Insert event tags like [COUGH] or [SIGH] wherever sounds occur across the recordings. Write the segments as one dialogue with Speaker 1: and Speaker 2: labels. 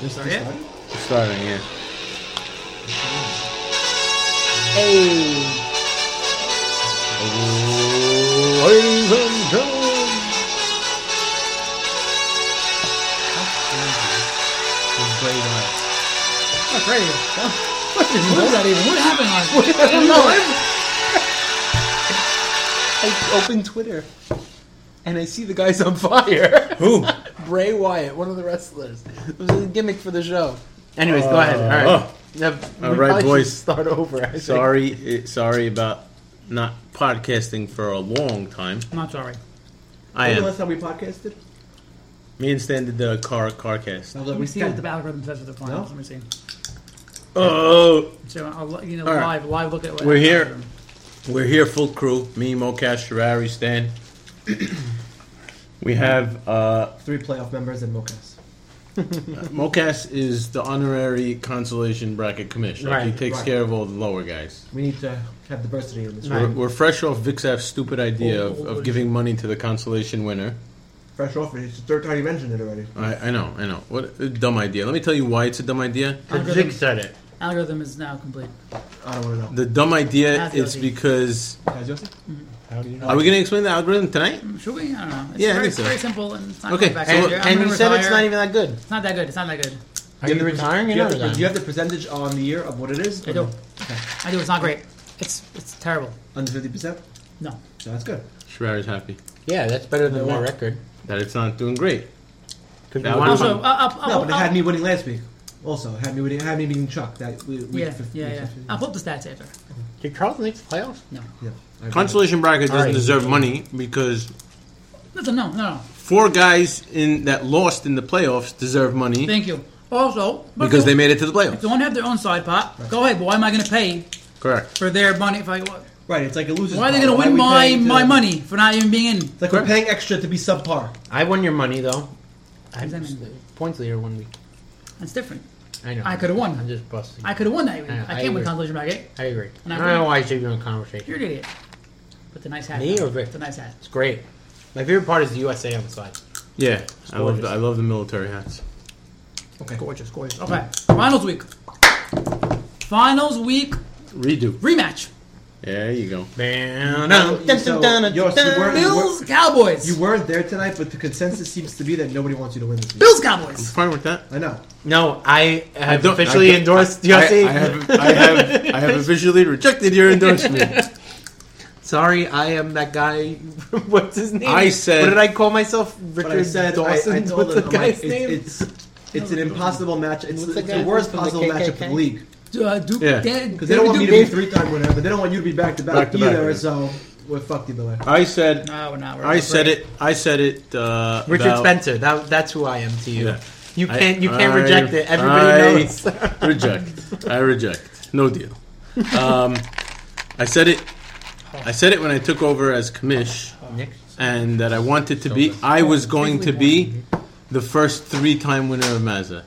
Speaker 1: This
Speaker 2: Sorry, yeah?
Speaker 3: It's starting, yeah.
Speaker 1: Hey.
Speaker 3: Ladies and gentlemen. uh,
Speaker 1: That's right. What is that even? What happened on it? I don't know. I open Twitter and I see the guy's on fire. [LAUGHS]
Speaker 2: Who?
Speaker 1: Bray Wyatt, one of the wrestlers. It was a gimmick for the show. Anyways, go ahead. All right.
Speaker 3: Uh,
Speaker 1: Yeah, we
Speaker 3: All right,
Speaker 1: probably should
Speaker 3: boys.
Speaker 1: Start over. I think.
Speaker 3: Sorry, eh, sorry about not podcasting for a long time.
Speaker 4: Not sorry.
Speaker 3: I
Speaker 2: When was the
Speaker 3: am.
Speaker 2: last time we podcasted?
Speaker 3: Me and Stan did the car carcast.
Speaker 2: That was
Speaker 4: Let
Speaker 2: like
Speaker 4: me see
Speaker 2: God
Speaker 4: what the algorithm says for the finals. Let
Speaker 2: No?
Speaker 4: me see.
Speaker 3: Oh,
Speaker 4: So I'll let- you know
Speaker 3: All right.
Speaker 4: live live look at what
Speaker 3: We're here.
Speaker 4: algorithm.
Speaker 3: we're here full crew. Me, Mocash, Sharari, Stan. we have uh,
Speaker 2: Three playoff members and Mocas.
Speaker 3: Mocash is the honorary consolation bracket commissioner. He
Speaker 1: Right,
Speaker 3: takes
Speaker 2: right.
Speaker 3: care of all the lower guys.
Speaker 2: We need to have diversity in this
Speaker 1: Right.
Speaker 3: We're,
Speaker 2: room.
Speaker 3: we're fresh off Vixav's stupid idea
Speaker 4: Oh,
Speaker 3: of,
Speaker 4: oh,
Speaker 3: of
Speaker 4: oh,
Speaker 3: giving money to the consolation winner.
Speaker 2: Fresh off it. It's the third time you mentioned it already.
Speaker 3: I, I know, I know. What a dumb idea. Let me tell you why it's a dumb idea.
Speaker 4: Algorithm-
Speaker 1: said it.
Speaker 4: Algorithm is now complete.
Speaker 2: I don't want to know.
Speaker 3: The dumb idea
Speaker 4: Matthew,
Speaker 3: is
Speaker 4: I think.
Speaker 3: because.
Speaker 2: Guys, Yossi?
Speaker 1: How do you know?
Speaker 3: Are we going to explain the algorithm tonight?
Speaker 4: Should we? I don't know. It's
Speaker 3: Yeah, I
Speaker 4: very,
Speaker 3: think so.
Speaker 4: very simple and it's not
Speaker 3: Okay,
Speaker 4: going back
Speaker 3: so-
Speaker 4: over there. I'm
Speaker 1: and you
Speaker 4: gonna
Speaker 1: said it's
Speaker 4: retire.
Speaker 1: not even that good.
Speaker 4: It's not that good. It's not that good.
Speaker 1: Are you retiring?
Speaker 2: Do
Speaker 1: You're
Speaker 2: you,
Speaker 1: not
Speaker 2: have the, do you
Speaker 1: retiring.
Speaker 2: have the percentage on the year of what it is?
Speaker 4: I do. I do. It's not great. It's it's terrible.
Speaker 2: Under 50%?
Speaker 4: No.
Speaker 2: So that's good.
Speaker 3: Shrari's happy
Speaker 1: Yeah, that's better than my
Speaker 2: what?
Speaker 1: record.
Speaker 3: that it's not doing great.
Speaker 1: Could
Speaker 3: That
Speaker 1: we-
Speaker 3: was-
Speaker 4: Also, uh, uh, uh,
Speaker 2: No, but it
Speaker 4: uh,
Speaker 2: had me winning last week. Also, it had me winning, had me beating Chuck. That we, we
Speaker 4: Yeah, yeah, Oh. yeah. I'll pull up the stats after.
Speaker 1: Did Charlton make the playoffs?
Speaker 2: yeah. I agree.
Speaker 3: Consolation bracket doesn't
Speaker 1: Alright.
Speaker 3: deserve money because
Speaker 4: Listen, no, no, no.
Speaker 3: four guys in that lost in the playoffs deserve money
Speaker 4: Thank you. Also, but
Speaker 3: because
Speaker 4: the-
Speaker 3: they made it to the
Speaker 4: if they
Speaker 3: playoffs.
Speaker 4: want to have their own side pot, go ahead. But why am I going to pay
Speaker 3: Correct.
Speaker 4: for their money? If I
Speaker 2: Right, it's like a loser's
Speaker 4: why are they
Speaker 2: problem.
Speaker 4: going to win
Speaker 2: we
Speaker 4: my
Speaker 2: paying to-
Speaker 4: my money for not even being in?
Speaker 2: It's like we're paying extra to be subpar.
Speaker 1: I won your money though. I
Speaker 4: does that
Speaker 1: was
Speaker 4: mean?
Speaker 1: the points leader one week.
Speaker 4: That's different.
Speaker 1: I know.
Speaker 4: I could've won.
Speaker 1: I'm just busting.
Speaker 4: I could have won that.
Speaker 1: Yeah,
Speaker 4: I
Speaker 1: I
Speaker 4: can't win
Speaker 1: agree.
Speaker 4: consolation bracket.
Speaker 1: I agree.
Speaker 4: And
Speaker 1: And
Speaker 4: I
Speaker 1: I, don't know
Speaker 4: agree.
Speaker 1: why I should be in a
Speaker 4: You're
Speaker 1: conversation.
Speaker 4: an idiot. But the nice hat.
Speaker 1: Me or Vic?
Speaker 4: The nice hat.
Speaker 1: It's great. My favorite part is the USA on the side.
Speaker 3: Yeah, I love
Speaker 1: gorgeous.
Speaker 3: the, I love the military hats.
Speaker 2: Okay.
Speaker 4: Gorgeous, gorgeous. Okay, finals week. Finals week
Speaker 3: Redo.
Speaker 4: rematch.
Speaker 3: There you go.
Speaker 2: So, Yoss, you, weren't, you,
Speaker 4: Bills
Speaker 2: weren't,
Speaker 4: Cowboys.
Speaker 2: you weren't there tonight, but the consensus seems to be that nobody wants you to win this week.
Speaker 4: Bills Cowboys.
Speaker 3: Fine with that.
Speaker 2: I know.
Speaker 1: No, I have
Speaker 3: don't-
Speaker 1: officially
Speaker 3: I don't-
Speaker 1: endorsed
Speaker 3: I,
Speaker 1: USA.
Speaker 3: I
Speaker 1: [LAUGHS]
Speaker 3: have I have I have officially rejected your endorsement.
Speaker 1: [LAUGHS] Sorry, I am that guy. [LAUGHS] What's his name?
Speaker 3: I said-
Speaker 1: What did I call myself? Richard
Speaker 2: But I said, I,
Speaker 1: Dawson.
Speaker 2: I
Speaker 1: [LAUGHS]
Speaker 2: told
Speaker 1: What's
Speaker 2: them,
Speaker 1: the
Speaker 2: I'm
Speaker 1: guy's
Speaker 2: like,
Speaker 1: name?
Speaker 2: it's, it's, it's an impossible match. It's,
Speaker 1: What's
Speaker 2: the,
Speaker 1: the
Speaker 2: it's
Speaker 1: guy
Speaker 2: the worst
Speaker 1: from the
Speaker 2: possible matchup for
Speaker 1: KKK?
Speaker 2: the league.
Speaker 4: Uh, Duke,
Speaker 3: Yeah.
Speaker 4: Dan-
Speaker 2: Because they don't want me to be
Speaker 4: David
Speaker 2: three time winner, but they don't want you to be back to
Speaker 3: Back
Speaker 2: back
Speaker 3: to back,
Speaker 2: either,
Speaker 3: yeah.
Speaker 2: so we're fucked either way.
Speaker 3: I said
Speaker 4: No, we're not. We're
Speaker 3: I
Speaker 4: not
Speaker 3: said
Speaker 4: great.
Speaker 3: it I said it uh,
Speaker 1: Richard
Speaker 3: about-
Speaker 1: Spencer. That, that's who I am to you.
Speaker 3: Yeah.
Speaker 1: You
Speaker 3: I-
Speaker 1: can't. You can't
Speaker 3: I-
Speaker 1: reject it. Everybody
Speaker 3: I
Speaker 1: knows.
Speaker 3: [LAUGHS]
Speaker 1: [LAUGHS]
Speaker 3: reject. I reject. No deal. Um, I said it. I said it when I took over as commish, and that I wanted to be. I was going to be the first three-time winner of Mazza,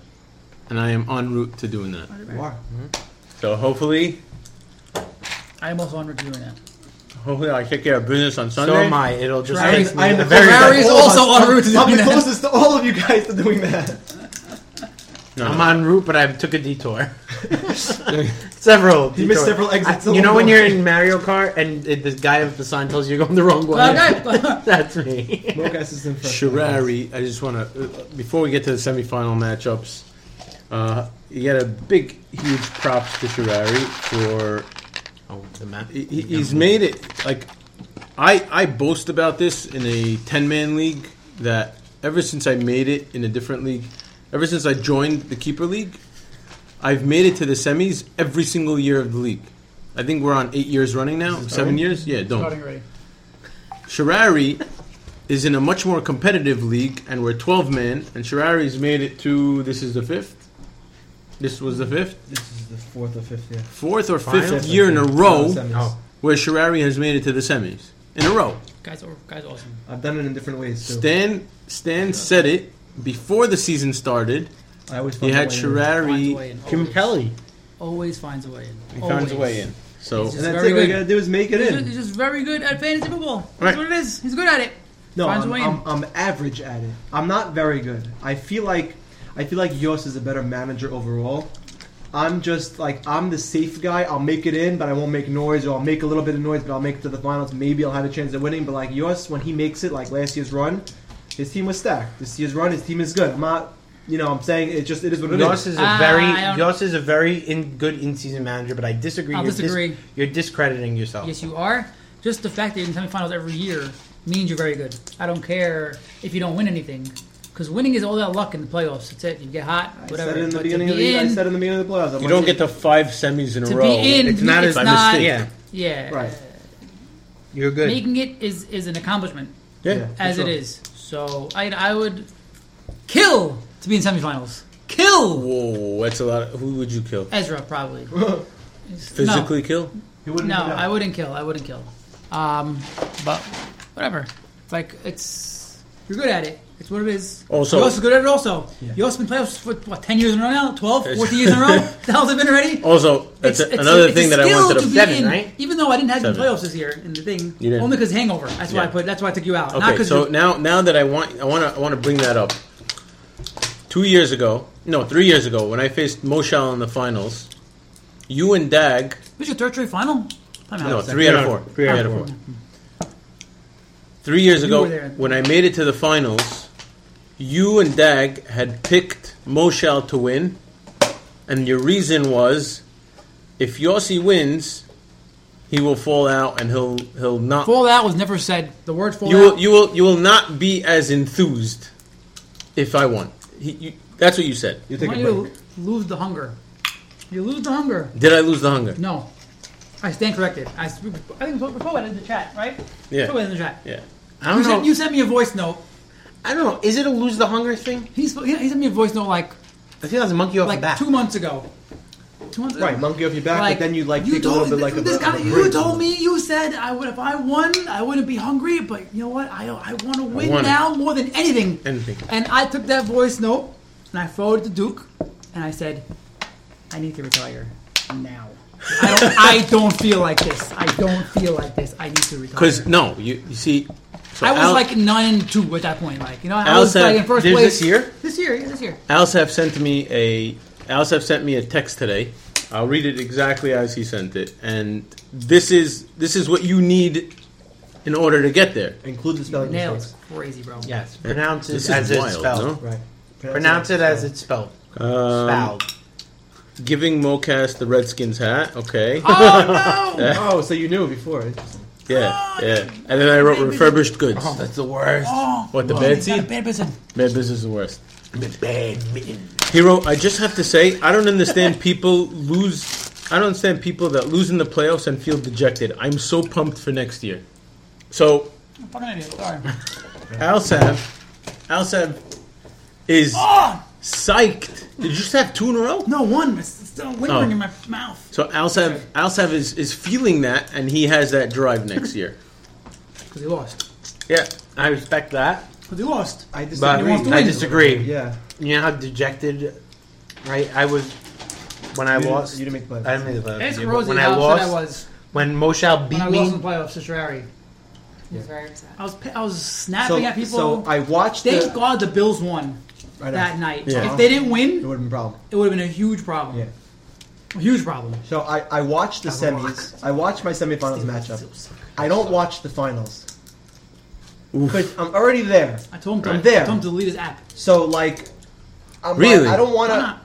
Speaker 3: and I am en route to doing that.
Speaker 2: You are.
Speaker 3: So hopefully,
Speaker 4: I am also on review right now.
Speaker 3: hopefully I take care of business on
Speaker 1: So
Speaker 3: Sunday.
Speaker 1: am I. It'll just.
Speaker 4: Right.
Speaker 1: take me
Speaker 2: I am
Speaker 1: a
Speaker 2: the
Speaker 1: very.
Speaker 4: Ferrari is
Speaker 2: All of us.
Speaker 4: also en route to
Speaker 2: I'm
Speaker 4: doing
Speaker 2: the
Speaker 4: that.
Speaker 2: closest to all of you guys to doing that.
Speaker 3: No,
Speaker 1: I'm
Speaker 3: no.
Speaker 1: en route, but I took a detour. [LAUGHS]
Speaker 3: [LAUGHS]
Speaker 1: several.
Speaker 2: You
Speaker 1: detours.
Speaker 2: missed several exits
Speaker 1: I- you
Speaker 2: along
Speaker 1: know
Speaker 2: the
Speaker 1: when
Speaker 2: way.
Speaker 1: you're in Mario Kart and it, the guy with the sign tells you you're going the wrong way.
Speaker 4: Okay.
Speaker 1: [LAUGHS] That's
Speaker 4: [LAUGHS]
Speaker 1: me.
Speaker 2: Mokas is in first.
Speaker 3: Sharari, I just want to, before we get to the semifinal matchups, uh, you get a big, huge props to Sharari for
Speaker 1: Oh, the map.
Speaker 3: he, he- he's made it like I I boast about this in a ten man league that ever since I made it in a different league, ever since I joined the keeper league, I've made it to the semis every single year of the league. I think we're on eight years running now, seven years. Yeah,
Speaker 4: Starting
Speaker 3: don't.
Speaker 4: ready.
Speaker 3: Sharari is in a much more competitive league, and we're twelve man. And Sharari's made it to this is the fifth. This was the fifth,
Speaker 2: This is the fourth or fifth, yeah.
Speaker 3: fourth or
Speaker 1: Finals,
Speaker 3: fifth
Speaker 1: I
Speaker 3: year in a row
Speaker 2: Semis.
Speaker 1: Oh.
Speaker 3: where Sharari has made it to the semis in a row.
Speaker 4: Guys, are, guys, are awesome.
Speaker 2: I've done it in different ways too.
Speaker 3: Stan Stan said it before the season started.
Speaker 2: I always
Speaker 3: He had
Speaker 2: fuck away.
Speaker 4: Finds a way
Speaker 3: Sharari.
Speaker 4: in.
Speaker 1: Kim
Speaker 4: always.
Speaker 1: Kelly.
Speaker 4: always finds a way in.
Speaker 3: He found his way in. So
Speaker 2: And
Speaker 4: He's
Speaker 2: that's
Speaker 4: Very
Speaker 2: it. uh, All you
Speaker 4: good.
Speaker 2: gotta do is make it
Speaker 4: He's just,
Speaker 2: in.
Speaker 4: he's just very good at fantasy football. That's
Speaker 3: Right.
Speaker 4: what it is. He's good at it.
Speaker 2: No,
Speaker 4: finds a
Speaker 2: I'm,
Speaker 4: way
Speaker 2: I'm, I'm average at it. I'm not very good. I feel like I feel like Yost is a better manager overall. I'm just like I'm the safe guy. I'll make it in, but I won't make noise, or I'll make a little bit of noise, but I'll make it to the finals. Maybe I'll have a chance of winning. But like Yost, when he makes it, like last year's run, his team was stacked. This year's run, his team is good. I'm not, you know, I'm saying it just it is what it is.
Speaker 1: Yoss is a
Speaker 4: Ah,
Speaker 1: very
Speaker 4: I don't-
Speaker 1: Yoss is a very in good in season manager, but I disagree.
Speaker 4: I'll
Speaker 1: you're dis-
Speaker 4: disagree.
Speaker 1: you're discrediting yourself.
Speaker 4: Yes, you are. Just the fact that you're in semifinals every year means you're very good. I don't care if you don't win anything, because winning is all that luck in the playoffs. That's it. You get hot,
Speaker 2: I
Speaker 4: whatever.
Speaker 2: said it in
Speaker 4: But
Speaker 2: the
Speaker 4: to
Speaker 2: beginning
Speaker 4: be
Speaker 2: of the I
Speaker 4: in-
Speaker 2: said in the beginning of the playoffs. I'm
Speaker 3: You
Speaker 2: like,
Speaker 3: don't get to five semis in a
Speaker 4: to
Speaker 3: row.
Speaker 4: be in,
Speaker 1: It's not
Speaker 4: it's
Speaker 1: as- by
Speaker 4: not-
Speaker 3: mistake.
Speaker 1: Yeah,
Speaker 4: Yeah,
Speaker 2: Right.
Speaker 1: you're good.
Speaker 4: Making it is is an accomplishment
Speaker 3: Yeah.
Speaker 2: For
Speaker 4: as
Speaker 2: sure.
Speaker 4: it is. So I I would kill to be in semifinals. Kill
Speaker 3: Oh, Whoa, that's a lot. Of, who would you kill?
Speaker 4: Ezra
Speaker 2: [LAUGHS]
Speaker 4: probably.
Speaker 3: Physically kill?
Speaker 2: He wouldn't
Speaker 4: No,
Speaker 2: do that.
Speaker 4: I wouldn't kill. I wouldn't kill. Um, but whatever. It's like it's you're good at it. It's what it is.
Speaker 3: Also-
Speaker 4: Yost is good at it. Also, Yost has been playoffs for what ten years in a row now, 12, 14 years in
Speaker 3: [LAUGHS]
Speaker 4: a row. the hell's it been already?
Speaker 3: Also, Oh, that's a- another thing that I
Speaker 4: skill
Speaker 3: wanted to.
Speaker 4: be
Speaker 1: Seven,
Speaker 4: in,
Speaker 1: right?
Speaker 4: Even though I didn't have the
Speaker 3: Seven.
Speaker 4: playoffs this year in the thing,
Speaker 3: You didn't.
Speaker 4: only because hangover. That's why I
Speaker 3: Yeah.
Speaker 4: put. That's why I took you out. Not
Speaker 3: Okay,
Speaker 4: 'cause
Speaker 3: so
Speaker 4: you-
Speaker 3: now now that I want I want to I want to bring that up. Two years ago, no, three years ago, when I faced Moshal in the finals, you and Dag,
Speaker 4: was your third straight final? Time out.
Speaker 3: no, three out of four, three out of four. Three years ago,
Speaker 4: were there.
Speaker 3: when I made it to the finals, you and Dag had picked Moshal to win, and your reason was, if Yossi wins, he will fall out and he'll he'll not
Speaker 4: Fall out was never said. The word fall
Speaker 3: you
Speaker 4: out.
Speaker 3: will, you will, you will not be as enthused if I won. He, you, that's what you said.
Speaker 2: You
Speaker 4: Why
Speaker 2: take a
Speaker 4: do
Speaker 2: break.
Speaker 4: you lose the hunger? You lose the hunger.
Speaker 3: Did I lose the hunger?
Speaker 4: No, I stand corrected. I, s- we- I think we put we put it in the chat, right?
Speaker 3: Yeah.
Speaker 4: Put it in the chat.
Speaker 3: Yeah.
Speaker 1: I
Speaker 4: You
Speaker 1: don't know.
Speaker 4: sent, you sent me a voice note.
Speaker 1: I don't know. Is it a lose the hunger thing?
Speaker 4: He, sp- he he sent me a voice note like
Speaker 1: I feel that's a monkey off the
Speaker 4: like
Speaker 1: bat.
Speaker 4: two months ago. Two months ago.
Speaker 2: Right, monkey off your back,
Speaker 4: Like,
Speaker 2: but then you like take a little bit like a,
Speaker 4: this
Speaker 2: of
Speaker 4: guy,
Speaker 2: a
Speaker 4: you
Speaker 2: break.
Speaker 4: told me you said I would if I won I wouldn't be hungry but you know what I, I want to win
Speaker 3: want it.
Speaker 4: now more than anything
Speaker 3: Anything.
Speaker 4: and I took that voice note and I forwarded to Duke and I said I need to retire now I don't I don't feel like this I don't feel like this I need to retire
Speaker 3: Because no, you, you see. So
Speaker 4: I was
Speaker 3: Al,
Speaker 4: like nine and two at that point like you know I
Speaker 3: Al
Speaker 4: was
Speaker 3: said-
Speaker 4: like in first
Speaker 1: There's
Speaker 4: place
Speaker 1: this year.
Speaker 4: this year yeah this year
Speaker 3: Alsef sent me a Alsef sent me a text today. I'll read it exactly as he sent it, and this is this is what you need in order to get there.
Speaker 2: Include the spelling
Speaker 4: nails
Speaker 2: mistakes.
Speaker 4: crazy bro
Speaker 1: Yes, pronounce
Speaker 3: This is
Speaker 1: it as it's
Speaker 3: wild,
Speaker 1: spelled.
Speaker 3: no?
Speaker 2: Right.
Speaker 1: Pronounce it as it's spelled.
Speaker 3: Um,
Speaker 1: Spelled.
Speaker 3: giving Mocast the Redskins hat. Okay.
Speaker 4: oh
Speaker 3: [LAUGHS]
Speaker 4: no
Speaker 2: [LAUGHS] Oh, so you knew before. Interesting.
Speaker 3: Yeah, yeah. And then I wrote refurbished goods.
Speaker 1: That's the worst.
Speaker 4: oh
Speaker 3: What the
Speaker 4: he's
Speaker 3: bad
Speaker 4: got a
Speaker 3: seed?
Speaker 4: bad person.
Speaker 3: Man, this is the worst.
Speaker 1: Badminton.
Speaker 3: Hero, I just have to say, I don't understand people lose. I don't understand people that lose in the playoffs and feel dejected. I'm so pumped for next year. So
Speaker 4: Fucking idiot. Sorry.
Speaker 3: Alsav, Alsav is
Speaker 4: Oh!
Speaker 3: psyched. Did you just have two in a row?
Speaker 4: No, one. It's it's still lingering
Speaker 3: Oh.
Speaker 4: in my mouth.
Speaker 3: So Alsav, Alsav is is feeling that, and he has that drive next year.
Speaker 4: Because he lost.
Speaker 3: Yeah,
Speaker 1: I respect that,
Speaker 4: Because he lost.
Speaker 2: I disagree.
Speaker 1: but
Speaker 4: wants to
Speaker 1: I
Speaker 4: win.
Speaker 1: disagree.
Speaker 2: yeah.
Speaker 1: You know how dejected, right? I was when I
Speaker 2: You didn't-
Speaker 1: lost.
Speaker 2: you didn't make the playoffs.
Speaker 1: I didn't make the playoffs.
Speaker 4: Ask
Speaker 1: yeah, but
Speaker 4: Rosie
Speaker 1: when
Speaker 4: how
Speaker 1: I
Speaker 4: upset
Speaker 1: lost,
Speaker 4: I was
Speaker 1: when Moshal beat
Speaker 4: when I
Speaker 1: me,
Speaker 4: lost in the playoffs to Ferrari.
Speaker 5: He's very upset.
Speaker 4: I was, I was snapping at people.
Speaker 2: so I watched
Speaker 4: Thank
Speaker 2: the,
Speaker 4: God the Bills won
Speaker 2: I know.
Speaker 4: that night.
Speaker 3: Yeah.
Speaker 4: If they didn't
Speaker 2: It
Speaker 4: win,
Speaker 2: would have been a problem.
Speaker 4: it would have been a huge problem.
Speaker 2: Yeah.
Speaker 4: A huge problem.
Speaker 2: So I, I watched the
Speaker 4: Have a walk.
Speaker 2: semis. I watched my semifinals matchup. I don't watch the finals.
Speaker 3: Oof.
Speaker 2: Because I'm already there.
Speaker 4: I told him to,
Speaker 2: I'm there.
Speaker 4: I told him to delete his app.
Speaker 2: So like I'm
Speaker 3: Really?
Speaker 2: like, I don't want
Speaker 4: Why
Speaker 2: to
Speaker 4: not?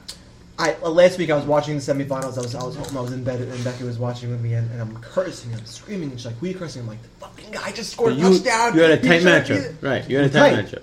Speaker 2: I uh, last week I was watching the semifinals. I was I was home. I was in bed and Becky was watching with me and, and I'm cursing. I'm screaming. And she's like, "We cursing." I'm like, "The fucking guy just scored a
Speaker 3: you,
Speaker 2: touchdown."
Speaker 3: you had a
Speaker 2: He
Speaker 3: tight
Speaker 2: should have beat
Speaker 3: matchup,
Speaker 2: it."
Speaker 3: right? You had a tight
Speaker 2: Tight.
Speaker 3: matchup.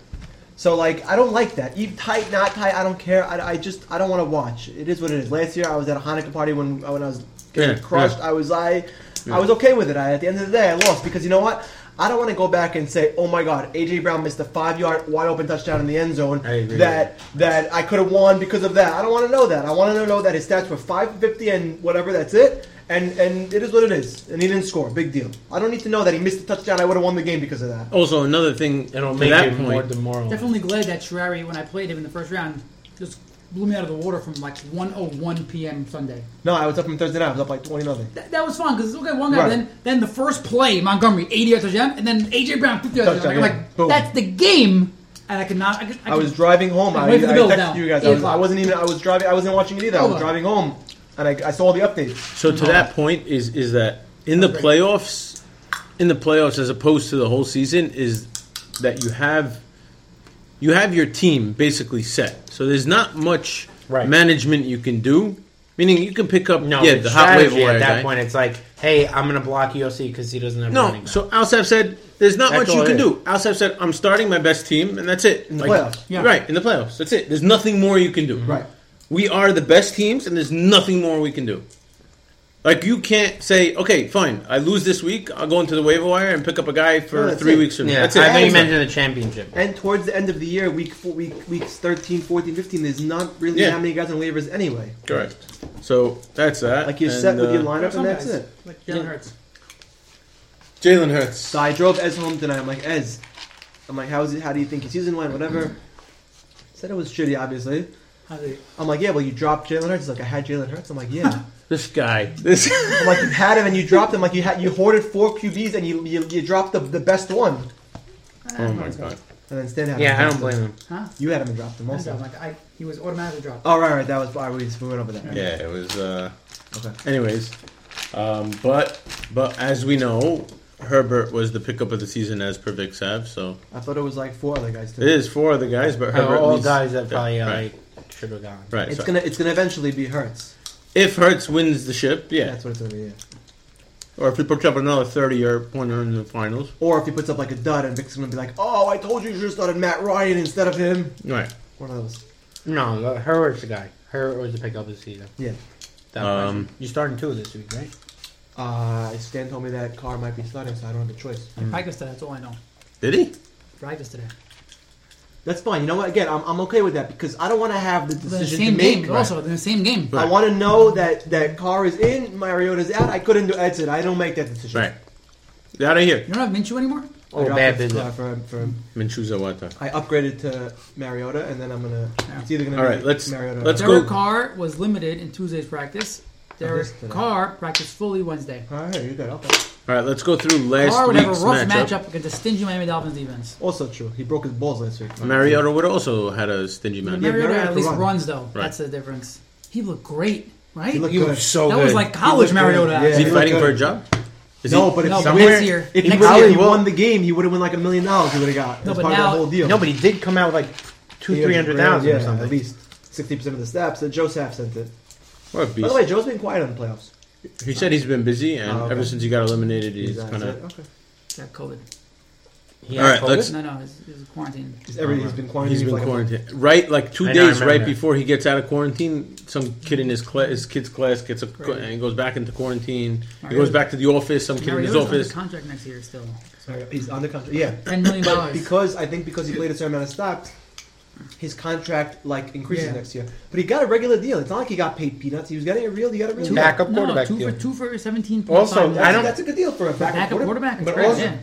Speaker 2: So like, I don't like that. Even tight, not tight. I don't care. I, I just I don't want to watch. It is what it is. Last year I was at a Hanukkah party when uh, when I was getting
Speaker 3: Yeah,
Speaker 2: crushed. I was I I was okay with it. I, at the end of the day, I lost because you know what. I don't want to go back and say, "Oh my God, AJ Brown missed a five-yard wide open touchdown in the end zone
Speaker 1: I agree.
Speaker 2: that that I could have won because of that." I don't want to know that. I want to know that his stats were five for fifty and whatever. That's it. And and it is what it is. And he didn't score. Big deal. I don't need to know that he missed a touchdown. I would have won the game because of that.
Speaker 3: Also, another thing.
Speaker 1: it'll
Speaker 3: to
Speaker 1: make
Speaker 3: that
Speaker 1: it
Speaker 3: point,
Speaker 1: more demoralizing.
Speaker 4: Definitely glad that Ferrari, when I played him in the first round, just blew me out of the water from like 1.01 p.m. Sunday.
Speaker 2: No, I was up from Thursday night. I was up like twenty nothing.
Speaker 4: That, that was fun because okay, one guy.
Speaker 2: Right.
Speaker 4: Then then the first play, Montgomery eighty yards touchdown, and then AJ Brown fifty yards touchdown.
Speaker 2: Touchdown,
Speaker 4: Like, I'm
Speaker 2: yeah.
Speaker 4: like
Speaker 2: Boom.
Speaker 4: that's the game. and I could not. I, could, I,
Speaker 2: I was
Speaker 4: could-
Speaker 2: driving home.
Speaker 4: I'm
Speaker 2: I, I
Speaker 4: waiting for the bill
Speaker 2: texted
Speaker 4: now.
Speaker 2: you guys. I,
Speaker 4: Eight
Speaker 2: was, I
Speaker 4: o'clock.
Speaker 2: wasn't even. I was driving. I wasn't watching it either. I
Speaker 4: Hold
Speaker 2: was
Speaker 4: on.
Speaker 2: driving home, and I, I saw the updates.
Speaker 3: So to that point is is that in the playoffs, in the playoffs as opposed to the whole season is that you have you have your team basically set. So there's not much
Speaker 1: Right.
Speaker 3: management you can do. Meaning you can pick up
Speaker 1: No,
Speaker 3: yeah
Speaker 1: but
Speaker 3: the hot wave
Speaker 1: strategy
Speaker 3: wire
Speaker 1: at that
Speaker 3: guy.
Speaker 1: point, it's like, hey, I'm gonna block Yossi because he doesn't have
Speaker 3: No,
Speaker 1: running back.
Speaker 3: so Alsep said there's not
Speaker 1: That's
Speaker 3: much you
Speaker 1: all
Speaker 3: can
Speaker 1: it
Speaker 3: do. Alsep said I'm starting my best team and that's it. In
Speaker 2: the playoffs.
Speaker 4: Yeah.
Speaker 3: Right, in the playoffs. That's it. There's nothing more you can do.
Speaker 2: Right.
Speaker 3: We are the best teams and there's nothing more we can do. Like you can't say, okay, fine, I lose this week, I'll go into the waiver wire and pick up a guy
Speaker 2: No,
Speaker 3: for
Speaker 2: that's
Speaker 3: three
Speaker 2: it.
Speaker 3: weeks from now.
Speaker 1: yeah,
Speaker 3: That's it.
Speaker 1: I think you
Speaker 3: That's
Speaker 1: mentioned the championship.
Speaker 2: And towards the end of the year, week four, week weeks 13, 14, 15, there's not really
Speaker 3: Yeah.
Speaker 2: that many guys on waivers anyway.
Speaker 3: it. correct. So that's that.
Speaker 2: Like you're
Speaker 3: And,
Speaker 2: set with
Speaker 3: uh,
Speaker 2: your lineup,
Speaker 4: Some
Speaker 2: and that's
Speaker 4: guys,
Speaker 2: it.
Speaker 4: Like Jalen Hurts.
Speaker 3: Jalen Hurts.
Speaker 2: So I drove Ez home tonight. I'm like Ez, I'm like, how's it? How do you think his season went? Whatever. Said it was shitty, obviously.
Speaker 4: How do you-
Speaker 2: I'm like, yeah, well, you dropped Jalen Hurts. He's like, I had Jalen Hurts. I'm
Speaker 4: [LAUGHS]
Speaker 2: like, yeah.
Speaker 3: This
Speaker 2: [LAUGHS]
Speaker 3: guy. This [LAUGHS]
Speaker 2: I'm like, you had him and you dropped him. Like, you had you hoarded four QBs and you you, you dropped the, the best one.
Speaker 3: Oh my god.
Speaker 2: And then Stan had him.
Speaker 1: Yeah, I don't blame him.
Speaker 4: Huh?
Speaker 2: You had him and dropped him
Speaker 4: I dropped,
Speaker 2: also.
Speaker 4: like, I, he was automatically dropped.
Speaker 2: All Oh, right, right. That was why we we went over that.
Speaker 3: Yeah, it was uh
Speaker 2: Okay.
Speaker 3: anyways. Um but but as we know, Herbert was the pickup of the season as per Vic Sav, so
Speaker 2: I thought it was like four other guys. Too.
Speaker 3: It is four other guys, but Herbert
Speaker 1: all
Speaker 3: leads-
Speaker 1: guys that probably
Speaker 3: yeah,
Speaker 1: uh,
Speaker 3: right.
Speaker 1: like should have gone.
Speaker 3: right.
Speaker 2: It's
Speaker 3: so
Speaker 2: gonna it's gonna eventually be Hurts.
Speaker 3: if Hertz wins the ship, yeah,
Speaker 2: That's what it's gonna be. Yeah.
Speaker 3: or if he puts up another thirty-year pointer in the finals,
Speaker 2: Or if he puts up like a dud and Vic's gonna be like, oh, I told you you should have started Matt Ryan instead of him.
Speaker 3: right?
Speaker 2: One of those.
Speaker 1: No, but Herbert's the guy. Herbert was the pickup this season.
Speaker 2: Yeah.
Speaker 1: That
Speaker 3: Um,
Speaker 1: much. you starting two this week, right?
Speaker 2: Uh, Stan told me that car might be starting, so I don't have a choice.
Speaker 4: I practiced today. That's all I know.
Speaker 3: Did he?
Speaker 4: Practiced today.
Speaker 2: That's fine. You know what? Again, I'm, I'm okay with that because I don't want to have the
Speaker 4: The
Speaker 2: decision
Speaker 4: same
Speaker 2: to make.
Speaker 4: game. Also, in the same game.
Speaker 2: I want to know that that car is in, Mariota's out. I couldn't do exit. I don't make that decision.
Speaker 3: Right. Get out of here,
Speaker 4: You don't have Minshew anymore.
Speaker 2: I
Speaker 1: Oh,
Speaker 2: dropped
Speaker 1: bad
Speaker 2: it, uh,
Speaker 1: business.
Speaker 2: for, for,
Speaker 3: Minshew Zawata.
Speaker 2: I upgraded to Mariota, and then I'm gonna. It's either gonna
Speaker 3: All
Speaker 2: be
Speaker 3: right, let's-
Speaker 2: Mariota. or-
Speaker 3: let's-
Speaker 4: Derek
Speaker 3: go.
Speaker 4: Carr was limited in Tuesday's practice. Derek
Speaker 2: this today.
Speaker 4: Carr practiced fully Wednesday.
Speaker 2: All right, you got it.
Speaker 3: All right, let's go through last
Speaker 4: Carr would have a
Speaker 3: week's
Speaker 4: rough
Speaker 3: matchup.
Speaker 4: matchup against the stingy Miami Dolphins defense.
Speaker 2: Also true. He broke his balls last week.
Speaker 3: Mariota would also had a stingy
Speaker 4: But
Speaker 3: matchup.
Speaker 2: Yeah,
Speaker 4: Mariota
Speaker 2: Mariota
Speaker 4: at least
Speaker 2: run.
Speaker 4: runs though. That's the difference. He looked great, right?
Speaker 2: He looked
Speaker 3: He
Speaker 2: good.
Speaker 3: was so
Speaker 4: that
Speaker 3: good.
Speaker 4: was like college
Speaker 2: good.
Speaker 4: Mariota.
Speaker 2: Yeah.
Speaker 3: is he
Speaker 4: actually.
Speaker 2: he
Speaker 3: fighting
Speaker 2: looked
Speaker 3: for a
Speaker 2: good.
Speaker 3: job? Is
Speaker 2: no,
Speaker 3: he,
Speaker 2: but if
Speaker 4: No,
Speaker 2: he
Speaker 4: but
Speaker 2: wins-
Speaker 4: next year-
Speaker 2: if he,
Speaker 1: next
Speaker 2: won,
Speaker 1: year
Speaker 2: if
Speaker 1: he
Speaker 2: he
Speaker 1: will.
Speaker 2: won the game, he would have won like a million dollars. He would have got. That's
Speaker 4: but
Speaker 2: part
Speaker 4: now-
Speaker 2: of the whole deal.
Speaker 1: No, but he did come out with like two,
Speaker 2: Yeah,
Speaker 1: three hundred thousand
Speaker 2: yeah,
Speaker 1: or something.
Speaker 2: At least sixty percent of the snaps that Joe Sapp sent it.
Speaker 3: what a
Speaker 2: By the
Speaker 3: beast.
Speaker 2: way, Joe's been quiet in the playoffs.
Speaker 3: he said he's been busy, and
Speaker 2: Oh, okay.
Speaker 3: ever since he got eliminated, he's
Speaker 2: out,
Speaker 3: kind
Speaker 2: is
Speaker 3: of.
Speaker 2: it? okay.
Speaker 4: Got COVID.
Speaker 1: He
Speaker 3: All
Speaker 1: had
Speaker 3: right,
Speaker 1: COVID?
Speaker 3: let's-
Speaker 4: No, no, it's, it's quarantine.
Speaker 2: He's, every, he's been quarantined.
Speaker 3: He's
Speaker 2: for
Speaker 3: been
Speaker 2: like a month.
Speaker 3: quarantined, right? Like two
Speaker 1: I know, I
Speaker 3: days,
Speaker 1: remember
Speaker 3: right
Speaker 1: that.
Speaker 3: before he gets out of quarantine, some kid in his class, his kid's class, gets up
Speaker 4: Right.
Speaker 3: and goes back into quarantine. He
Speaker 4: Mariota-
Speaker 3: goes back to the office. Some kid in his
Speaker 4: Mariota's under
Speaker 3: office.
Speaker 4: contract next year still.
Speaker 2: Sorry, He's under contract. Yeah,
Speaker 4: Ten million dollars.
Speaker 2: because I think because he played a certain amount of stops, his contract like increases
Speaker 4: Yeah.
Speaker 2: next year. But he got a regular deal. It's not like he got paid peanuts. He was getting a real. He got a real.
Speaker 4: Two-
Speaker 2: deal.
Speaker 1: Backup
Speaker 4: no,
Speaker 1: quarterback
Speaker 4: Two
Speaker 1: deal.
Speaker 4: for two for seventeen.
Speaker 1: Also,
Speaker 2: That's,
Speaker 1: I don't-
Speaker 2: That's a good deal for a backup,
Speaker 4: backup quarterback.
Speaker 2: But
Speaker 4: But also,
Speaker 2: also,
Speaker 4: yeah.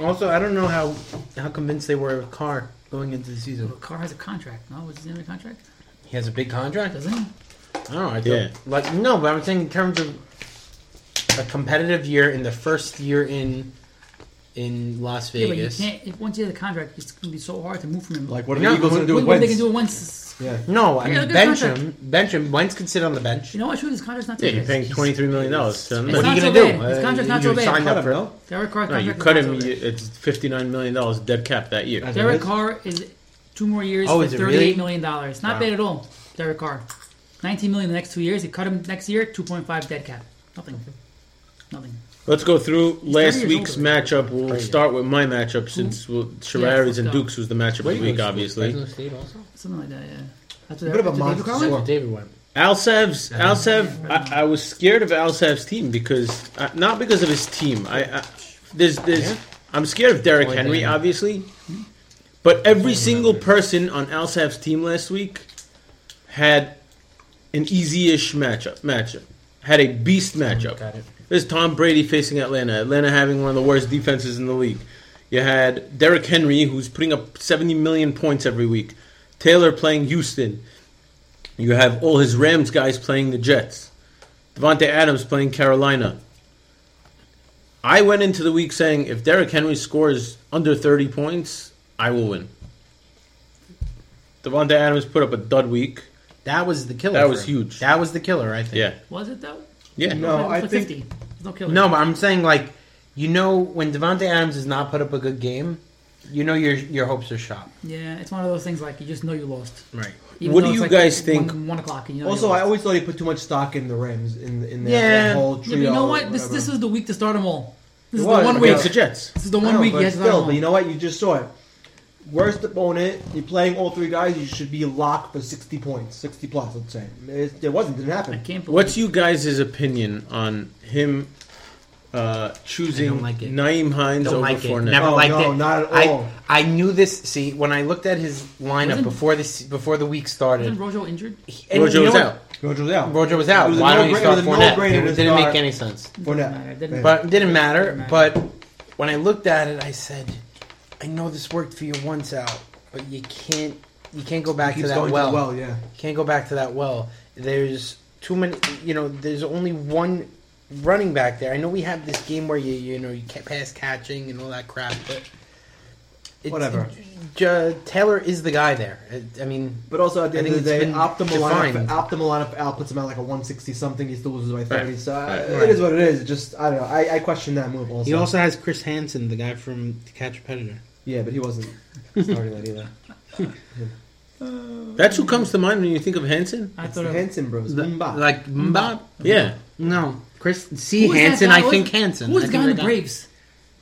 Speaker 1: Also, I don't know how how convinced they were of Carr going into the season.
Speaker 4: But Carr has a contract. No, what's his name? A contract?
Speaker 1: He has a big contract.
Speaker 4: Doesn't he?
Speaker 1: No, I
Speaker 3: Yeah.
Speaker 1: don't. Like no, but I'm saying in terms of a competitive year in the first year in in Las
Speaker 4: Yeah, but you
Speaker 1: Vegas.
Speaker 4: can't. If once you have the contract, it's going to be so hard to move from him.
Speaker 2: like, what are
Speaker 1: No,
Speaker 2: the Eagles going to do
Speaker 4: what,
Speaker 2: with
Speaker 4: what are they
Speaker 2: Wentz?
Speaker 4: going to do once?
Speaker 2: Yeah.
Speaker 1: no, I
Speaker 4: Yeah,
Speaker 1: mean
Speaker 4: good
Speaker 1: bench
Speaker 4: contract.
Speaker 1: him. Bench him. Wentz could sit on the bench.
Speaker 4: You know what? Shoot, his contract's not.
Speaker 3: Yeah,
Speaker 4: so
Speaker 3: you're
Speaker 4: bad.
Speaker 3: paying
Speaker 4: He's-
Speaker 3: twenty three million dollars.
Speaker 4: It's
Speaker 1: what
Speaker 3: No,
Speaker 1: are
Speaker 4: not
Speaker 1: you
Speaker 4: so
Speaker 1: gonna do?
Speaker 4: bad. His
Speaker 1: Uh,
Speaker 4: contract's not
Speaker 1: you
Speaker 4: so bad.
Speaker 1: signed
Speaker 2: Cut
Speaker 1: up
Speaker 2: him,
Speaker 1: for
Speaker 2: bro.
Speaker 4: Derek Carr's
Speaker 3: you
Speaker 4: contract.
Speaker 3: cut
Speaker 4: is
Speaker 3: him.
Speaker 4: not so
Speaker 3: you-
Speaker 4: bad.
Speaker 3: It's fifty nine million dollars dead cap that year.
Speaker 4: Derek Carr is two more years
Speaker 1: Oh,
Speaker 4: for
Speaker 1: is it
Speaker 4: thirty-eight million
Speaker 1: really?
Speaker 4: dollars. Not
Speaker 1: Wow.
Speaker 4: bad at all. Derek Carr, nineteen million the next two years. He cut him next year, two point five dead cap. Nothing. Nothing.
Speaker 3: Let's go through last
Speaker 4: years
Speaker 3: week's
Speaker 4: older.
Speaker 3: matchup. We'll start with my matchup since well, Shirari's
Speaker 4: let's
Speaker 3: and
Speaker 4: go.
Speaker 3: Duke's was the matchup of the week, obviously.
Speaker 4: Something like that. Yeah. That's
Speaker 2: Bit of a
Speaker 4: that's David
Speaker 2: monster
Speaker 4: Carlin?
Speaker 2: score.
Speaker 1: David went.
Speaker 3: Alsev's Alsev, I, I was scared of Alsev's team because uh, not because of his team. I, I there's there's
Speaker 1: Yeah. Oh, Hmm.
Speaker 3: I'm scared of Derrick
Speaker 1: Only
Speaker 3: Henry,
Speaker 1: thing.
Speaker 3: obviously, but every single person on Alsev's team last week had an easy-ish matchup. Matchup had a beast matchup.
Speaker 1: Hmm, Got it.
Speaker 3: There's Tom Brady facing Atlanta. Atlanta having one of the worst defenses in the league. You had Derrick Henry, who's putting up 70 million points every week. Taylor playing Houston. You have all his Rams guys playing the Jets. Devontae Adams playing Carolina. I went into the week saying if Derrick Henry scores under 30 points, I will win. Devonta Adams put up a dud week.
Speaker 1: That was the killer.
Speaker 3: That
Speaker 1: for
Speaker 3: was
Speaker 1: him.
Speaker 3: huge.
Speaker 1: That was the killer, I think.
Speaker 3: Yeah,
Speaker 4: Was it though?
Speaker 3: yeah.
Speaker 2: No,
Speaker 4: Like,
Speaker 2: I
Speaker 4: like
Speaker 2: think
Speaker 4: 50. There's no killer.
Speaker 1: No, but I'm saying like, you know, when Devonte Adams has not put up a good game, you know your your hopes are shot.
Speaker 4: Yeah, it's one of those things like you just know you lost.
Speaker 1: Right.
Speaker 4: Even
Speaker 3: What
Speaker 4: though
Speaker 3: do
Speaker 4: it's
Speaker 3: you
Speaker 4: like
Speaker 3: guys
Speaker 4: one-
Speaker 3: think-
Speaker 4: One o'clock. And you know
Speaker 2: Also,
Speaker 4: you
Speaker 2: I
Speaker 4: lost.
Speaker 2: always thought he put too much stock in the Rams in in that,
Speaker 1: Yeah.
Speaker 2: that whole
Speaker 4: Yeah,
Speaker 2: trio.
Speaker 4: but you know
Speaker 2: or
Speaker 4: what? This this
Speaker 2: whatever.
Speaker 4: is the week to start them all. This
Speaker 2: It
Speaker 4: is
Speaker 2: was,
Speaker 4: the one week.
Speaker 2: because-
Speaker 1: Against the Jets.
Speaker 4: This is the
Speaker 2: I
Speaker 4: one
Speaker 2: know,
Speaker 4: week
Speaker 2: but
Speaker 4: you have to start
Speaker 2: still. But you
Speaker 4: them all.
Speaker 2: know what? You just saw it. Worst opponent. You're playing all three guys. You should be locked for sixty points, sixty plus. I'd say it, it wasn't. Didn't
Speaker 4: I
Speaker 2: happen.
Speaker 4: can't believe.
Speaker 3: What's you guys' opinion on him uh, choosing
Speaker 1: like it.
Speaker 3: Naeem Hines
Speaker 1: Don't
Speaker 3: over
Speaker 1: like it.
Speaker 3: Fournette?
Speaker 1: Never
Speaker 2: Oh,
Speaker 1: liked
Speaker 2: no,
Speaker 1: it.
Speaker 2: not at all.
Speaker 1: I I knew this. See, when I looked at his lineup
Speaker 4: Wasn't-
Speaker 1: before this before the week
Speaker 4: Isn't
Speaker 1: started,
Speaker 4: Rojo injured?
Speaker 1: he- and
Speaker 3: Rojo
Speaker 1: you know
Speaker 3: was
Speaker 1: what?
Speaker 3: out.
Speaker 2: Roger's out.
Speaker 1: Rojo was out.
Speaker 2: It was a
Speaker 1: Why don't you
Speaker 2: no-brainer-
Speaker 1: start
Speaker 2: it was a
Speaker 1: Fournette?
Speaker 2: no-brainer
Speaker 1: It
Speaker 2: to
Speaker 1: didn't
Speaker 2: start-
Speaker 1: make any sense.
Speaker 2: For
Speaker 4: matter.
Speaker 2: now.
Speaker 4: It didn't-
Speaker 1: But it didn't matter.
Speaker 4: Didn't matter.
Speaker 1: But when I looked at it, I said, I know this worked for you once out, but you can't you can't go back to
Speaker 2: Keeps
Speaker 1: that
Speaker 2: going to
Speaker 1: well.
Speaker 2: the well, yeah.
Speaker 1: Can't go back to that well. There's too many. You know, there's only one running back there. I know we have this game where you you know you can't pass catching and all that crap, but it's,
Speaker 2: Whatever.
Speaker 1: J- Taylor is the guy there. I- I mean,
Speaker 2: But also at
Speaker 1: I
Speaker 2: the end of
Speaker 1: think
Speaker 2: the day,
Speaker 1: it's been
Speaker 2: optimal lineup,
Speaker 1: defined.
Speaker 2: optimal lineup out puts him at like a 160 something. He still loses by 30. So I,
Speaker 3: Right.
Speaker 2: it is what it is. It just I don't know. I, I question that move also.
Speaker 1: he also has Chris Hansen, the guy from the Catch Predator.
Speaker 2: yeah, but
Speaker 1: [LAUGHS]
Speaker 2: he wasn't starting that either.
Speaker 3: That's who comes to mind when you think of Hanson.
Speaker 4: I
Speaker 2: It's
Speaker 4: thought
Speaker 2: the
Speaker 4: it
Speaker 2: Hanson Bros. Mba.
Speaker 1: Like Bob.
Speaker 3: Yeah,
Speaker 1: No, Chris C.
Speaker 4: Who is that
Speaker 1: Hansen.
Speaker 4: guy?
Speaker 1: I
Speaker 4: Who is-
Speaker 1: think Hansen.
Speaker 4: Who's
Speaker 1: I
Speaker 4: the
Speaker 1: think
Speaker 4: guy in
Speaker 1: that
Speaker 4: the Braves?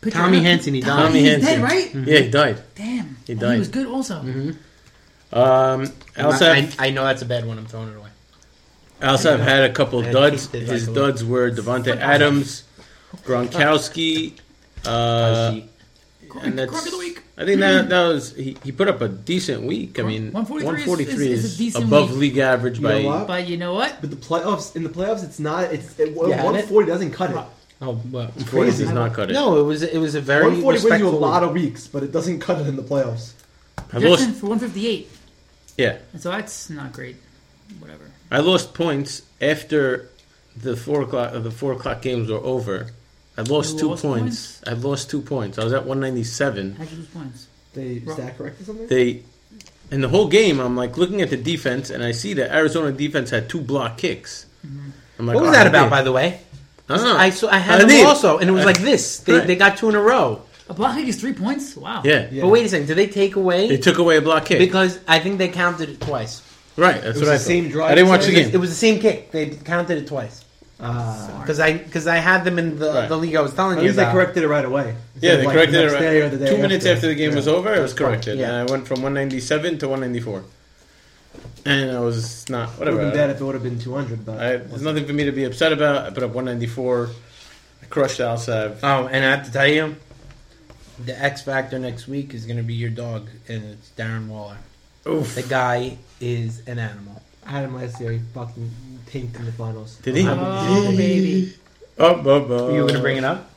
Speaker 4: Pitcher-
Speaker 1: Tommy Hansen, he died.
Speaker 3: Tommy
Speaker 4: he's
Speaker 3: Hansen.
Speaker 4: dead, right?
Speaker 3: yeah, he died.
Speaker 4: Damn.
Speaker 3: He
Speaker 4: And
Speaker 3: died.
Speaker 4: He was good also.
Speaker 3: Um, I
Speaker 1: I'm not-
Speaker 3: also
Speaker 1: I,
Speaker 3: have,
Speaker 1: I know that's a bad one. I'm throwing it away.
Speaker 3: I also have had a couple
Speaker 1: I
Speaker 3: of duds.
Speaker 1: kicked it
Speaker 3: His
Speaker 1: back a
Speaker 3: duds were Devonta Adams, Gronkowski, uh, and
Speaker 4: Crook
Speaker 3: that's.
Speaker 4: of the week.
Speaker 3: I think that that was he, he put up a decent week. I mean,
Speaker 4: 143
Speaker 3: one
Speaker 4: is-
Speaker 3: forty three
Speaker 4: is-
Speaker 3: is,
Speaker 4: is a decent
Speaker 3: above
Speaker 4: week.
Speaker 3: league average
Speaker 2: You
Speaker 3: by.
Speaker 2: know what?
Speaker 4: But you know what?
Speaker 2: But the playoffs in the playoffs, it's not. It's
Speaker 1: had it?
Speaker 2: it, 140 doesn't cut it.
Speaker 1: Oh, well.
Speaker 3: Crazy. He's not cut it.
Speaker 1: No, it was it was a very
Speaker 2: 140 wins you a
Speaker 1: respectful.
Speaker 2: lot of weeks, but it doesn't cut it in the playoffs.
Speaker 3: I
Speaker 4: Jackson
Speaker 3: lost.
Speaker 4: for 158.
Speaker 3: Yeah,
Speaker 4: And so that's not great. Whatever.
Speaker 3: I lost points after the four o'clock uh, the four o'clock games were over. I lost
Speaker 4: You
Speaker 3: two
Speaker 4: lost
Speaker 3: points. I lost two points. I was at one ninety seven.
Speaker 4: How'd you lose points?
Speaker 2: They
Speaker 4: Right.
Speaker 2: stack correct or something.
Speaker 3: They in the whole game, I'm like looking at the defense, and I see that Arizona defense had two block kicks. I'm like, "Oh,
Speaker 1: What was
Speaker 3: Uh-huh.
Speaker 1: that
Speaker 3: I
Speaker 1: about,
Speaker 3: did."
Speaker 1: by the way?
Speaker 3: I don't know.
Speaker 1: I saw I had
Speaker 3: I
Speaker 1: them
Speaker 3: did.
Speaker 1: also, and it was like this. They,
Speaker 3: Right.
Speaker 1: they got two in a row.
Speaker 4: A block kick is three points? Wow.
Speaker 3: yeah.
Speaker 2: Yeah.
Speaker 1: But wait a second, did they take away?
Speaker 3: They took away a block kick.
Speaker 1: because I think they counted it twice.
Speaker 3: right, that's
Speaker 2: It was
Speaker 3: what
Speaker 2: the
Speaker 3: I thought.
Speaker 2: same drive.
Speaker 3: I didn't watch
Speaker 2: It
Speaker 3: the
Speaker 2: was-
Speaker 3: game.
Speaker 1: It was the same kick. They counted it twice
Speaker 2: Uh,
Speaker 1: because I because I had them in the,
Speaker 3: Right.
Speaker 1: the league I was telling
Speaker 2: at
Speaker 1: you
Speaker 2: least they
Speaker 1: about.
Speaker 2: corrected it right away. Instead
Speaker 3: yeah,
Speaker 2: of,
Speaker 3: they
Speaker 2: like, the
Speaker 3: corrected it
Speaker 2: next
Speaker 3: right-
Speaker 2: day or the day
Speaker 3: two minutes after the game
Speaker 2: Yeah.
Speaker 3: was over. It was corrected,
Speaker 1: Yeah.
Speaker 3: and I went from 197 to 194, and I was not
Speaker 2: It would
Speaker 3: whatever.
Speaker 2: have been bad if it would have been 200, but
Speaker 3: I, there's nothing for me to be upset about. I put up 194. I crushed Al Sav.
Speaker 1: Oh, and I have to tell you, the X factor next week is going to be your dog, and it's Darren Waller.
Speaker 3: Oof.
Speaker 1: The guy is an animal.
Speaker 2: I had him last year. He fucking tanked in the finals. Um,
Speaker 3: Did he?
Speaker 4: Oh, baby.
Speaker 3: Oh, bu- bu-
Speaker 1: you gonna bring it up?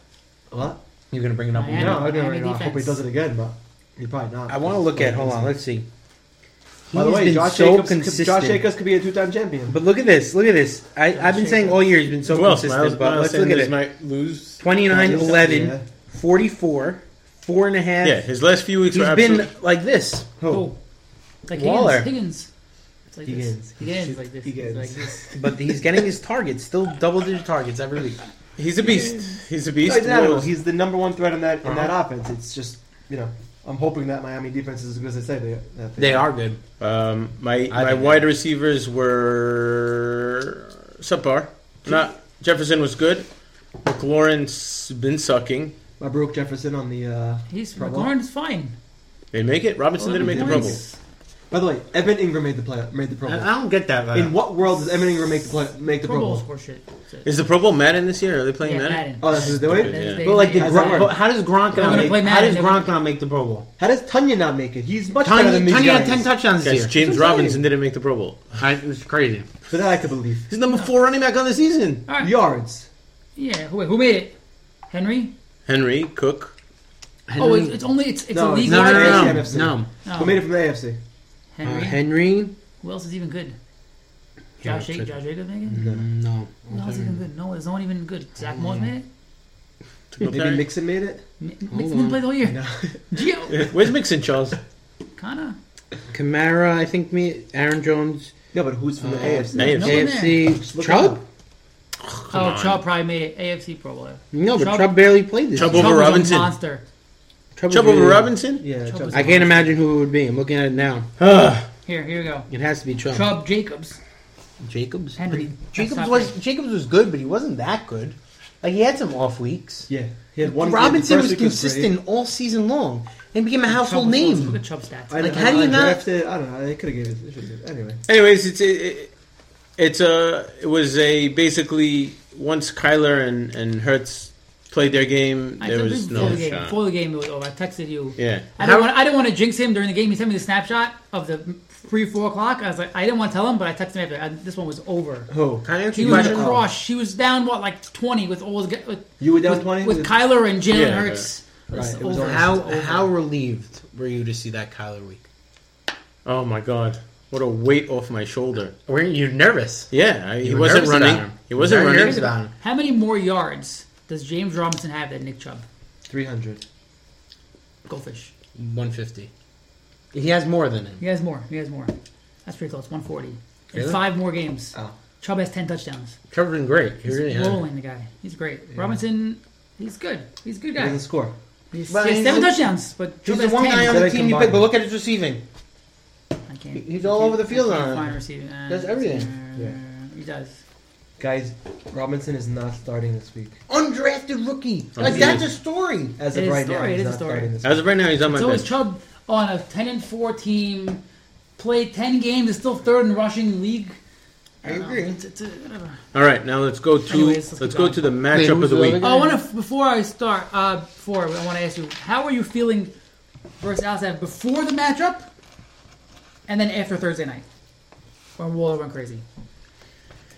Speaker 2: What?
Speaker 1: You gonna bring it up?
Speaker 4: I am.
Speaker 2: No, I,
Speaker 4: Miami
Speaker 2: don't know. I hope he
Speaker 4: defense.
Speaker 2: does it again, but he probably not.
Speaker 1: I want to look at. Hold on, let's see. He
Speaker 2: By the
Speaker 1: has
Speaker 2: way,
Speaker 1: been
Speaker 2: Josh,
Speaker 1: so
Speaker 2: Jacobs, could, Josh
Speaker 1: consistent.
Speaker 2: Jacobs could be a two-time champion.
Speaker 1: But look at this. Look at this. I, I've been saying all year he's been so
Speaker 3: Who else?
Speaker 1: consistent,
Speaker 3: Miles,
Speaker 1: but
Speaker 3: Miles
Speaker 1: let's look at
Speaker 3: Sanders
Speaker 1: it.
Speaker 3: might lose.
Speaker 1: 29,
Speaker 2: Yeah.
Speaker 1: 11, 44, 4 and a half.
Speaker 3: Yeah, his last few weeks
Speaker 1: he's
Speaker 3: were
Speaker 1: been
Speaker 3: absolutely.
Speaker 1: like this.
Speaker 2: Who?
Speaker 4: Like
Speaker 1: Waller.
Speaker 4: Higgins. Higgins. It's like
Speaker 2: Higgins.
Speaker 4: this. Higgins. like this.
Speaker 2: Higgins.
Speaker 4: Like this.
Speaker 1: But he's getting his targets. Still double-digit targets every week.
Speaker 3: He's a beast. He's a
Speaker 2: He's,
Speaker 3: beast.
Speaker 2: an animal.
Speaker 3: Well,
Speaker 2: He's the number one threat in that in that offense. It's just you know, I'm hoping that Miami defense is as good as they say they. that
Speaker 1: They are good.
Speaker 3: um, my my
Speaker 1: think-
Speaker 3: wide receivers were subpar. Not Jefferson was good. McLaurin's been sucking.
Speaker 2: I broke Jefferson on the. Uh,
Speaker 4: He's
Speaker 2: Pro Bowl.
Speaker 4: McLaurin's fine.
Speaker 3: They make it. Robinson didn't make the Pro Bowl.
Speaker 4: Points.
Speaker 2: By the way, Evan Ingram made the play. Made the Pro
Speaker 1: I,
Speaker 2: Bowl.
Speaker 1: I don't get that.
Speaker 2: In what world does Evan Ingram make the play, make the
Speaker 4: Pro
Speaker 2: Pro
Speaker 4: Bowl's
Speaker 2: Bowl?
Speaker 4: horseshit. That's it.
Speaker 3: Is the Pro Bowl Madden this year? Are they playing
Speaker 4: Yeah,
Speaker 3: Madden?
Speaker 4: Madden.
Speaker 2: Oh, that's what they're doing.
Speaker 3: Yeah.
Speaker 4: That's- they-
Speaker 1: But like the
Speaker 4: that's
Speaker 2: Gronk-
Speaker 4: how it
Speaker 1: Gron- but how does Gronk
Speaker 4: I'm
Speaker 1: not
Speaker 4: gonna
Speaker 1: make,
Speaker 4: play
Speaker 1: how
Speaker 4: Madden
Speaker 1: does
Speaker 4: every-
Speaker 1: Gronk not make the Pro Bowl?
Speaker 2: How does Tanya not make it? He's much better than
Speaker 1: Tony,
Speaker 2: these
Speaker 1: Tony had
Speaker 2: guys.
Speaker 1: ten touchdowns
Speaker 3: Guys,
Speaker 1: this year.
Speaker 3: James Robinson didn't make the Pro Bowl.
Speaker 1: I, it was crazy.
Speaker 2: But that I could believe.
Speaker 3: He's number four running back on the season.
Speaker 4: All right.
Speaker 2: Yards.
Speaker 4: Yeah. Who, wait, who made it? Henry?
Speaker 3: Henry Cook.
Speaker 4: Oh, it's, it's only it's it's
Speaker 2: No,
Speaker 4: a
Speaker 2: it's
Speaker 4: league
Speaker 1: no,
Speaker 4: wide.
Speaker 1: no, no, no,
Speaker 2: NFC.
Speaker 1: no.
Speaker 2: Who made it from the AFC?
Speaker 1: Uh,
Speaker 4: Henry.
Speaker 1: Henry,
Speaker 4: Who else is even good?
Speaker 3: Yeah,
Speaker 4: Josh,
Speaker 3: it's-
Speaker 4: Jacobs, Josh Jacobs made it.
Speaker 1: no.
Speaker 4: No one's even good. No, there's no one even good. Zach Moss made it.
Speaker 2: Maybe
Speaker 3: [LAUGHS]
Speaker 2: Mixon made it.
Speaker 4: M- Mixon didn't play the whole year. Gio,
Speaker 3: Where's Mixon, Charles?
Speaker 4: Kana,
Speaker 1: Kamara, I think me, Aaron Jones,
Speaker 2: [LAUGHS] No, but who's from the
Speaker 3: Uh,
Speaker 2: AFC?
Speaker 4: no one
Speaker 1: AFC,
Speaker 2: there.
Speaker 1: Chubb.
Speaker 4: oh,
Speaker 3: on.
Speaker 4: Chubb probably made it AFC Pro Bowl.
Speaker 1: No, but
Speaker 4: Chubb-
Speaker 1: Chubb barely played this.
Speaker 3: Chubb
Speaker 1: year.
Speaker 3: over
Speaker 4: was a
Speaker 3: Robinson.
Speaker 4: monster.
Speaker 1: Chubb,
Speaker 3: Chubb
Speaker 1: was
Speaker 3: over
Speaker 1: really-
Speaker 3: Robinson?
Speaker 2: Yeah, Chubb.
Speaker 1: I can't imagine who it would be. I'm looking at it now.
Speaker 4: Here, here we go.
Speaker 1: It has to be Chubb.
Speaker 4: Chubb Jacobs.
Speaker 1: Jacobs.
Speaker 4: Henry. That's
Speaker 1: Jacobs
Speaker 4: not
Speaker 1: was
Speaker 4: bad.
Speaker 1: Jacobs was good, but he wasn't that good. Like he had some off weeks.
Speaker 2: Yeah, he had one.
Speaker 1: Robinson
Speaker 2: the
Speaker 1: was
Speaker 2: first week great.
Speaker 1: consistent all season long and became a household
Speaker 4: Chubb was- Look
Speaker 1: name.
Speaker 4: at Chubb stats.
Speaker 2: I,
Speaker 1: Like,
Speaker 2: I-
Speaker 1: how do
Speaker 2: I
Speaker 1: you not-
Speaker 2: drafted, I don't know. They could have given it. they should've given it. Anyway,
Speaker 3: Anyways, it's it, it, it's a it was a basically once Kyler and and Hertz played their game,
Speaker 4: I
Speaker 3: there
Speaker 4: said
Speaker 3: was
Speaker 4: this before
Speaker 3: no
Speaker 4: the game.
Speaker 3: shot.
Speaker 4: Before the game, it was over. I texted you.
Speaker 3: Yeah,
Speaker 4: I didn't, want, I didn't want to jinx him during the game. He sent me the snapshot of the three, four o'clock. I was like, I didn't want to tell him, but I texted him after. I, this one was over.
Speaker 2: who?
Speaker 1: Can I answer
Speaker 4: She
Speaker 1: your
Speaker 4: was
Speaker 1: question?
Speaker 4: across. She was down what, like twenty with all the with,
Speaker 2: You were down
Speaker 4: with,
Speaker 2: 20?
Speaker 4: with Kyler and Jalen
Speaker 3: Yeah,
Speaker 4: Hurts. It was
Speaker 2: Right, it was
Speaker 4: over.
Speaker 2: over.
Speaker 1: How how relieved were you to see that Kyler week?
Speaker 3: Oh my god, what a weight off my shoulder.
Speaker 1: Were you nervous?
Speaker 3: Yeah, I, he
Speaker 1: You were
Speaker 3: wasn't
Speaker 1: nervous about
Speaker 3: running.
Speaker 1: him.
Speaker 3: He wasn't
Speaker 1: Very
Speaker 3: running.
Speaker 1: nervous about him.
Speaker 4: How many more yards does James Robinson have than Nick Chubb?
Speaker 2: Three hundred.
Speaker 4: Go fish.
Speaker 1: 150. He has more than him.
Speaker 4: He has more. He has more. That's pretty close. One forty.
Speaker 1: Really?
Speaker 4: In five more games.
Speaker 2: Oh.
Speaker 4: Chubb has ten touchdowns.
Speaker 1: Chubb's been great. He
Speaker 4: He's
Speaker 1: really has.
Speaker 4: rolling the guy. He's great. Robinson, he's good. He's a good
Speaker 2: He
Speaker 4: guy.
Speaker 2: doesn't score.
Speaker 4: He's,
Speaker 1: But
Speaker 4: he has
Speaker 1: he's
Speaker 4: seven
Speaker 1: the-
Speaker 4: touchdowns, but
Speaker 1: He's
Speaker 4: Chubb
Speaker 1: the
Speaker 4: has
Speaker 1: one
Speaker 4: 10.
Speaker 1: guy on the
Speaker 2: Better
Speaker 1: team you
Speaker 2: combined.
Speaker 1: pick, but look at his receiving.
Speaker 4: I can't.
Speaker 1: He- he's
Speaker 4: I
Speaker 1: all
Speaker 4: can't-
Speaker 1: over the
Speaker 4: I
Speaker 1: field
Speaker 4: can't
Speaker 1: on
Speaker 4: find
Speaker 1: it.
Speaker 4: receiver. Uh,
Speaker 1: Does everything.
Speaker 4: uh,
Speaker 2: Yeah.
Speaker 4: He does.
Speaker 2: Guys, Robinson is not starting this week.
Speaker 1: Undrafted rookie. Like
Speaker 3: Undrafted.
Speaker 1: that's a story.
Speaker 2: As
Speaker 4: It
Speaker 2: of
Speaker 4: is
Speaker 2: right
Speaker 4: story,
Speaker 2: now,
Speaker 4: it
Speaker 2: he's
Speaker 4: is
Speaker 2: not
Speaker 4: story.
Speaker 2: starting this week.
Speaker 3: As of right now, he's on my
Speaker 4: So is
Speaker 3: bench.
Speaker 4: Chubb on a ten and four team, played ten games, is still third in rushing league.
Speaker 1: I agree.
Speaker 4: It's, it's, uh, whatever.
Speaker 3: All right, now let's go to
Speaker 4: Anyways, let's
Speaker 3: let's, go
Speaker 4: keep going.
Speaker 3: to the
Speaker 1: Wait,
Speaker 3: matchup of
Speaker 1: who's
Speaker 3: the
Speaker 1: the
Speaker 3: week.
Speaker 1: other guy?
Speaker 4: Oh, I want to. Before I start, uh, before I want to ask you, how are you feeling versus Alistair before the matchup, and then after Thursday night, when Waller went crazy?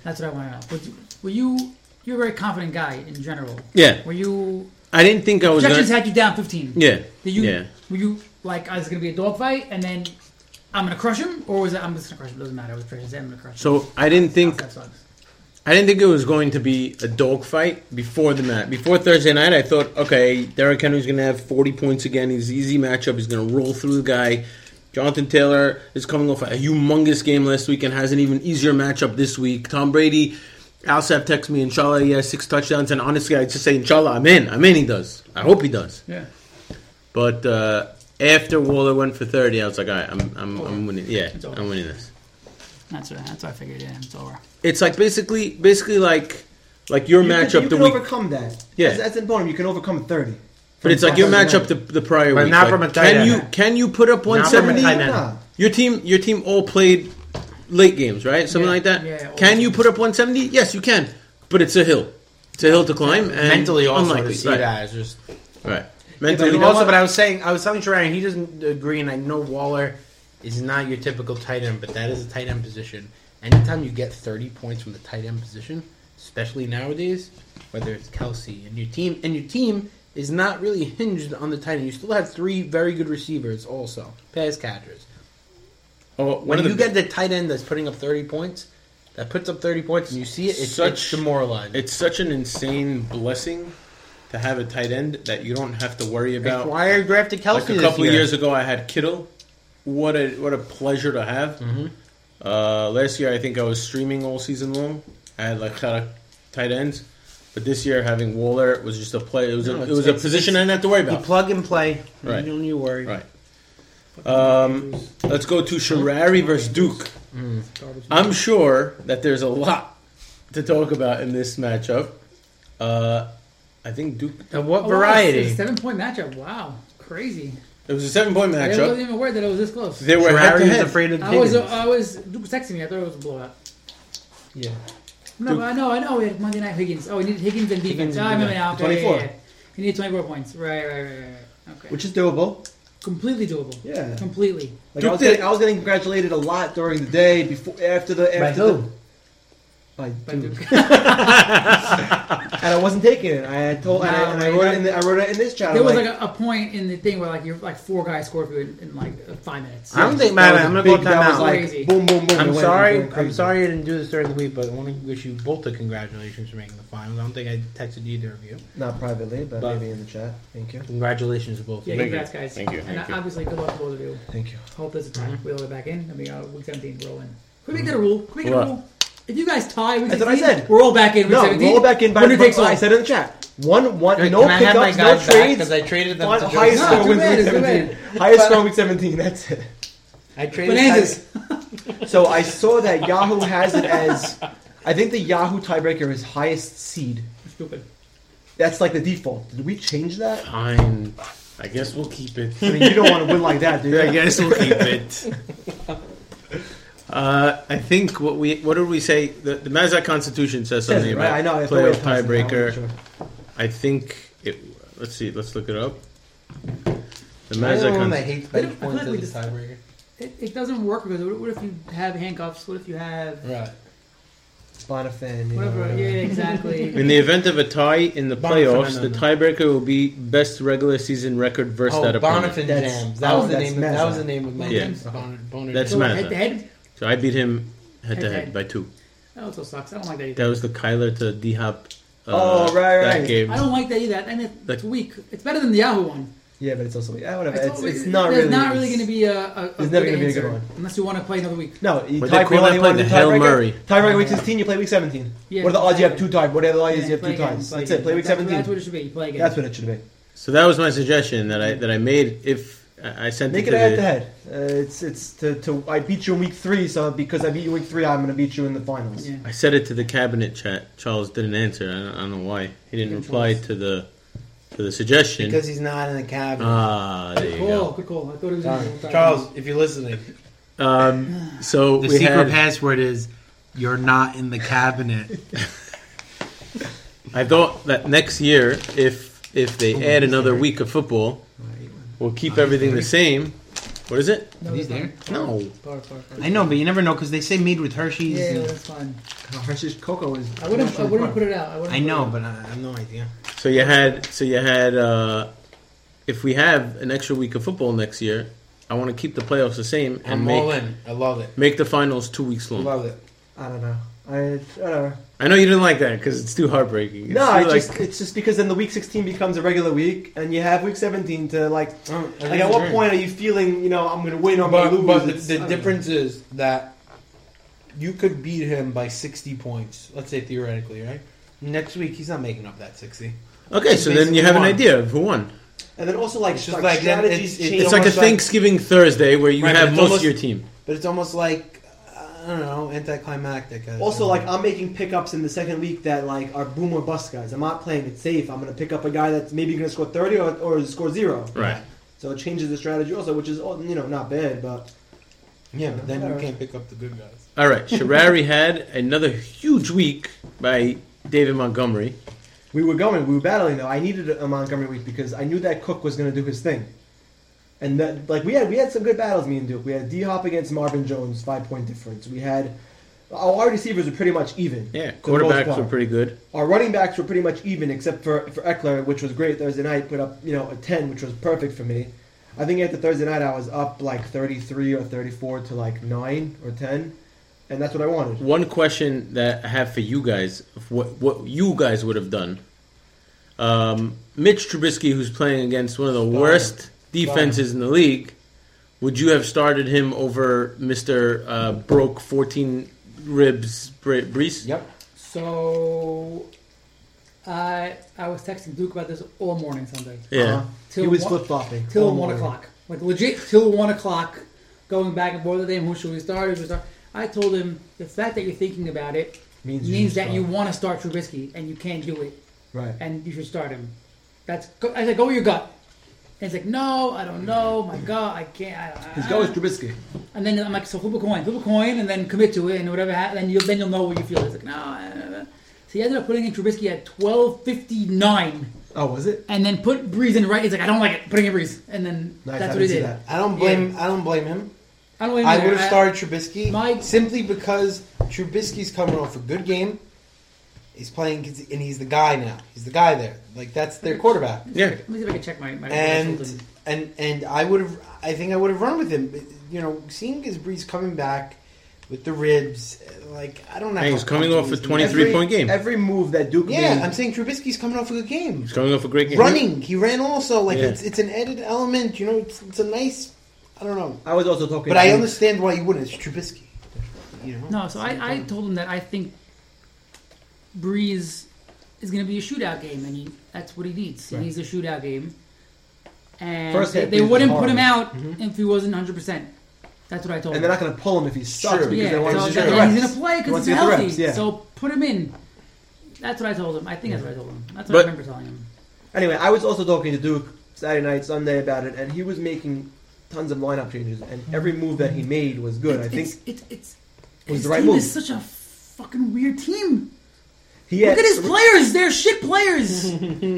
Speaker 4: That's what I want to know. Would you- Were you? You're a very confident guy in general.
Speaker 3: Yeah,
Speaker 4: Were you?
Speaker 3: I didn't think I was.
Speaker 4: Projections
Speaker 3: Gonna,
Speaker 4: had you down 15.
Speaker 3: Oh, yeah,
Speaker 4: Did you?
Speaker 3: yeah.
Speaker 4: Were you like, oh, it's gonna be a dogfight, and then I'm gonna crush him, or was it I'm just gonna crush him? Doesn't matter. It was projections. I'm gonna crush him.
Speaker 3: So I didn't think
Speaker 4: That sucks.
Speaker 3: I didn't think it was going to be a dogfight before the match. Before Thursday night, I thought, okay, Derrick Henry's going to have 40 points again. He's an easy matchup. He's going to roll through the guy. Jonathan Taylor is coming off a humongous game last week and has an even easier matchup this week. Tom Brady, Alsap texts me, inshallah, he has six touchdowns. And honestly, I just say, inshallah, I'm in. I'm in, he does. I hope he does.
Speaker 4: Yeah.
Speaker 3: But uh, after Waller went for 30, I was like, all right, I'm, I'm, I'm winning. Yeah,
Speaker 4: It's over.
Speaker 3: I'm winning this.
Speaker 4: That's what, that's what I figured. Yeah, Oh, it's over.
Speaker 3: It's like basically, basically like, like your
Speaker 2: You can-
Speaker 3: matchup
Speaker 2: you
Speaker 3: the
Speaker 2: can
Speaker 3: week
Speaker 2: overcome that.
Speaker 3: Yeah.
Speaker 2: As, as an opponent, you can overcome thirty.
Speaker 3: But it's like your
Speaker 2: From
Speaker 3: matchup the, the prior
Speaker 1: But
Speaker 3: week.
Speaker 1: not
Speaker 3: like,
Speaker 1: from a tight
Speaker 3: can
Speaker 1: end.
Speaker 3: you can you put up
Speaker 1: Not from a
Speaker 3: 170?
Speaker 1: tight end.
Speaker 2: Nah.
Speaker 3: Your team your team all played late games, right? Something
Speaker 4: Yeah,
Speaker 3: like that.
Speaker 4: yeah, all
Speaker 3: can
Speaker 4: the
Speaker 3: you put up 170? Yes, you can. But it's a hill. It's a hill to climb. And
Speaker 1: mentally also
Speaker 3: unlikely.
Speaker 1: to see
Speaker 3: right.
Speaker 1: that is just
Speaker 3: Right.
Speaker 1: but
Speaker 3: Mentally.
Speaker 1: also but I was saying I was telling Sharon he doesn't agree and I know Waller is not your typical tight end but that is a tight end position anytime you get 30 points from the tight end position especially nowadays whether it's Kelsey and your team and your team is not really hinged on the tight end you still have three very good receivers also pass catchers
Speaker 3: oh, one
Speaker 1: when
Speaker 3: of the-
Speaker 1: you get the tight end that's putting up 30 points that puts up 30 points and you see it it's,
Speaker 3: Such-
Speaker 1: it's demoralizing
Speaker 3: it's such an insane blessing to have a tight end that you don't have to worry
Speaker 1: like
Speaker 3: about.
Speaker 1: why I drafted
Speaker 3: like
Speaker 1: Kelsey
Speaker 3: a
Speaker 1: this
Speaker 3: couple of
Speaker 1: year.
Speaker 3: years ago, I had Kittle. What a what a pleasure to have.
Speaker 1: Mm-hmm.
Speaker 3: Uh, last year, I think I was streaming all season long. I had like kind of tight ends, but this year having Waller was just a play. It was
Speaker 1: No,
Speaker 3: a, it
Speaker 1: it's-
Speaker 3: was a
Speaker 1: it's-
Speaker 3: position I didn't have to worry
Speaker 1: You
Speaker 3: about.
Speaker 1: plug and play.
Speaker 3: Right.
Speaker 1: You don't need to worry.
Speaker 3: right. Um, let's go to Sharari versus Duke.
Speaker 1: Mm.
Speaker 3: I'm sure that there's a lot to talk about in this matchup. Uh, I think Duke.
Speaker 1: And what
Speaker 4: Oh, wow,
Speaker 1: variety?
Speaker 4: it's a seven point matchup. Wow, crazy.
Speaker 3: It was a seven point
Speaker 4: I wasn't
Speaker 3: matchup.
Speaker 4: even aware that it was this close.
Speaker 3: They were head
Speaker 1: Ferrari
Speaker 3: to
Speaker 1: is
Speaker 3: head.
Speaker 1: afraid of the
Speaker 4: I was,
Speaker 1: Higgins.
Speaker 4: I was, Duke was texting me. I thought it was a blowout.
Speaker 2: Yeah.
Speaker 4: No, but I know, I know. We had Monday Night Higgins. Oh, we needed Higgins and defense.
Speaker 1: Higgins
Speaker 4: Ah, I
Speaker 1: and
Speaker 4: remember now. Okay,
Speaker 2: 24.
Speaker 4: Yeah, yeah, yeah. He needed 24 points. Right, right, right, right. right. Okay.
Speaker 2: Which is doable.
Speaker 4: completely doable.
Speaker 2: Yeah.
Speaker 4: Completely.
Speaker 2: Like I
Speaker 3: Duke
Speaker 2: was,
Speaker 3: did-
Speaker 2: getting, I was getting congratulated a lot during the day before after the after
Speaker 1: who?
Speaker 2: the by
Speaker 4: By
Speaker 2: Duke.
Speaker 4: Duke.
Speaker 2: and I wasn't taking it. I had told, and, I, and I
Speaker 4: No,
Speaker 2: wrote
Speaker 4: I-
Speaker 2: it. In the, I wrote it in this
Speaker 4: [LAUGHS]
Speaker 2: chat.
Speaker 4: There
Speaker 2: I'm
Speaker 4: was
Speaker 2: like, [LAUGHS]
Speaker 4: like a, a point in the thing where like you're like four guys scored for you in, in like uh, five minutes.
Speaker 1: I don't think
Speaker 2: that
Speaker 1: matter.
Speaker 2: was
Speaker 1: I'm
Speaker 2: a
Speaker 1: gonna go
Speaker 2: big- that was
Speaker 1: timeout.
Speaker 2: like,
Speaker 4: Crazy.
Speaker 2: boom, boom, boom. it
Speaker 1: I'm
Speaker 2: went
Speaker 1: sorry.
Speaker 2: crazy.
Speaker 1: I'm sorry I didn't do this during the week, but I want to wish you both a congratulations for making the finals. I don't think I texted either of you.
Speaker 2: Not privately, but,
Speaker 1: But-
Speaker 2: maybe in the chat. Thank you.
Speaker 1: Congratulations to both.
Speaker 4: Yeah,
Speaker 1: of you.
Speaker 3: Thank
Speaker 4: congrats,
Speaker 3: you.
Speaker 4: guys.
Speaker 3: Thank you.
Speaker 4: And
Speaker 3: Thank
Speaker 4: uh,
Speaker 3: you.
Speaker 4: obviously, good luck to both of you.
Speaker 2: Thank you. Mm-hmm.
Speaker 4: Hope there's a time we'll get back in. I mean, uh, week 17, we're all in. Can we make that a rule? Can we make it
Speaker 3: What?
Speaker 4: a rule? If you guys tie, week
Speaker 2: That's what I
Speaker 4: 16,
Speaker 2: said.
Speaker 4: We're all back in. Week
Speaker 2: No,
Speaker 4: 17.
Speaker 2: roll back in by
Speaker 4: Winner takes all.
Speaker 2: I said in the chat. One, one,
Speaker 1: Can
Speaker 2: no
Speaker 1: I have my
Speaker 2: pickups, no
Speaker 1: guys back?
Speaker 2: trades.
Speaker 1: 'Cause I traded them
Speaker 2: One
Speaker 1: to
Speaker 2: highest
Speaker 4: No,
Speaker 1: Joe.
Speaker 2: score
Speaker 4: too
Speaker 2: wins
Speaker 4: bad,
Speaker 2: week
Speaker 4: it's too
Speaker 2: 17. Highest score week 17. That's it.
Speaker 1: I traded
Speaker 4: Bonanzas.
Speaker 2: So I saw that Yahoo has it as. I think the Yahoo tiebreaker is highest seed.
Speaker 4: Stupid.
Speaker 2: That's like the default. Did we change that?
Speaker 3: Fine. I guess we'll keep it.
Speaker 2: I mean, you don't want to win like that, do you?
Speaker 3: I guess we'll keep it. [LAUGHS] Uh, I think what we what did we say? The, the Mazda Constitution says
Speaker 2: Says
Speaker 3: something
Speaker 2: it,
Speaker 3: about
Speaker 2: right? I know. I thought we
Speaker 3: player
Speaker 2: had touched it, I wasn't
Speaker 3: tiebreaker.
Speaker 2: sure.
Speaker 3: I think it. Let's see. Let's look it up.
Speaker 2: Oh,
Speaker 3: The
Speaker 1: Am I the
Speaker 3: Mazda
Speaker 1: only one that
Speaker 3: Constitution.
Speaker 1: hates
Speaker 4: I
Speaker 1: bench
Speaker 4: feel
Speaker 1: points
Speaker 4: like
Speaker 1: as
Speaker 4: we
Speaker 1: a
Speaker 4: just-
Speaker 1: tiebreaker?
Speaker 4: It, it doesn't work because what, what if you have handcuffs? What if you have
Speaker 1: Right.
Speaker 2: Bonifan, you know,
Speaker 4: whatever?
Speaker 2: whatever.
Speaker 4: Yeah, exactly.
Speaker 3: In the event of a tie in the
Speaker 1: Bonifant,
Speaker 3: playoffs,
Speaker 1: no,
Speaker 3: the
Speaker 1: no.
Speaker 3: tiebreaker will be best regular season record versus
Speaker 1: Oh,
Speaker 3: that opponent.
Speaker 1: Bonifant
Speaker 2: That's-
Speaker 1: Jams. That
Speaker 2: oh,
Speaker 1: was the
Speaker 2: that's
Speaker 1: name. Of, that
Speaker 2: Mazza.
Speaker 1: was the name of my
Speaker 3: Yeah.
Speaker 1: game. Bonif- Bonif-
Speaker 3: That's
Speaker 4: So
Speaker 3: mad,
Speaker 4: head to
Speaker 3: though.
Speaker 4: head,
Speaker 3: So I beat him head to
Speaker 4: Head-to-head.
Speaker 3: head by two.
Speaker 4: that also sucks. I don't like that either.
Speaker 3: That was the Kyler to D Hop. Uh,
Speaker 2: Oh, right, right.
Speaker 3: That game.
Speaker 4: I don't like that either. And it,
Speaker 3: Like-
Speaker 4: it's weak. It's better than the Yahoo one.
Speaker 2: Yeah, but it's also yeah, whatever.
Speaker 4: I
Speaker 2: It's,
Speaker 4: told you,
Speaker 2: it's not
Speaker 4: there's
Speaker 2: really.
Speaker 4: not really going to be a, a, a good
Speaker 2: never gonna be a good
Speaker 4: answer
Speaker 2: one.
Speaker 4: unless you want to play another week.
Speaker 2: No, you
Speaker 3: What
Speaker 2: tie
Speaker 3: they call that
Speaker 2: you
Speaker 3: play,
Speaker 2: want to
Speaker 3: the
Speaker 2: do
Speaker 3: Hail
Speaker 2: tiebreaker?
Speaker 3: Murray.
Speaker 2: Tiebreaker week 16, you play week 17.
Speaker 4: Yeah,
Speaker 2: what are the odds you have two
Speaker 4: exactly.
Speaker 2: ties? What are the odds
Speaker 4: Yeah,
Speaker 2: you have
Speaker 4: play
Speaker 2: two
Speaker 4: again,
Speaker 2: ties?
Speaker 4: play
Speaker 2: That's
Speaker 4: again.
Speaker 2: it, play week
Speaker 4: That's-
Speaker 2: 17.
Speaker 4: That's what it should be. Play again.
Speaker 2: That's what it should be.
Speaker 3: So that was my suggestion that I that I made. If I I sent
Speaker 2: Make
Speaker 3: it
Speaker 2: it
Speaker 3: to
Speaker 2: a
Speaker 3: the,
Speaker 2: head to head. Uh, It's it's to, to I beat you in week three, so because I beat you in week three, I'm gonna beat you in the finals.
Speaker 4: Yeah.
Speaker 3: I said it to the cabinet chat. Charles didn't answer. I don't, I don't know why. He didn't
Speaker 4: Good
Speaker 3: reply
Speaker 4: choice.
Speaker 3: to the to the suggestion.
Speaker 1: because he's not in the cabinet.
Speaker 3: Ah, there you
Speaker 4: Good call. Good call. I thought it was
Speaker 1: Sorry.
Speaker 4: gonna be-
Speaker 1: Uh, Charles, if you're listening,
Speaker 3: go. Um, so
Speaker 1: the
Speaker 3: Uh, we
Speaker 1: secret
Speaker 3: had.
Speaker 1: password is "You're not in
Speaker 3: [LAUGHS]
Speaker 1: the cabinet."
Speaker 3: I thought that next year, if if they add another week of football, we'll keep everything the same. What is it?
Speaker 4: No,
Speaker 1: Are these
Speaker 4: that's fine.
Speaker 3: No.
Speaker 4: Par, par, par.
Speaker 1: I know, but you never know because they say made with Hershey's.
Speaker 4: Yeah,
Speaker 1: and-
Speaker 4: that's fine. uh,
Speaker 2: Hershey's cocoa is.
Speaker 4: I wouldn't. I wouldn't put it out. I, wouldn't
Speaker 1: I
Speaker 4: put it
Speaker 1: know,
Speaker 4: out.
Speaker 1: but I, I have no idea.
Speaker 3: So you had so you had uh, if we have an extra week of football next year, I want to keep the playoffs the same and
Speaker 1: I'm all
Speaker 3: make
Speaker 1: in. I love it.
Speaker 3: make the finals two weeks long.
Speaker 1: Love it.
Speaker 2: I don't know. I, whatever.
Speaker 3: I know you didn't like that because it's too heartbreaking. It's
Speaker 2: No,
Speaker 3: too,
Speaker 2: I
Speaker 3: like-
Speaker 2: just it's just because then the week 16 becomes a regular week, and you have week 17 to like.
Speaker 1: Oh, I
Speaker 2: Like at what
Speaker 1: agree.
Speaker 2: point are you feeling? You know, I'm gonna win. I'm gonna
Speaker 1: But,
Speaker 2: lose.
Speaker 1: but the,
Speaker 2: It's-
Speaker 1: the
Speaker 2: I don't know.
Speaker 1: difference is that you could beat him by 60 points, let's say theoretically, right? Next week, he's not making up that 60.
Speaker 3: okay, so then you
Speaker 1: basically
Speaker 3: have an
Speaker 1: won.
Speaker 3: idea of who won.
Speaker 2: And then also like,
Speaker 1: It's just
Speaker 2: like,
Speaker 1: like then
Speaker 2: strategies
Speaker 1: it's-
Speaker 2: change.
Speaker 3: It's
Speaker 1: It's
Speaker 3: like a
Speaker 1: almost like-
Speaker 3: Thanksgiving Thursday where you
Speaker 1: Right, but
Speaker 3: have
Speaker 1: it's
Speaker 3: most of
Speaker 1: almost-
Speaker 3: your team.
Speaker 1: But it's almost like, I don't know, anticlimactic. I
Speaker 2: Also,
Speaker 1: don't
Speaker 2: like
Speaker 1: know.
Speaker 2: I'm making pickups in the second week that like are boom or bust guys. I'm not playing it safe. I'm gonna pick up a guy that's maybe gonna score 30 or, or score zero.
Speaker 3: Right.
Speaker 2: So it changes the strategy also, which is oh, you know not bad, but
Speaker 1: Yeah, but then you
Speaker 2: Alright.
Speaker 1: can't pick up the good guys.
Speaker 3: All right. Sharari had another huge week by David Montgomery.
Speaker 2: we were going, we were battling though. I needed a Montgomery week because I knew that Cook was gonna do his thing, and that like we had we had some good battles. Me and Duke, we had D Hop against Marvin Jones, five point difference. We had our wide receivers were pretty much even.
Speaker 3: Yeah,
Speaker 2: for the most
Speaker 3: quarterbacks
Speaker 2: part.
Speaker 3: were pretty good.
Speaker 2: Our running backs were pretty much even, except for for Eckler, which was great Thursday night. Put up you know a ten, which was perfect for me. I think after Thursday night, I was up like thirty three or thirty four to like nine or ten, and that's what I wanted.
Speaker 3: One question that I have for you guys: of what what you guys would have done? Um, Mitch Trubisky, who's playing against one of the
Speaker 1: Starter.
Speaker 3: worst defenses in the league, would you have started him over Mister uh, broke fourteen ribs Bre- Brees?
Speaker 1: Yep.
Speaker 4: So, I I was texting Duke about this all morning Sunday.
Speaker 3: Yeah.
Speaker 2: Uh-huh.
Speaker 4: Till
Speaker 2: he was
Speaker 4: one-
Speaker 2: flip flopping
Speaker 4: till one o'clock. Like legit till one o'clock, going back and forth with him. Who should we start? Who should we start? I told him the fact that you're thinking about it
Speaker 2: Means
Speaker 4: means,
Speaker 2: you should
Speaker 4: that
Speaker 2: start.
Speaker 4: you want to start Trubisky and you can't do it,
Speaker 2: Right.
Speaker 4: and you should start him. That's go, I said go with your gut. And he's like, no, I don't know.
Speaker 2: [CLEARS THROAT]
Speaker 4: My God, I can't. I, I,
Speaker 2: His goal is Trubisky.
Speaker 4: And then I'm like, so flip a coin, flip a coin, and then commit to it, and whatever happens, then you'll then you'll know what you feel. It's like no. I- I- I- So he ended up putting in Trubisky at twelve fifty nine,
Speaker 2: Oh, was it?
Speaker 4: and then put Breeze in right. He's like, I don't like it. Putting in Breeze, and then
Speaker 2: Nice, I
Speaker 4: that's what
Speaker 2: didn't
Speaker 4: he
Speaker 2: see
Speaker 4: did.
Speaker 2: that.
Speaker 1: I don't blame. I don't blame him.
Speaker 4: I don't even
Speaker 1: I
Speaker 4: know.
Speaker 1: would have started Trubisky
Speaker 4: my-
Speaker 1: simply because Trubisky's coming off a good game. He's playing, and he's the guy now. He's the guy there. Like that's their quarterback.
Speaker 3: Yeah.
Speaker 4: Let me see if I can check my my.
Speaker 1: and and and I would have. I think I would have run with him. You know, seeing his breeze coming back with the ribs, like I don't know.
Speaker 3: Hey,
Speaker 1: how
Speaker 3: he's coming off a
Speaker 1: confident he's-
Speaker 3: 23
Speaker 2: every,
Speaker 3: point game.
Speaker 2: Every move that Duke
Speaker 1: Yeah,
Speaker 2: made,
Speaker 1: I'm saying Trubisky's coming off a good game.
Speaker 3: He's coming off a great game.
Speaker 1: Running, he ran also. Like
Speaker 3: Yeah.
Speaker 1: it's it's an added element. You know, it's, it's a nice. I don't know,
Speaker 2: I was also talking.
Speaker 1: but I
Speaker 2: to-
Speaker 1: understand why you wouldn't. It's Trubisky. You know.
Speaker 4: No, so I, I told him that I think Breeze is going to be a shootout game, and he, that's what he needs. He needs a shootout game. And
Speaker 2: First
Speaker 4: they,
Speaker 2: half
Speaker 4: they
Speaker 2: is
Speaker 4: wouldn't
Speaker 2: hard.
Speaker 4: put him out
Speaker 2: Mm-hmm.
Speaker 4: if he wasn't 100%. That's what I told
Speaker 2: and
Speaker 4: him.
Speaker 2: they're not going to pull him if he sucks
Speaker 1: Sure.
Speaker 2: because
Speaker 4: yeah,
Speaker 2: they want
Speaker 4: so
Speaker 2: to
Speaker 4: that-
Speaker 2: get the
Speaker 4: and he's
Speaker 2: reps.
Speaker 4: going to play because
Speaker 2: wants
Speaker 4: he's
Speaker 2: to get the
Speaker 4: healthy.
Speaker 2: reps, yeah.
Speaker 4: So put him in. That's what I told him. I think that's what I told him. That's what
Speaker 3: But-
Speaker 4: I remember telling him.
Speaker 2: Anyway, I was also talking to Duke Saturday night, Sunday about it, and he was making tons of lineup changes, and every move that he made was good. I think
Speaker 4: It's, it's, it's,
Speaker 2: was
Speaker 4: his
Speaker 2: the right
Speaker 4: team
Speaker 2: move.
Speaker 4: is such a fucking weird team.
Speaker 2: he had.
Speaker 4: Look at his players. They're shit players.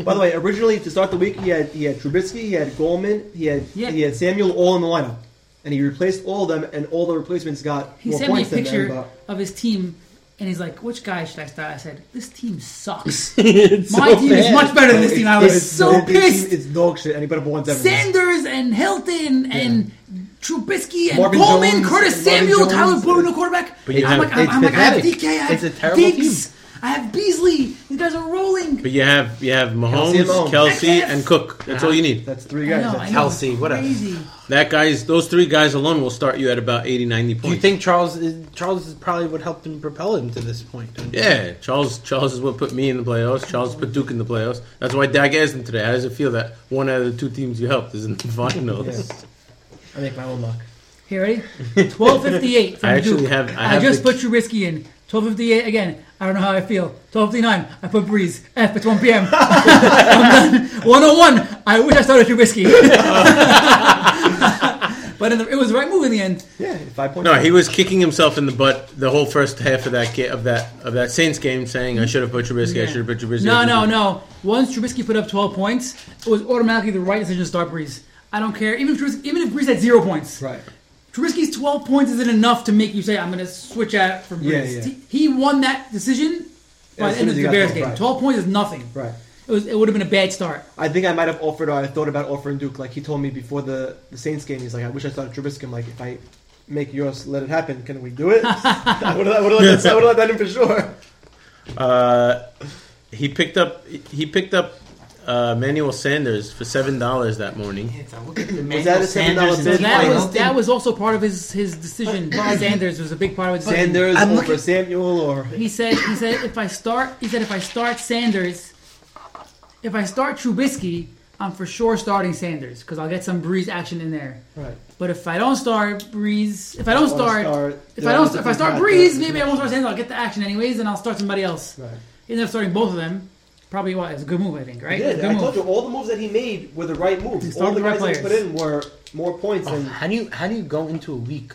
Speaker 2: By the way, originally to start the week, he had he had Trubisky, he had Goldman, he had
Speaker 4: Yeah.
Speaker 2: he had Samuel all in the lineup, and he replaced all of them, and all the replacements got
Speaker 4: He
Speaker 2: more
Speaker 4: sent me a
Speaker 2: points than them.
Speaker 4: picture
Speaker 2: But
Speaker 4: of his team, and he's like, "Which guy should I start?" I said, "This team sucks.
Speaker 3: It's
Speaker 4: My
Speaker 3: so
Speaker 4: team
Speaker 3: bad.
Speaker 4: is much better than this team." I was
Speaker 2: it's-
Speaker 4: so
Speaker 2: it's- it's-
Speaker 4: pissed.
Speaker 2: It's dog shit, and he put up one seven.
Speaker 4: Sanders and Hilton and Trubisky and
Speaker 2: Marvin
Speaker 4: Coleman,
Speaker 2: Jones,
Speaker 4: Curtis
Speaker 2: Marvin
Speaker 4: Samuel,
Speaker 2: Jones.
Speaker 4: Tyler Boyd, no quarterback.
Speaker 3: But you
Speaker 4: I'm
Speaker 3: have-
Speaker 4: like, I'm,
Speaker 3: it's
Speaker 4: I'm like, I have
Speaker 3: pathetic.
Speaker 4: DK, I have
Speaker 1: It's a terrible
Speaker 4: Diggs, I have Beasley. These guys are rolling.
Speaker 3: But you have you have
Speaker 2: Kelsey
Speaker 3: Mahomes,
Speaker 2: and Mahomes.
Speaker 3: Kelsey, and Cook. That's all you need.
Speaker 1: Uh-huh.
Speaker 2: That's three
Speaker 4: I
Speaker 2: guys.
Speaker 4: know,
Speaker 2: That's-
Speaker 4: I know,
Speaker 1: Kelsey,
Speaker 4: it's
Speaker 1: what a-
Speaker 4: crazy.
Speaker 3: That guys, those three guys alone will start you at about 80, 90 points.
Speaker 1: Do you think Charles is, Charles is probably what helped him propel him to this point? don't you?
Speaker 3: Yeah, Charles. Charles is what put me in the playoffs. Charles put Duke in the playoffs. That's why Dag asked him today. How does it feel that one out of the two teams you helped is in the [LAUGHS] finals?
Speaker 2: I make my own luck.
Speaker 4: Here, ready? 1258
Speaker 3: [LAUGHS]
Speaker 4: from
Speaker 3: I actually
Speaker 4: Duke.
Speaker 3: have- I
Speaker 4: I,
Speaker 3: have
Speaker 4: just
Speaker 3: the-
Speaker 4: put Trubisky in. 1258 again. I don't know how I feel. 1259, I put Breeze. F, it's 1
Speaker 3: [LAUGHS]
Speaker 4: [LAUGHS] p.m. I'm done. 101, I wish I started
Speaker 3: [LAUGHS]
Speaker 4: Trubisky. [LAUGHS] but in the, it was the right move in the end.
Speaker 2: Yeah, five points.
Speaker 3: No, he was kicking himself in the butt the whole first half of that ga- of that of that Saints game, saying I should have put Trubisky. I should have put Trubisky.
Speaker 4: No, no, no. Once Trubisky put up 12 points, it was automatically the right decision to start Breeze. I don't care. Even if, Trubisky, even if Breeze had zero points,
Speaker 2: right.
Speaker 4: Trubisky's 12 points isn't enough to make you say, I'm going to switch out for
Speaker 2: Yeah,
Speaker 4: Breeze.
Speaker 2: yeah.
Speaker 4: He, he won that decision by
Speaker 2: As
Speaker 4: the end
Speaker 2: soon as
Speaker 4: of
Speaker 2: he
Speaker 4: the
Speaker 2: got
Speaker 4: Bears
Speaker 2: that,
Speaker 4: game.
Speaker 2: right.
Speaker 4: 12 points is nothing.
Speaker 2: Right.
Speaker 4: It, was, it would have been a bad start.
Speaker 2: I think I might have offered or I thought about offering Duke. Like he told me before the, the Saints game, he's like, I wish I started Trubisky. I'm like, if I make yours, let it happen. Can we do it? [LAUGHS] I would have let, that- I would've let that in for sure.
Speaker 3: Uh, he picked up he picked up uh, Manuel Sanders for seven dollars that morning.
Speaker 1: It's- I look at the
Speaker 2: Was that a seven dollar
Speaker 4: So
Speaker 2: bid?
Speaker 4: that
Speaker 2: Like,
Speaker 4: was that was also part of his, his decision. Sanders was a big part of his decision.
Speaker 2: Sanders
Speaker 1: I'm
Speaker 2: over
Speaker 1: looking-
Speaker 2: Samuel or
Speaker 4: He said he said if I start he said if I start Sanders, if I start Trubisky, I'm for sure starting Sanders because I'll get some breeze action in there.
Speaker 2: right.
Speaker 4: But if I don't start Breeze, if I don't
Speaker 2: Or
Speaker 4: start,
Speaker 2: start-
Speaker 4: if I don't,
Speaker 2: Yeah,
Speaker 4: if I start
Speaker 2: yeah.
Speaker 4: Breeze, maybe I won't start Sanders. I'll get the action anyways, and I'll start somebody else.
Speaker 2: Right.
Speaker 4: He ended up starting both of them. Probably what? It's a good move, I think. Right?
Speaker 2: Yeah,
Speaker 4: It's a good
Speaker 2: I
Speaker 4: move.
Speaker 2: told you all the moves that he made were the right moves.
Speaker 4: started
Speaker 2: All the
Speaker 4: the right
Speaker 2: guys that he put
Speaker 4: players.
Speaker 2: in were more points
Speaker 1: Oh,
Speaker 2: than
Speaker 1: how do you how do you go into a week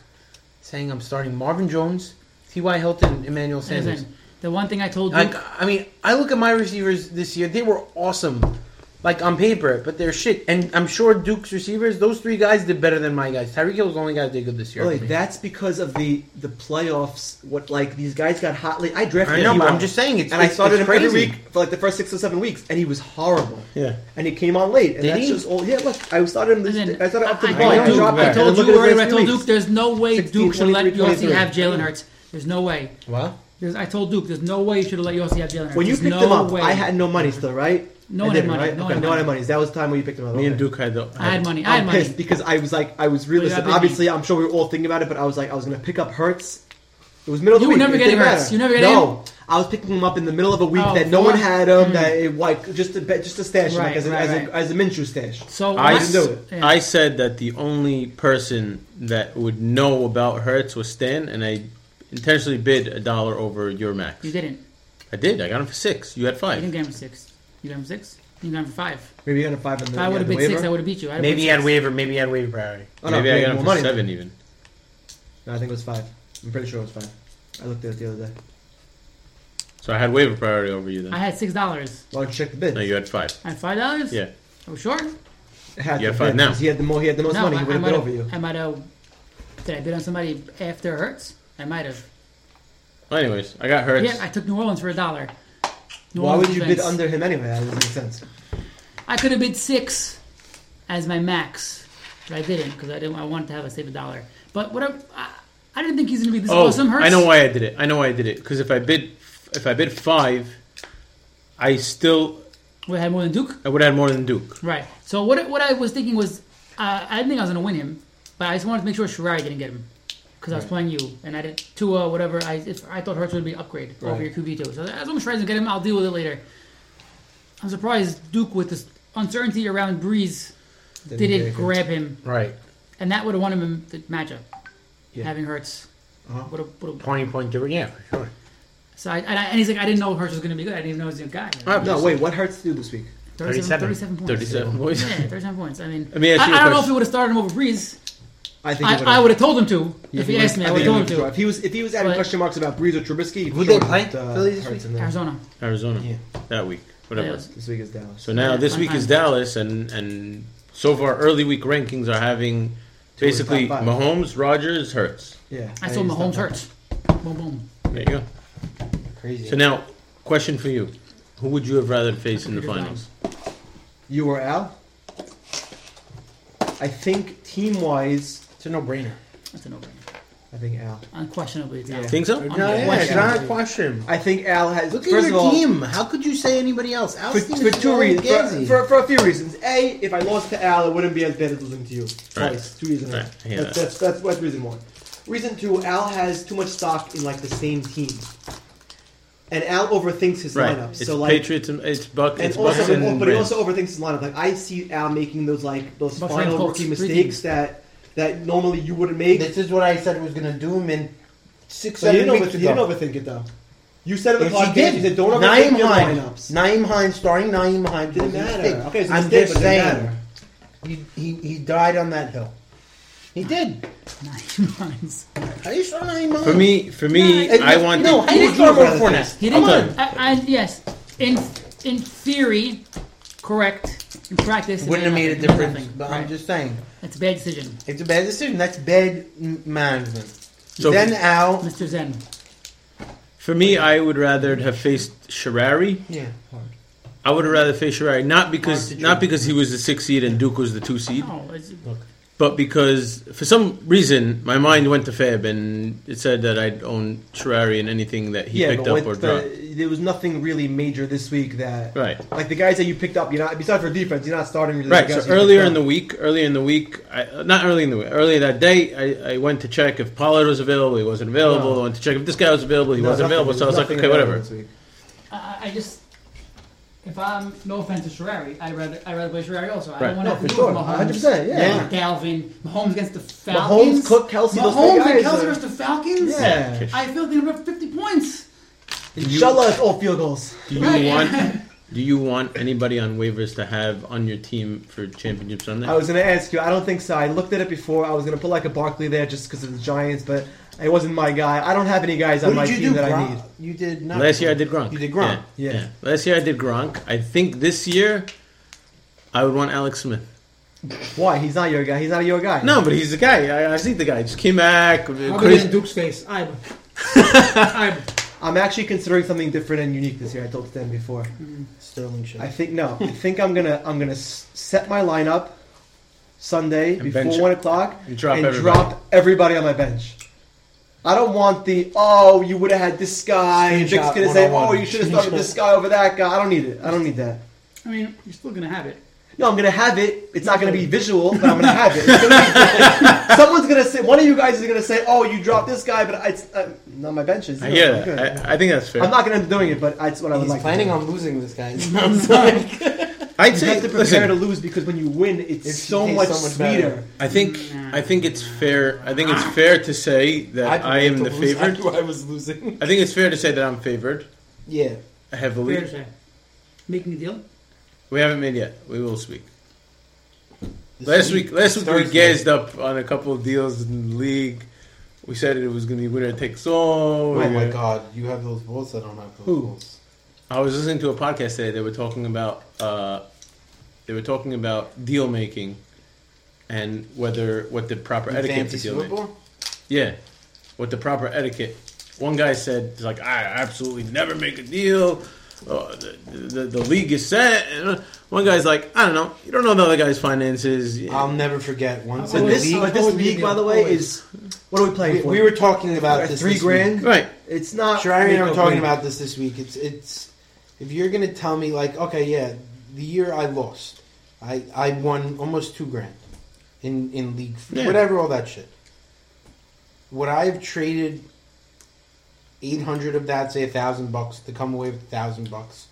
Speaker 1: saying I'm starting Marvin Jones, T.Y. Hilton, and Emmanuel Sanders?
Speaker 4: Listen, the one thing I told Duke,
Speaker 1: Like I mean, I look at my receivers this year; they were awesome, like on paper, but they're shit. And I'm sure Duke's receivers; those three guys did better than my guys. Tyreek Hill was the only guy that did good this year.
Speaker 2: Really,
Speaker 1: for me.
Speaker 2: that's because of the the playoffs. What like these guys got hot. Like, I drafted.
Speaker 1: I know,
Speaker 2: him
Speaker 1: but I'm
Speaker 2: wrong.
Speaker 1: just saying it's-
Speaker 2: and I
Speaker 1: it's-
Speaker 2: started
Speaker 1: it's
Speaker 2: him every
Speaker 1: crazy.
Speaker 2: week for like the first six or seven weeks, and he was horrible.
Speaker 3: Yeah.
Speaker 2: and he came on late, and
Speaker 1: Did
Speaker 2: that's
Speaker 1: he?
Speaker 2: just all. Yeah, look, I started him. This,
Speaker 4: Listen,
Speaker 2: I started up to
Speaker 4: I-
Speaker 2: the
Speaker 4: I
Speaker 2: ball.
Speaker 4: told
Speaker 2: and
Speaker 4: Duke-
Speaker 2: dropped
Speaker 4: I
Speaker 2: him.
Speaker 4: told
Speaker 2: And look
Speaker 4: you
Speaker 2: at his
Speaker 4: already.
Speaker 2: last
Speaker 4: I
Speaker 2: few
Speaker 4: told
Speaker 2: weeks.
Speaker 4: Duke, there's no way
Speaker 2: 16,
Speaker 4: Duke should let
Speaker 2: 23,
Speaker 4: Yossi
Speaker 2: 23.
Speaker 4: have Jalen Hurts. There's no way.
Speaker 1: What?
Speaker 4: There's, I told Duke, there's no way you should have let Yossi have Jalen Hurts.
Speaker 2: When you
Speaker 4: There's
Speaker 2: picked
Speaker 4: no
Speaker 2: him up,
Speaker 4: way.
Speaker 2: I had no money still, right?
Speaker 4: No
Speaker 2: I
Speaker 4: one had
Speaker 2: didn't,
Speaker 4: money.
Speaker 2: Right?
Speaker 4: No
Speaker 2: okay,
Speaker 4: one had
Speaker 2: no one
Speaker 4: money.
Speaker 2: had money. That was the time when you picked him up.
Speaker 3: Me and
Speaker 2: Okay.
Speaker 3: Duke had the
Speaker 4: I had money. I had
Speaker 2: I'm
Speaker 4: money.
Speaker 2: pissed because I was like, I was
Speaker 4: Well,
Speaker 2: realistic.
Speaker 4: you got big
Speaker 2: Obviously, I'm sure we were all thinking about it, but I was like, I was going to pick up Hertz. It was middle of
Speaker 4: You
Speaker 2: the
Speaker 4: were
Speaker 2: week.
Speaker 4: never
Speaker 2: It
Speaker 4: getting
Speaker 2: didn't
Speaker 4: Hurts.
Speaker 2: matter.
Speaker 4: You were never getting
Speaker 2: no. I was picking him up in the middle of a week
Speaker 4: Oh,
Speaker 2: that no one
Speaker 4: for-
Speaker 2: had him. That it, like just a bit- just a stash, like
Speaker 4: Right,
Speaker 2: as, a,
Speaker 4: right,
Speaker 2: as,
Speaker 4: right.
Speaker 2: a, as a Minshew stash.
Speaker 4: So
Speaker 3: I
Speaker 4: I
Speaker 3: didn't
Speaker 2: do it.
Speaker 4: yeah.
Speaker 3: I said that the only person that would know about Hertz was Stan, and I intentionally bid a dollar over your max.
Speaker 4: You didn't.
Speaker 3: I did. I got him for six. You had
Speaker 4: You didn't
Speaker 3: five.
Speaker 4: get him for six. You got him for six. You got him for five.
Speaker 2: Maybe you got a five on the,
Speaker 4: If I
Speaker 2: yeah,
Speaker 4: would have
Speaker 2: the
Speaker 4: been
Speaker 2: waiver.
Speaker 4: six, I would have beat you. I'd have
Speaker 1: Maybe
Speaker 4: been
Speaker 1: he had
Speaker 4: six.
Speaker 1: waiver. Maybe he had waiver priority.
Speaker 2: Oh,
Speaker 3: Maybe I
Speaker 2: had
Speaker 3: got him
Speaker 2: more
Speaker 3: for
Speaker 2: money.
Speaker 3: seven even.
Speaker 2: No, I think it was five. I'm pretty sure it was five. I looked at it the other day.
Speaker 3: So I had waiver priority over you then.
Speaker 4: I had six dollars.
Speaker 2: Why don't you check the bid?
Speaker 3: no, you had five.
Speaker 4: I had five dollars.
Speaker 3: Yeah.
Speaker 4: Are we sure? No,
Speaker 2: It had
Speaker 3: you have
Speaker 2: to bid,
Speaker 3: five now.
Speaker 2: because He had the more. He had the most money.
Speaker 4: I,
Speaker 2: He would
Speaker 4: I
Speaker 2: have
Speaker 4: might
Speaker 2: bid over
Speaker 4: have.
Speaker 2: you.
Speaker 4: I might have. Did I bid on somebody after Hurts? I might have.
Speaker 3: Well, anyways, I got hurt.
Speaker 4: Yeah, I took New Orleans for a dollar. New
Speaker 2: Why
Speaker 4: Orleans
Speaker 2: would you bid
Speaker 4: defense.
Speaker 2: under him anyway? That doesn't make sense.
Speaker 4: I could have bid six as my max, but I didn't because I didn't. I wanted to have a save a dollar. But what I, I, I didn't think he's going to be this
Speaker 3: oh,
Speaker 4: awesome. Hurts.
Speaker 3: I know why I did it. I know why I did it. Because if I bid, if I bid five, I still
Speaker 4: we had more than Duke.
Speaker 3: I would have had more than Duke.
Speaker 4: Right. So what I- what I was thinking was uh, I didn't think I was going to win him, but I just wanted to make sure Shirai didn't get him because I was playing you and I didn't Tua whatever. I if, I thought Hurts would be an upgrade over your
Speaker 2: Right.
Speaker 4: QB two. So as long as Shirai doesn't get him, I'll deal with it later. I'm surprised Duke with this uncertainty around Breeze
Speaker 2: Didn't
Speaker 4: didn't
Speaker 2: take it.
Speaker 4: grab him.
Speaker 1: Right.
Speaker 4: And that would have won him in the matchup.
Speaker 2: Yeah.
Speaker 4: Having Hurts.
Speaker 2: Uh-huh.
Speaker 4: Would have, would have,
Speaker 1: Twenty point difference. Yeah, for sure.
Speaker 4: so I, and, I, and he's like, I didn't know Hurts was going to be good. I didn't even know he was a guy.
Speaker 2: No, wait. What hurts to do this week?
Speaker 4: 37, 37 points.
Speaker 3: Thirty-seven boys.
Speaker 4: Yeah, 37 points. I mean,
Speaker 3: Let me ask
Speaker 4: I,
Speaker 3: you a
Speaker 4: I don't know
Speaker 3: question.
Speaker 4: if we would have started him over Breeze.
Speaker 2: I think
Speaker 4: I, I would have told him to if he asked me. I would have told him
Speaker 2: If he was, if he was adding
Speaker 4: But-
Speaker 2: question marks about Breeze or Trubisky,
Speaker 1: Who'd
Speaker 2: sure,
Speaker 1: they play?
Speaker 2: but, uh,
Speaker 1: Philly this
Speaker 2: Hurts
Speaker 1: week?
Speaker 4: to.
Speaker 2: in there.
Speaker 4: Arizona.
Speaker 3: Arizona
Speaker 2: Yeah.
Speaker 3: that week, whatever.
Speaker 4: Yeah.
Speaker 2: This week is Dallas.
Speaker 3: So now
Speaker 4: Yeah,
Speaker 3: this
Speaker 4: fun
Speaker 3: week is
Speaker 4: time.
Speaker 3: Dallas, and and so far early week rankings are having
Speaker 2: Two of the
Speaker 3: basically
Speaker 2: top five.
Speaker 3: Mahomes, Rogers, Hurts.
Speaker 2: yeah,
Speaker 4: I saw
Speaker 2: he's
Speaker 4: Mahomes
Speaker 2: not-
Speaker 4: Hurts. Boom, boom.
Speaker 3: There you go.
Speaker 1: Crazy.
Speaker 3: So now, question for you: Who would you have rather faced in the
Speaker 4: Computer
Speaker 3: finals?
Speaker 2: You or Al? I think team wise,
Speaker 1: it's a no brainer.
Speaker 4: That's a no-brainer.
Speaker 2: I think Al.
Speaker 4: Unquestionably, it's [LAUGHS]
Speaker 2: Yeah.
Speaker 4: out.
Speaker 3: Think so?
Speaker 1: No,
Speaker 4: yeah,
Speaker 1: yeah, it's not a question.
Speaker 2: I think Al has.
Speaker 1: Look at
Speaker 2: first of
Speaker 1: your
Speaker 2: all,
Speaker 1: team. How could you say anybody else?
Speaker 2: for,
Speaker 1: Al's team
Speaker 2: for
Speaker 1: is
Speaker 2: two
Speaker 1: all
Speaker 2: reasons. For,
Speaker 1: Gazi.
Speaker 2: for, for a few reasons. A, if I lost to Al, it wouldn't be as bad as losing to you.
Speaker 3: Right.
Speaker 2: Twice. Two reasons.
Speaker 3: Right, I hear
Speaker 2: That's,
Speaker 3: that.
Speaker 2: that's, that's, that's reason one. Reason two, Al has too much stock in like the same team. And Al overthinks his
Speaker 3: Right.
Speaker 2: lineup.
Speaker 3: It's
Speaker 2: so like
Speaker 3: Patriots. And, it's Buck.
Speaker 2: and
Speaker 3: It's
Speaker 2: also,
Speaker 3: Bucks. And
Speaker 2: but he
Speaker 3: Rams.
Speaker 2: also overthinks his lineup. Like I see Al making those like those
Speaker 4: Bucks and
Speaker 2: final
Speaker 4: Colts,
Speaker 2: rookie
Speaker 4: three
Speaker 2: mistakes
Speaker 4: teams.
Speaker 2: that that normally you wouldn't make.
Speaker 1: This is what I said was going to do him in six,
Speaker 2: So you
Speaker 1: seven
Speaker 2: didn't,
Speaker 1: weeks
Speaker 2: over, you didn't
Speaker 1: ago.
Speaker 2: overthink it though. You said it in the
Speaker 1: Yes,
Speaker 2: podcast.
Speaker 1: he did.
Speaker 2: You said don't overthink
Speaker 1: Naeem
Speaker 2: your
Speaker 1: Hines.
Speaker 2: lineups.
Speaker 1: Naeem Hines, starring Naeem Hines.
Speaker 2: Didn't
Speaker 1: was a
Speaker 2: matter.
Speaker 1: mistake.
Speaker 2: Okay, it's a
Speaker 1: I'm
Speaker 2: mistake,
Speaker 1: just
Speaker 2: but it didn't
Speaker 1: saying.
Speaker 2: matter.
Speaker 1: He, he, he died on that hill. He did.
Speaker 4: Nine lines.
Speaker 1: How do you start Naeem Hines?
Speaker 3: for me, for me,
Speaker 4: No, it-
Speaker 3: I
Speaker 1: no,
Speaker 3: want.
Speaker 1: No,
Speaker 3: No,
Speaker 1: how do you
Speaker 2: Who
Speaker 1: start
Speaker 2: would you
Speaker 1: Mark
Speaker 2: rather
Speaker 1: Fournette?
Speaker 4: He
Speaker 1: Come
Speaker 4: didn't.
Speaker 1: on.
Speaker 4: I, I, yes, in in theory, correct. In practice, it
Speaker 1: Wouldn't have made a
Speaker 4: nothing-
Speaker 1: difference,
Speaker 4: nothing.
Speaker 1: but
Speaker 4: Right.
Speaker 1: I'm just saying.
Speaker 4: It's a bad decision,
Speaker 1: It's a bad decision. That's bad m- management.
Speaker 3: So-
Speaker 1: then Al.
Speaker 4: Mr. Zen.
Speaker 3: for me, I would rather have faced Sharari.
Speaker 1: Yeah.
Speaker 3: I would have rather faced Sharari, not because
Speaker 1: Hard to
Speaker 3: not
Speaker 1: choose.
Speaker 3: because he was the six seed and Duke was the two seed,
Speaker 4: Oh, it's,
Speaker 3: but because for some reason my mind went to Fab and it said that I'd own Sharari in anything that he
Speaker 2: yeah,
Speaker 3: picked
Speaker 2: but,
Speaker 3: up
Speaker 2: what-
Speaker 3: or
Speaker 2: but
Speaker 3: dropped.
Speaker 2: there was nothing really major this week that
Speaker 3: Right.
Speaker 2: like the guys that you picked up. You're not besides for defense. You're not starting really. the
Speaker 3: Right.
Speaker 2: guys
Speaker 3: So
Speaker 2: you
Speaker 3: earlier
Speaker 2: picked
Speaker 3: in the
Speaker 2: up.
Speaker 3: week, earlier in the week, I, uh, not early in the week, earlier that day, I, I went to check if Pollard was available. He wasn't available.
Speaker 2: No.
Speaker 3: I went to check if this guy was available. He
Speaker 2: No,
Speaker 3: wasn't
Speaker 2: nothing-
Speaker 3: available. So I was like,
Speaker 2: nothing
Speaker 3: okay,
Speaker 2: available
Speaker 3: whatever.
Speaker 2: this week.
Speaker 4: I, I just. If I'm no offense to Sherrari, I'd rather I'd rather play Sherrari also. I
Speaker 3: Right.
Speaker 4: don't want
Speaker 2: No,
Speaker 4: to
Speaker 2: for
Speaker 4: have to
Speaker 2: sure,
Speaker 4: deal with
Speaker 2: hundred
Speaker 4: Mahomes,
Speaker 2: percent. Yeah.
Speaker 1: Yeah.
Speaker 4: Dalvin, Mahomes against the Falcons.
Speaker 2: Mahomes, Cook, Kelsey, those
Speaker 4: Mahomes
Speaker 2: guys
Speaker 4: and Kelsey
Speaker 2: are-
Speaker 4: versus the Falcons.
Speaker 2: Yeah.
Speaker 4: I feel like they were up 50 points.
Speaker 2: Inshallah, it's all field goals.
Speaker 3: Do you
Speaker 4: Right.
Speaker 2: [LAUGHS]
Speaker 3: want? Do you want anybody on waivers to have on your team for championship Sunday?
Speaker 2: I was gonna ask you. I don't think so. I looked at it before. I was gonna put like a Barkley there just because of the Giants, but it wasn't my guy. I don't have any guys on
Speaker 1: What
Speaker 2: my
Speaker 1: did
Speaker 2: team
Speaker 1: you do,
Speaker 2: that I
Speaker 1: Gronk?
Speaker 2: need.
Speaker 1: You did not.
Speaker 3: Last year I did Gronk.
Speaker 1: You did Gronk.
Speaker 3: Yeah.
Speaker 2: Yeah.
Speaker 3: yeah. Last year I did Gronk. I think this year I would want Alex Smith.
Speaker 2: Why? He's not your guy. He's not your guy.
Speaker 3: No, but he's the guy. I, I see the guy. Just came back.
Speaker 4: I'll be in
Speaker 3: Crazy.
Speaker 4: Duke's face. I'm. I'm.
Speaker 2: I'm actually considering something different and unique this year. I told Stan before.
Speaker 1: Sterling should.
Speaker 2: I think no. I think I'm gonna I'm gonna s- set my lineup Sunday
Speaker 3: And
Speaker 2: before
Speaker 3: bench-
Speaker 2: one o'clock
Speaker 3: and drop everybody.
Speaker 2: drop everybody on my bench. I don't want the oh you would have had this guy. and Vic's
Speaker 1: Screenshot
Speaker 2: gonna say oh
Speaker 1: 101.
Speaker 2: you should have started this guy over that guy. I don't need it. I don't need that.
Speaker 4: I mean, you're still gonna have it.
Speaker 2: No, I'm gonna have it. It's not gonna be visual, but I'm gonna have it. It's gonna be- [LAUGHS] someone's gonna say one of you guys is gonna say oh you dropped this guy, but it's uh, not my benches.
Speaker 3: I hear
Speaker 2: I'm good.
Speaker 3: that. I, I think that's fair.
Speaker 2: I'm not gonna end up doing it, but that's what I would
Speaker 1: He's
Speaker 2: like.
Speaker 1: planning
Speaker 2: to do.
Speaker 1: on losing this guy. it sounds like.
Speaker 3: I'd
Speaker 2: You
Speaker 3: say
Speaker 2: have to prepare
Speaker 3: listen,
Speaker 2: to lose because when you win, it's
Speaker 1: It
Speaker 2: so
Speaker 1: tastes
Speaker 2: much
Speaker 1: so much better.
Speaker 2: sweeter.
Speaker 3: I think I think it's fair. I think it's fair to say that I, am the
Speaker 1: favorite.
Speaker 3: favored.
Speaker 1: I was losing.
Speaker 3: I think it's fair to say that I'm favored
Speaker 1: Yeah.
Speaker 4: Fair to
Speaker 3: heavily.
Speaker 4: say. Making a deal?
Speaker 3: We haven't made yet. We will speak.
Speaker 1: This
Speaker 3: Last week, last week we
Speaker 1: Thursday.
Speaker 3: gassed up on a couple of deals in the league. We said it was going to be winner takes all.
Speaker 1: Oh my god, you have those balls. I don't have those
Speaker 2: Who?
Speaker 1: balls.
Speaker 3: I was listening to a podcast today. They were talking about uh, they were talking about deal making and whether what the proper
Speaker 1: You
Speaker 3: etiquette
Speaker 1: fancy
Speaker 3: to deal
Speaker 1: Super
Speaker 3: making.
Speaker 1: Bowl?
Speaker 3: Yeah, what the proper etiquette One guy said, he's like, I absolutely never make a deal. Uh, the, the, the league is set. And uh, one guy's like, I don't know. You don't know the other guy's finances.
Speaker 1: I'll never forget once
Speaker 2: But
Speaker 1: in
Speaker 2: this,
Speaker 1: the week.
Speaker 2: but this
Speaker 6: Always
Speaker 2: league,
Speaker 6: be
Speaker 2: by the way, is what are we playing
Speaker 1: We,
Speaker 2: for?
Speaker 1: we were talking about
Speaker 2: At
Speaker 1: this
Speaker 2: three
Speaker 1: this
Speaker 2: grand.
Speaker 3: Right.
Speaker 2: It's not.
Speaker 1: Week. Shireen and I
Speaker 2: make
Speaker 1: were
Speaker 2: a
Speaker 1: talking
Speaker 2: win.
Speaker 1: about this this week. It's it's if you're gonna tell me like okay yeah the year I lost I I won almost two grand in in league
Speaker 3: Yeah.
Speaker 1: whatever all that shit. Would I have traded eight hundred of that say a thousand bucks to come away with a thousand bucks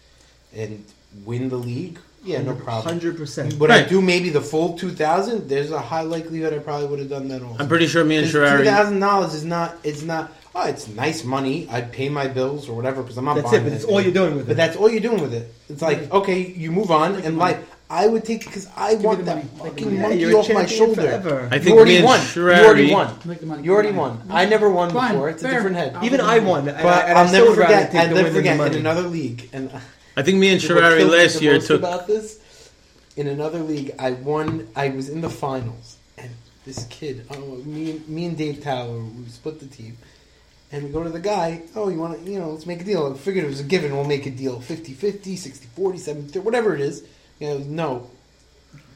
Speaker 1: and win the league? Yeah, no problem.
Speaker 2: Hundred percent.
Speaker 1: Would I
Speaker 3: Right.
Speaker 1: do maybe the full two thousand? There's a high likelihood I probably would have done that also.
Speaker 3: I'm pretty sure me and
Speaker 1: Two
Speaker 3: Sherrari.
Speaker 1: thousand dollars is not. It's not. Oh, it's nice money. I pay my bills or whatever because I'm not
Speaker 2: That's it.
Speaker 1: buying.
Speaker 2: But that's
Speaker 1: that
Speaker 2: all
Speaker 1: thing.
Speaker 2: you're doing with it.
Speaker 1: But that's all you're doing with it. It's like okay, you move on and life. I would take because I
Speaker 4: me
Speaker 1: want
Speaker 4: the
Speaker 1: that
Speaker 4: money. Take the
Speaker 1: fucking
Speaker 4: money.
Speaker 2: Yeah,
Speaker 1: monkey
Speaker 2: you're a
Speaker 1: off my
Speaker 2: champion
Speaker 1: shoulder.
Speaker 2: forever.
Speaker 3: I
Speaker 1: You
Speaker 3: think me
Speaker 1: already
Speaker 3: and
Speaker 1: won.
Speaker 3: Sherrari.
Speaker 1: You already won.
Speaker 4: Make the money.
Speaker 1: You already won. I never won
Speaker 4: Fine.
Speaker 1: before. It's a
Speaker 4: Fair.
Speaker 1: different head.
Speaker 4: I'll
Speaker 2: Even
Speaker 4: win.
Speaker 2: I won. and I-
Speaker 1: But
Speaker 2: and I
Speaker 1: I'll
Speaker 2: still
Speaker 1: never
Speaker 2: would rather
Speaker 1: forget.
Speaker 2: take
Speaker 1: I'll
Speaker 2: the
Speaker 1: never
Speaker 2: win than the
Speaker 1: forget in
Speaker 2: money.
Speaker 1: another league. And
Speaker 3: I think me and
Speaker 1: what
Speaker 3: Sherrari
Speaker 1: killed me
Speaker 3: last
Speaker 1: the
Speaker 3: year
Speaker 1: most
Speaker 3: took.
Speaker 1: about this in another league. I won. I was in the finals, and this kid, I don't know, me, and- me and Dave Tower, we split the team, and we go to the guy. Oh, you want to, you know, let's make a deal. I figured it was a given. We'll make a deal: 50-50, 60-40, 70 whatever it is. You know, no,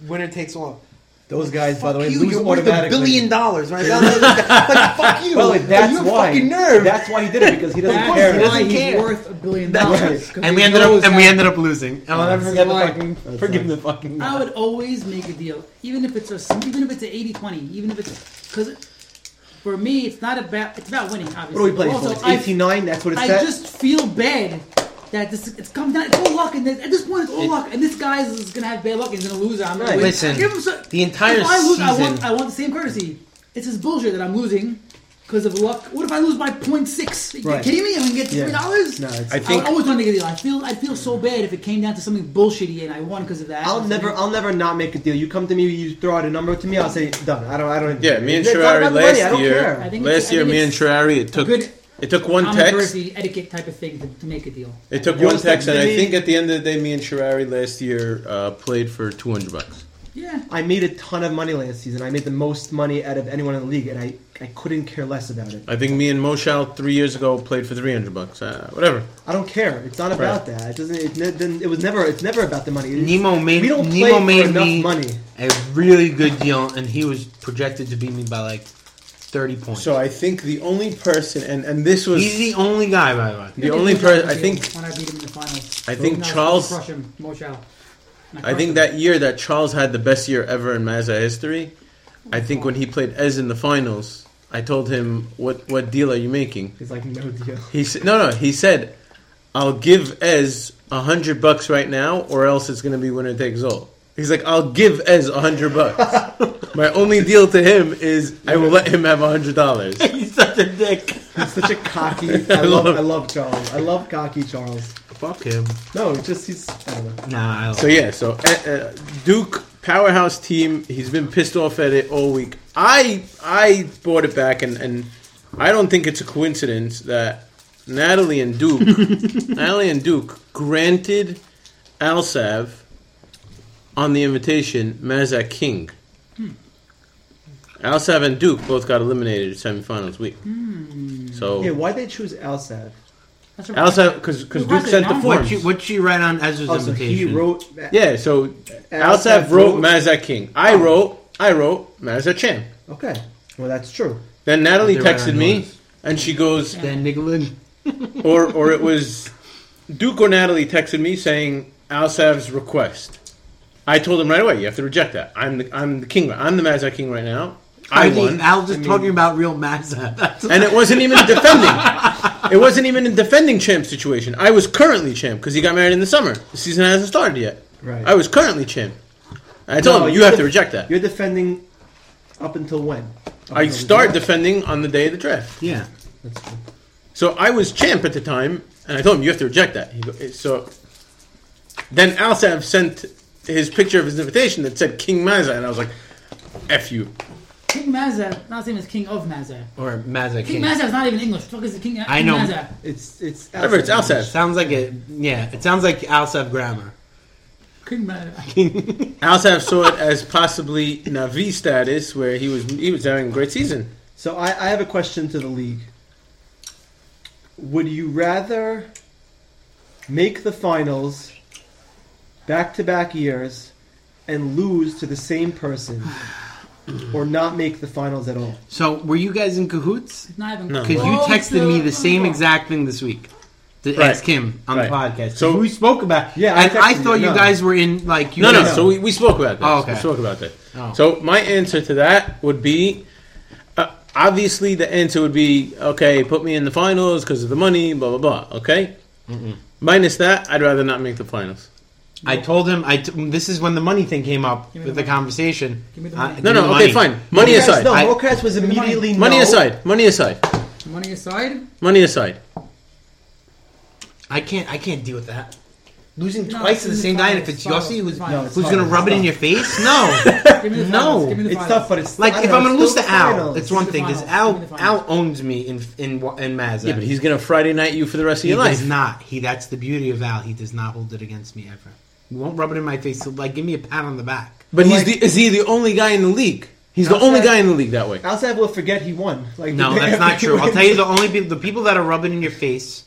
Speaker 1: winner takes all.
Speaker 2: Those guys, by the way,
Speaker 1: Fuck you,
Speaker 2: lose
Speaker 1: you're worth a
Speaker 2: automatically.
Speaker 1: billion dollars. When I found out, I was like, fuck you.
Speaker 2: Well, that's
Speaker 1: you have
Speaker 2: why.
Speaker 1: fucking nerve.
Speaker 2: That's why he did it because he doesn't
Speaker 4: That's
Speaker 2: care. [LAUGHS]
Speaker 1: He
Speaker 4: why
Speaker 1: doesn't
Speaker 4: he's
Speaker 1: care.
Speaker 4: worth a billion dollars. 'cause
Speaker 6: And
Speaker 4: he
Speaker 6: we ended up
Speaker 4: knows
Speaker 6: and we
Speaker 4: that-
Speaker 6: ended up losing. I'll never forget the fucking forgive the fucking.
Speaker 4: I would always make a deal, even if it's a, even if it's a 80-20, even if it's because for me it's not about it's about winning. Obviously,
Speaker 2: What are we playing
Speaker 4: Also,
Speaker 2: for? It's
Speaker 4: I-
Speaker 2: 18-9, That's what it's
Speaker 4: I
Speaker 2: set.
Speaker 4: just feel bad that this it's come down. It's all luck, and this, at this point, it's all luck. And this guy is, gonna have bad luck. He's gonna lose. I'm gonna
Speaker 2: Right.
Speaker 4: win.
Speaker 1: Listen,
Speaker 4: Give him some-
Speaker 1: the entire
Speaker 4: if I lose, I want,
Speaker 1: season-
Speaker 4: I want the same courtesy. It's his bullshit that I'm losing because of luck. What if I lose by point six? Are you
Speaker 2: Right.
Speaker 4: kidding me? I'm gonna get
Speaker 2: Yeah.
Speaker 4: three dollars.
Speaker 2: No, it's-
Speaker 3: I think
Speaker 4: I always want to make a deal. I feel I feel so bad if it came down to something bullshitty and I won because of that.
Speaker 2: I'll never, I'll never not make a deal. You come to me, you throw out a number to me, I'll say done. I don't, I don't.
Speaker 3: Yeah, me and
Speaker 2: It's not
Speaker 3: Sherrari
Speaker 2: about the money, I
Speaker 3: last
Speaker 2: don't
Speaker 3: year.
Speaker 2: care.
Speaker 4: I think it's-
Speaker 3: Last
Speaker 4: I
Speaker 3: year,
Speaker 4: think
Speaker 3: me and
Speaker 4: it's
Speaker 3: Sherrari, it took
Speaker 4: good
Speaker 3: it took one
Speaker 4: common
Speaker 3: text.
Speaker 4: courtesy etiquette type of thing to, to make a deal.
Speaker 3: It took
Speaker 2: You
Speaker 3: one
Speaker 2: also said
Speaker 3: text, and I
Speaker 2: maybe-
Speaker 3: think at the end of the day, me and Sherrari last year uh, played for two hundred bucks.
Speaker 4: Yeah.
Speaker 2: I made a ton of money last season. I made the most money out of anyone in the league, and I, I couldn't care less about it.
Speaker 3: I think me and Moshal three years ago played for three hundred bucks. Uh, whatever.
Speaker 2: I don't care. It's not about that. It doesn't. It, ne- then- it was never. It's never about the money. It's-
Speaker 1: Nemo made
Speaker 2: we don't
Speaker 1: Nemo
Speaker 2: play
Speaker 1: made
Speaker 2: for enough
Speaker 1: me
Speaker 2: money.
Speaker 1: a really good deal, and he was projected to beat me by like thirty points.
Speaker 3: So I think the only person, and and this was
Speaker 1: He's the only guy, by the way.
Speaker 3: the only person. I think
Speaker 4: when I beat him in the finals.
Speaker 3: I think
Speaker 4: No,
Speaker 3: Charles-
Speaker 4: crush him, Mo Chow. And
Speaker 3: I
Speaker 4: crushed him.
Speaker 3: think that year that Charles had the best year ever in Mazda history. I think when he played Ez in the finals, I told him what what deal are you making?
Speaker 2: It's like no deal.
Speaker 1: [LAUGHS]
Speaker 3: He said no, no. He said, "I'll give Ez a hundred bucks right now, or else it's going to be winner takes all." He's like, "I'll give Ez a hundred bucks." My only deal to him is I will let him have a hundred dollars.
Speaker 1: He's such a dick.
Speaker 2: He's such a
Speaker 1: [LAUGHS]
Speaker 2: cocky. I love. I love Charles. I love cocky Charles.
Speaker 1: Fuck him.
Speaker 2: No, it's just he's. I don't know.
Speaker 1: Nah, I love
Speaker 3: So yeah, so uh, uh, Duke powerhouse team. He's been pissed off at it all week. I I bought it back, and and I don't think it's a coincidence that Natalie and
Speaker 4: [LAUGHS]
Speaker 3: Duke, Natalie and Duke, granted Alsav on the invitation Mazak King.
Speaker 4: Hmm.
Speaker 3: Alsav and Duke both got eliminated at semifinals week.
Speaker 4: Hmm.
Speaker 3: So
Speaker 2: Yeah, why they choose Alsad?
Speaker 4: That's a-
Speaker 3: Alsav because
Speaker 4: Who
Speaker 3: Duke
Speaker 4: has it
Speaker 3: sent the
Speaker 4: now?
Speaker 3: forms.
Speaker 1: What she, what she write on Ezra's
Speaker 2: Oh, so he
Speaker 1: invitation?
Speaker 2: wrote.
Speaker 3: Yeah, so Alsaf
Speaker 2: Alsaf
Speaker 3: wrote
Speaker 2: wrote-
Speaker 3: Mazda King. I wrote I wrote Mazda Champ.
Speaker 2: Okay. Well, that's true.
Speaker 3: Then Natalie
Speaker 1: They ran
Speaker 3: texted
Speaker 1: on
Speaker 3: me
Speaker 1: yours.
Speaker 3: and she goes
Speaker 1: Dan Nicolin.
Speaker 3: [LAUGHS] or or it was Duke or Natalie texted me saying Alsav's request. I told him right away, you have to reject that. I'm the I'm the king I'm the Mazda King right now. I won.
Speaker 1: Al just talking about real Mazda. [LAUGHS] That's
Speaker 3: And it wasn't even defending. [LAUGHS] It wasn't even a defending champ situation. I was currently champ because he got married in the summer. The season hasn't started yet.
Speaker 2: Right.
Speaker 3: I was currently champ. And I told
Speaker 2: No,
Speaker 3: him, you
Speaker 2: you're
Speaker 3: have
Speaker 2: the-
Speaker 3: to reject that.
Speaker 2: You're defending up until when? Up
Speaker 3: I
Speaker 2: until
Speaker 3: start
Speaker 2: the
Speaker 3: defending on the day of the draft.
Speaker 1: yeah.
Speaker 3: So I was champ at the time, and I told him you have to reject that. He go, eh, so then Alsav sent his picture of his invitation that said King Mazza, and I was like, "F you."
Speaker 4: King Mazza, not same as King of Mazza.
Speaker 1: Or Mazda
Speaker 4: King
Speaker 1: King.
Speaker 4: Mazza is not even English. Fuck is the King?
Speaker 1: I
Speaker 4: King
Speaker 1: know.
Speaker 4: Mazza.
Speaker 2: It's it's
Speaker 3: Whatever, it's Alsav.
Speaker 1: Sounds like it. Yeah, it sounds like Al Sab grammar.
Speaker 4: King Mazza.
Speaker 3: Alsav saw it as possibly Navi status, where he was he was having a great season.
Speaker 2: So I, I have a question to the league. Would you rather make the finals back to back years and lose to the
Speaker 1: [SIGHS]
Speaker 2: same person, or not make the finals at all?
Speaker 1: So, were you guys in cahoots?
Speaker 4: It's not even
Speaker 3: No.
Speaker 1: Because you
Speaker 4: close
Speaker 1: texted
Speaker 4: to-
Speaker 1: me the same exact thing this week to
Speaker 3: Right.
Speaker 1: ask him on
Speaker 3: Right.
Speaker 1: the podcast.
Speaker 3: So-
Speaker 1: So we spoke about.
Speaker 2: Yeah, I
Speaker 1: and I,
Speaker 2: texted you.
Speaker 1: thought you
Speaker 2: No.
Speaker 1: guys were in like. You
Speaker 3: no, no.
Speaker 1: guys-
Speaker 3: So we, we spoke about this.
Speaker 1: Oh, okay.
Speaker 3: We spoke about that.
Speaker 1: Oh.
Speaker 3: So my answer to that would be, uh, obviously, the answer would be okay. Put me in the finals because of the money. Blah blah blah. Okay. Minus that, I'd rather not make the finals.
Speaker 1: I told him. I t- this is when the money thing came up
Speaker 4: Give me
Speaker 1: with
Speaker 4: the
Speaker 1: the conversation.
Speaker 4: Give me the
Speaker 1: Uh,
Speaker 4: money.
Speaker 3: No,
Speaker 1: give me
Speaker 3: no.
Speaker 1: the
Speaker 3: Okay,
Speaker 1: money.
Speaker 3: fine. Money
Speaker 2: Mokras-
Speaker 3: aside.
Speaker 2: No,
Speaker 1: I-
Speaker 2: Mokras was
Speaker 4: money.
Speaker 2: immediately
Speaker 3: Money
Speaker 2: no.
Speaker 3: aside. Money aside.
Speaker 4: Money aside,
Speaker 3: Money aside.
Speaker 1: I can't. I can't deal with that. Losing
Speaker 4: No,
Speaker 1: twice to
Speaker 4: give
Speaker 1: the
Speaker 4: me
Speaker 1: same
Speaker 4: the
Speaker 1: guy, and
Speaker 4: finals,
Speaker 1: if it's
Speaker 4: finals,
Speaker 1: Yossi who's
Speaker 4: finals. No, it's
Speaker 1: who's
Speaker 2: tough,
Speaker 1: gonna
Speaker 2: it's
Speaker 1: rub it in
Speaker 2: tough.
Speaker 1: your face,
Speaker 4: [LAUGHS]
Speaker 1: no.
Speaker 4: give me the
Speaker 1: No.
Speaker 4: finals, give me the
Speaker 2: It's
Speaker 4: finals.
Speaker 2: tough, but it's
Speaker 1: Like
Speaker 2: I
Speaker 1: if
Speaker 2: don't
Speaker 1: I'm
Speaker 2: know,
Speaker 1: gonna
Speaker 2: it's
Speaker 1: lose
Speaker 2: still
Speaker 1: to Al,
Speaker 2: finals.
Speaker 1: it's one
Speaker 4: the
Speaker 1: thing. Because
Speaker 4: finals. Give
Speaker 1: Al
Speaker 4: me the finals.
Speaker 1: Al owns me in in wa- in Mazda.
Speaker 3: Yeah, but he's gonna Friday night you for the rest of
Speaker 1: He
Speaker 3: your
Speaker 1: does
Speaker 3: life.
Speaker 1: not. He that's the beauty of Al. He does not hold it against me ever. He won't rub it in my face. He'll like give me a pat on the back.
Speaker 3: But he's the, is he the only guy in the league? He's the
Speaker 2: Outside-
Speaker 3: only guy in the league that way.
Speaker 2: Outside will forget he won. Like [LAUGHS]
Speaker 1: No, [LAUGHS] that's not true. I'll tell you the only people, the people that are rubbing in your face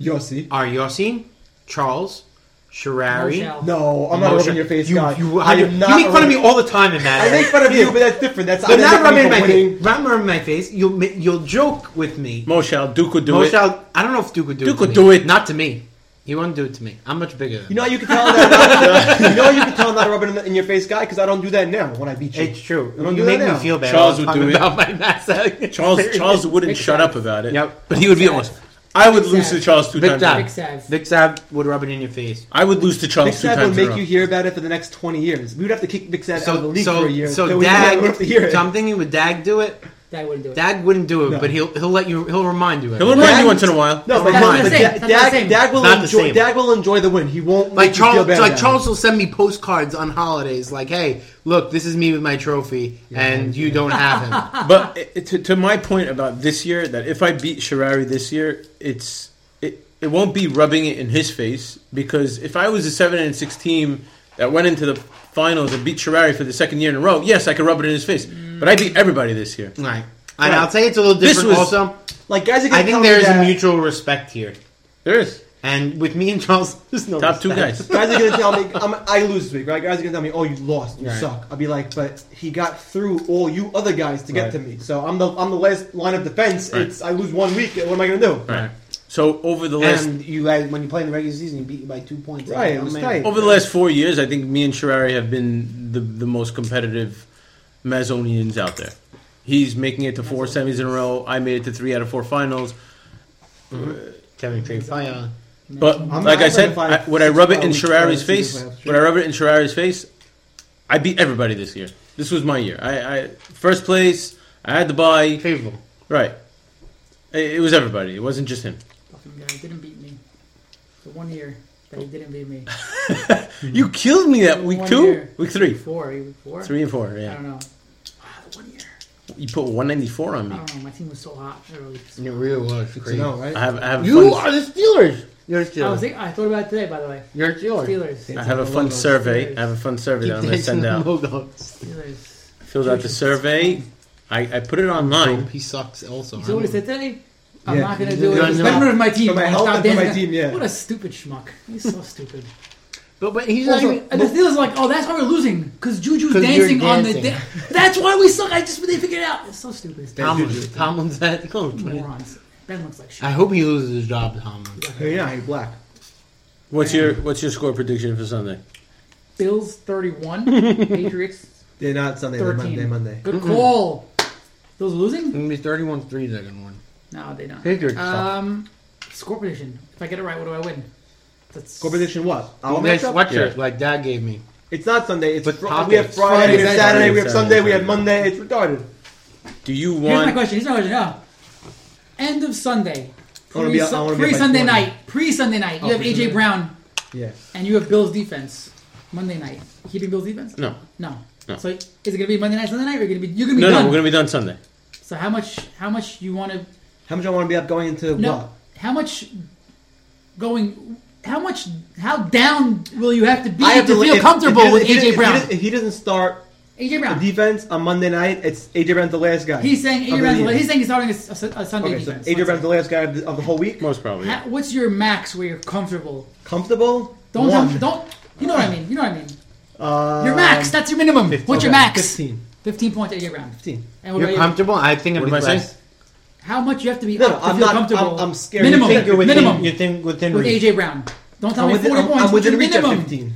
Speaker 2: Yossi.
Speaker 1: are Yossi, Charles, Sharari.
Speaker 4: No, Shal.
Speaker 2: No, I'm not
Speaker 1: Moshe.
Speaker 2: rubbing your face,
Speaker 1: You,
Speaker 2: guy.
Speaker 1: you,
Speaker 2: I
Speaker 1: you,
Speaker 2: am not
Speaker 1: make fun of me
Speaker 2: rubbing-
Speaker 1: all the time in
Speaker 2: I
Speaker 1: Madden.
Speaker 2: make fun of you, but that's different. That's
Speaker 1: But
Speaker 2: I'm
Speaker 1: not rubbing in my
Speaker 2: for winning.
Speaker 1: face. Not rubbing in my face. You'll ma- you'll joke with me.
Speaker 3: Moshal, Duke would do
Speaker 1: Most
Speaker 3: it.
Speaker 1: I'll- I don't know if Duke would do
Speaker 3: Duke
Speaker 1: it. to
Speaker 3: would
Speaker 1: me.
Speaker 3: do it.
Speaker 1: Not to me. He won't do it to me. I'm much bigger than.
Speaker 2: You know how you can
Speaker 1: [LAUGHS]
Speaker 2: tell that. I'm not- you know how you can tell I'm not rubbing in, the- in your face, guy, because I don't do that now when I beat you.
Speaker 1: It's true.
Speaker 2: I don't
Speaker 1: you
Speaker 2: do that
Speaker 1: make me
Speaker 2: now.
Speaker 1: feel bad.
Speaker 3: Charles
Speaker 1: all
Speaker 3: would
Speaker 1: the
Speaker 3: do
Speaker 1: time
Speaker 3: it.
Speaker 1: about my [LAUGHS] Mazda.
Speaker 3: Charles Charles wouldn't shut up about it.
Speaker 1: Yep.
Speaker 3: But he would be
Speaker 4: Sad.
Speaker 3: almost. I would lose
Speaker 4: Sad.
Speaker 3: to Charles two
Speaker 1: Big
Speaker 3: times.
Speaker 1: time.
Speaker 4: Big Sav.
Speaker 1: Vic Sab would rub it in your face.
Speaker 3: I would lose to
Speaker 2: Big
Speaker 3: Charles two
Speaker 2: Sad would
Speaker 3: times. in a
Speaker 2: make
Speaker 3: row.
Speaker 2: you hear about it for the next 20 years. We would have to kick Big Sad out of the
Speaker 1: So,
Speaker 2: league for a
Speaker 1: so,
Speaker 2: year.
Speaker 1: so
Speaker 2: [LAUGHS] we
Speaker 1: Dag.
Speaker 2: would have to hear it.
Speaker 1: So I'm thinking, would Dag do it?
Speaker 4: That wouldn't do it.
Speaker 1: Dag wouldn't do it,
Speaker 2: No.
Speaker 1: but he'll he'll let you. He'll remind you. of
Speaker 3: He'll
Speaker 1: it.
Speaker 3: remind
Speaker 2: That-
Speaker 3: you once in a while.
Speaker 2: no, but,
Speaker 4: That's not
Speaker 2: but
Speaker 4: the same. That's
Speaker 2: Dag,
Speaker 4: not the
Speaker 2: Dag,
Speaker 4: same.
Speaker 2: Dag will
Speaker 1: Not the
Speaker 2: enjoy.
Speaker 1: same.
Speaker 2: Dag will enjoy the win. He won't make
Speaker 1: like
Speaker 2: you feel
Speaker 1: Charles,
Speaker 2: bad
Speaker 1: like
Speaker 2: about it.
Speaker 1: Charles will send me postcards on holidays, like, "Hey, look, this is me with my trophy, and you don't have [LAUGHS] him."
Speaker 3: But i- to, to my point about this year, that if I beat Sharari this year, it's it, it won't be rubbing it in his face because if I was a seven and six team that went into the finals and beat Sharari for the second year in a row, yes, I could rub it in his face. But I beat everybody this year.
Speaker 1: right. And I'll say it's a little
Speaker 3: This
Speaker 1: different.
Speaker 3: was-
Speaker 1: also,
Speaker 2: Like guys are gonna
Speaker 1: I
Speaker 2: tell
Speaker 1: think
Speaker 2: me
Speaker 1: there's a
Speaker 2: that-
Speaker 1: mutual respect here,
Speaker 3: There is
Speaker 1: and with me and Charles, [LAUGHS] there's no
Speaker 3: top two
Speaker 1: respect.
Speaker 3: guys.
Speaker 2: Guys are gonna tell me I'm, I lose this week, right? Guys are gonna tell me, "Oh, you lost, you
Speaker 1: Right.
Speaker 2: suck." I'll be like, "But he got through all you other guys to get
Speaker 3: Right.
Speaker 2: to me, so I'm the I'm the last line of defense.
Speaker 3: Right.
Speaker 2: It's I lose one week. What am I gonna do?"
Speaker 3: Right. So over the last
Speaker 1: And you guys, when you play in the regular season, you beat you by two points.
Speaker 2: Right, it
Speaker 1: Oh,
Speaker 2: was
Speaker 1: man.
Speaker 2: tight.
Speaker 3: over the last four years, I think me and Sharari have been the the most competitive Mazonians out there. He's making it to four semis in a row. I made it to three out of four finals.
Speaker 1: Kevin oh, Trapion.
Speaker 3: But
Speaker 2: I'm-
Speaker 3: like
Speaker 2: I'm
Speaker 3: I said,
Speaker 2: gonna
Speaker 3: I,
Speaker 2: find
Speaker 3: would I rub it
Speaker 2: six
Speaker 3: in
Speaker 2: hours
Speaker 3: Sharari's
Speaker 2: to see
Speaker 3: face?
Speaker 2: if I have
Speaker 3: Would I rub it in Sharari's face? I beat everybody this year. This was my year. I, I first place. I had the buy.
Speaker 1: Favorable.
Speaker 3: Right. It, it was everybody. It wasn't just him.
Speaker 4: Fucking guy didn't beat me. The one year that he didn't beat me.
Speaker 3: You killed me that week
Speaker 4: One
Speaker 3: two,
Speaker 4: year.
Speaker 3: week three,
Speaker 4: Four, he was four.
Speaker 3: three and four.
Speaker 4: I
Speaker 3: Yeah,
Speaker 4: don't know. Ah, the one year.
Speaker 3: you put one ninety four on
Speaker 4: I
Speaker 3: me.
Speaker 4: don't know. My team was so hot. It really was-
Speaker 1: It really was
Speaker 2: So
Speaker 1: crazy.
Speaker 2: no, right?
Speaker 3: I have I have a
Speaker 1: You
Speaker 3: fun,
Speaker 1: are the Steelers. You're the
Speaker 4: I was
Speaker 1: Steelers.
Speaker 4: thinking, I thought about it today, by the way.
Speaker 1: You're the Steelers.
Speaker 4: Steelers.
Speaker 3: I have a fun survey. I have a fun survey that I'm
Speaker 1: [LAUGHS]
Speaker 3: gonna send out.
Speaker 4: Steelers.
Speaker 3: Filled out the survey. I, I put it online.
Speaker 1: He sucks also.
Speaker 4: So what he said today? I'm
Speaker 2: Yeah.
Speaker 4: not gonna do it.
Speaker 1: You're
Speaker 4: It's a
Speaker 1: not-
Speaker 4: member of my team.
Speaker 2: for my
Speaker 4: I
Speaker 2: health
Speaker 4: stopped
Speaker 2: and for my
Speaker 4: dancing.
Speaker 2: team, yeah.
Speaker 4: What a stupid schmuck. He's so stupid.
Speaker 1: But, but he's
Speaker 2: Also-
Speaker 1: not even.
Speaker 4: And the Steelers are like, oh, that's why we're losing because Juju's
Speaker 1: 'Cause you're
Speaker 4: dancing, on the.
Speaker 1: dancing.
Speaker 4: Da- that's why we suck. I just they figured it out. It's so stupid. It's
Speaker 1: Tomlin. Tomlin's at. [LAUGHS] Go, Tomlin.
Speaker 4: morons. Ben looks like shit.
Speaker 1: I hope he loses his job, Tomlin.
Speaker 2: yeah, hey, black.
Speaker 3: What's your what's your score prediction for Sunday?
Speaker 4: Bills 31, Patriots
Speaker 2: They're not Sunday. They're
Speaker 4: 13.
Speaker 2: Monday. Monday.
Speaker 4: Good call. Those losing?
Speaker 1: It'll be 31 3 they're going to win.
Speaker 4: No, they don't.
Speaker 1: Patriots suck.
Speaker 4: Um, score prediction. If I get it right, what do I win? That's
Speaker 2: Score prediction what? Our
Speaker 1: Well, their
Speaker 2: matchup?
Speaker 1: sweatshirt, like dad gave me.
Speaker 2: It's not Sunday. It's
Speaker 1: But
Speaker 2: fr-
Speaker 1: topics.
Speaker 2: we have Friday, we have
Speaker 3: Friday,
Speaker 2: Saturday, we
Speaker 3: Saturday,
Speaker 2: have Sunday, we have
Speaker 3: Saturday.
Speaker 2: Monday. It's retarded.
Speaker 3: Do you
Speaker 4: Here's my
Speaker 3: want
Speaker 4: question. Here's my question. No. End of Sunday.
Speaker 2: I wanna be- I wanna be up by
Speaker 4: Pre Sunday
Speaker 2: 20.
Speaker 4: night. Pre Sunday night.
Speaker 2: Oh,
Speaker 4: You have AJ Brown
Speaker 2: Yeah.
Speaker 4: and you have Bills defense. Monday night. Keeping Bills defense?
Speaker 3: no?
Speaker 4: No.
Speaker 3: No.
Speaker 4: So is it gonna be Monday night, Sunday night? Or are you gonna be you're gonna be
Speaker 3: No,
Speaker 4: done?
Speaker 3: no, we're gonna be done Sunday.
Speaker 4: So how much? How much you want to?
Speaker 2: How much I want to be up going into
Speaker 4: No.
Speaker 2: what?
Speaker 4: How much going? How much? How down will you have to be
Speaker 2: I have
Speaker 4: to,
Speaker 2: li-
Speaker 4: feel
Speaker 2: if-
Speaker 4: comfortable
Speaker 2: if he
Speaker 4: with
Speaker 2: doesn't- if he
Speaker 4: AJ
Speaker 2: doesn't-
Speaker 4: Brown?
Speaker 2: If he, doesn't start
Speaker 4: AJ
Speaker 2: The
Speaker 4: Brown.
Speaker 2: defense on Monday night, it's AJ Brown the last guy.
Speaker 4: He's saying
Speaker 2: Of
Speaker 4: AJ
Speaker 2: the
Speaker 4: Brown's,
Speaker 2: year.
Speaker 4: he's saying he's starting a, s- a Sunday
Speaker 2: Okay, so
Speaker 4: defense.
Speaker 2: AJ Brown's the last guy of the, of the whole week.
Speaker 3: Most probably.
Speaker 4: Ha- What's your max where you're comfortable?
Speaker 2: Comfortable.
Speaker 4: Don't
Speaker 2: One.
Speaker 4: don't. You know what I mean. You know what I mean.
Speaker 2: Uh,
Speaker 4: Your max. That's your minimum. What's your
Speaker 2: okay,
Speaker 4: max?
Speaker 2: 15.
Speaker 4: 15 points AJ Brown.
Speaker 2: 15.
Speaker 4: And what
Speaker 7: You're
Speaker 4: about you?
Speaker 7: comfortable. I think I'm
Speaker 3: What am I saying?
Speaker 7: less.
Speaker 4: How much you have to be
Speaker 2: No, no,
Speaker 4: up to
Speaker 2: I'm
Speaker 4: feel
Speaker 2: not-
Speaker 4: comfortable?
Speaker 2: I'm- I'm scared.
Speaker 4: Minimum.
Speaker 2: You think
Speaker 7: You're within,
Speaker 4: minimum.
Speaker 7: you think within
Speaker 4: with
Speaker 7: reach.
Speaker 4: AJ Brown. Don't tell
Speaker 2: I'm
Speaker 4: me
Speaker 2: within,
Speaker 4: 40
Speaker 2: I'm,
Speaker 4: points.
Speaker 2: I'm
Speaker 4: What's
Speaker 2: within
Speaker 4: your
Speaker 2: reach of
Speaker 4: minimum?
Speaker 2: 15.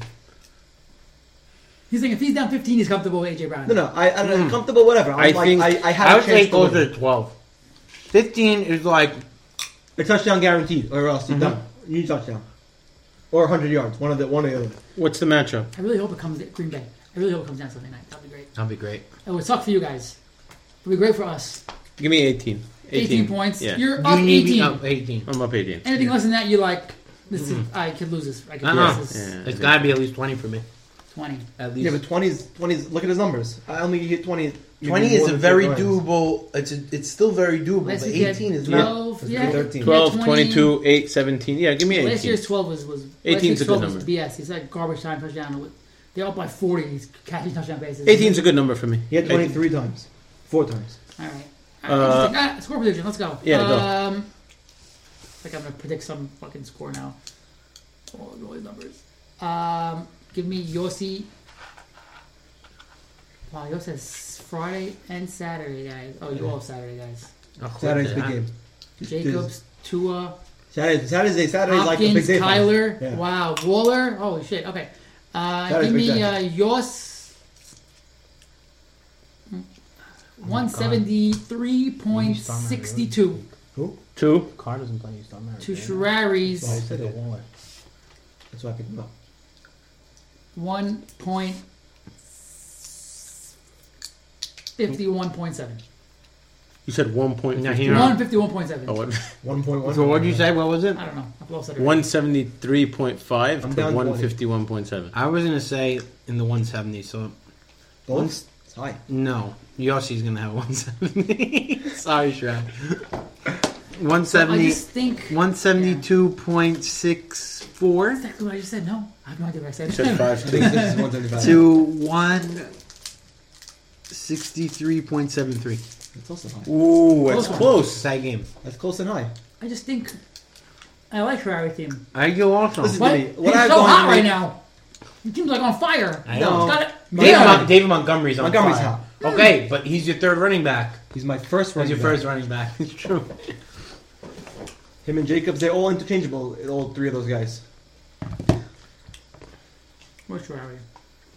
Speaker 4: He's saying if he's down 15, he's comfortable with AJ Brown.
Speaker 2: No, no, I, I don't know.
Speaker 7: Hmm.
Speaker 2: Comfortable, whatever. I'm
Speaker 1: I
Speaker 2: like,
Speaker 1: think
Speaker 2: I, I have
Speaker 1: I
Speaker 2: a
Speaker 1: would
Speaker 2: chance
Speaker 1: say
Speaker 2: to win.
Speaker 1: closer to 12.
Speaker 7: 15 is like
Speaker 2: A touchdown guaranteed, or else
Speaker 7: Mm-hmm.
Speaker 2: you're done. You need a touchdown, or 100 yards. One of the one or the other.
Speaker 3: What's the matchup?
Speaker 4: I really hope it comes at Green Bay. I really hope it comes down Sunday night. That'd be great.
Speaker 1: That'd be great.
Speaker 4: It would suck for you guys. It'd be great for us.
Speaker 3: Give me 18.
Speaker 4: 18, points.
Speaker 3: Yeah.
Speaker 4: You're
Speaker 7: you
Speaker 4: up
Speaker 7: need
Speaker 4: 18.
Speaker 7: up 18.
Speaker 3: I'm up 18.
Speaker 4: Anything less than that, you're like, this is, I could lose this. I could
Speaker 1: Uh-uh.
Speaker 4: lose this.
Speaker 3: Mm-hmm. Uh-huh. Yeah, I
Speaker 1: It's
Speaker 3: think-
Speaker 1: got to be at least 20 for me.
Speaker 4: 20.
Speaker 1: At least.
Speaker 2: Yeah, but 20s, 20s. Look at his numbers. I only hit 20.
Speaker 7: 20 is a very doable. It's a, it's still very doable,
Speaker 4: Last
Speaker 7: but
Speaker 4: week you had
Speaker 7: 18 is not.
Speaker 4: 12,
Speaker 2: Let's do
Speaker 4: yeah,
Speaker 2: 13.
Speaker 4: yeah,
Speaker 3: 12,
Speaker 4: 20.
Speaker 3: 22, 8, 17. Yeah, give me 18.
Speaker 4: Last year's 12 was. was
Speaker 3: 18 is
Speaker 4: 18's
Speaker 3: a good
Speaker 4: Was
Speaker 3: number.
Speaker 4: BS. He's like garbage time touchdown. They're up by 40. He's catching touchdown bases.
Speaker 3: 18 is a good number for me.
Speaker 2: He had 23 times, four times.
Speaker 4: All right. All right,
Speaker 3: Uh,
Speaker 4: interesting. ah, score prediction. Let's go.
Speaker 3: Yeah, go.
Speaker 4: um, it's like I'm gonna predict some fucking score now. Oh, all these numbers. Um, give me Yossi. Wow, Yossi has Friday and Saturday, guys. Oh, you all Saturday, guys.
Speaker 1: Oh,
Speaker 2: Saturday's big
Speaker 1: yeah.
Speaker 2: game.
Speaker 4: Jacobs, Tua,
Speaker 2: Saturday's Saturday's, Saturday's like a big
Speaker 4: Hopkins,
Speaker 2: day. for us.
Speaker 4: Tyler.
Speaker 2: Yeah.
Speaker 4: Wow, Waller. Holy shit. Okay. Uh,
Speaker 2: Saturday's
Speaker 4: give
Speaker 2: big
Speaker 4: me
Speaker 2: day.
Speaker 4: uh, Yos.
Speaker 2: Oh
Speaker 4: 173.62.
Speaker 2: Who?
Speaker 3: 2.
Speaker 1: Carr doesn't play. He's done that.
Speaker 4: to
Speaker 2: Well, I
Speaker 4: Shrari's
Speaker 2: said it. That's why I picked him up.
Speaker 4: one point fifty-one point seven.
Speaker 3: You said 1.15.
Speaker 1: No, he-
Speaker 4: One fifty-one point seven.
Speaker 3: Oh, what?
Speaker 2: 1.1.
Speaker 1: So what did you say? What was it?
Speaker 4: I don't know. I've lost it. already.
Speaker 3: 173.5 to
Speaker 2: I'm down
Speaker 3: 151.7.
Speaker 1: I was gonna say in the 170. So
Speaker 2: Goals? It's
Speaker 1: [LAUGHS]
Speaker 2: high.
Speaker 1: no, Yoshi's gonna have [LAUGHS] 170. Sorry,
Speaker 4: [LAUGHS]
Speaker 1: Shrek. 170.
Speaker 4: I just think.
Speaker 1: 172.64
Speaker 4: Exactly what I just said. No, I have no idea what I said.
Speaker 2: I think this is 175.
Speaker 1: to 163.73.
Speaker 2: That's also high.
Speaker 3: Ooh,
Speaker 4: that's
Speaker 3: that's
Speaker 4: Close.
Speaker 3: close.
Speaker 1: Side game.
Speaker 2: That's close and high.
Speaker 4: [LAUGHS] I just think. I like Ferrari team.
Speaker 1: I go also.
Speaker 2: Listen,
Speaker 4: What?
Speaker 2: Jimmy,
Speaker 4: He's
Speaker 2: what
Speaker 4: so
Speaker 2: I've gone
Speaker 4: hot
Speaker 2: through-
Speaker 4: right now. The team's like on fire.
Speaker 1: I
Speaker 4: It's
Speaker 2: know.
Speaker 4: got it.
Speaker 1: David,
Speaker 4: Damn.
Speaker 1: Mon- David Montgomery's on
Speaker 2: Montgomery's
Speaker 1: fire.
Speaker 2: hot.
Speaker 1: Okay, but he's your third running back.
Speaker 2: He's my first
Speaker 1: He's
Speaker 2: running
Speaker 1: your
Speaker 2: back.
Speaker 1: first running back. It's true.
Speaker 2: Him and Jacobs, they're all interchangeable, all three of those guys.
Speaker 4: Where's Ferrari?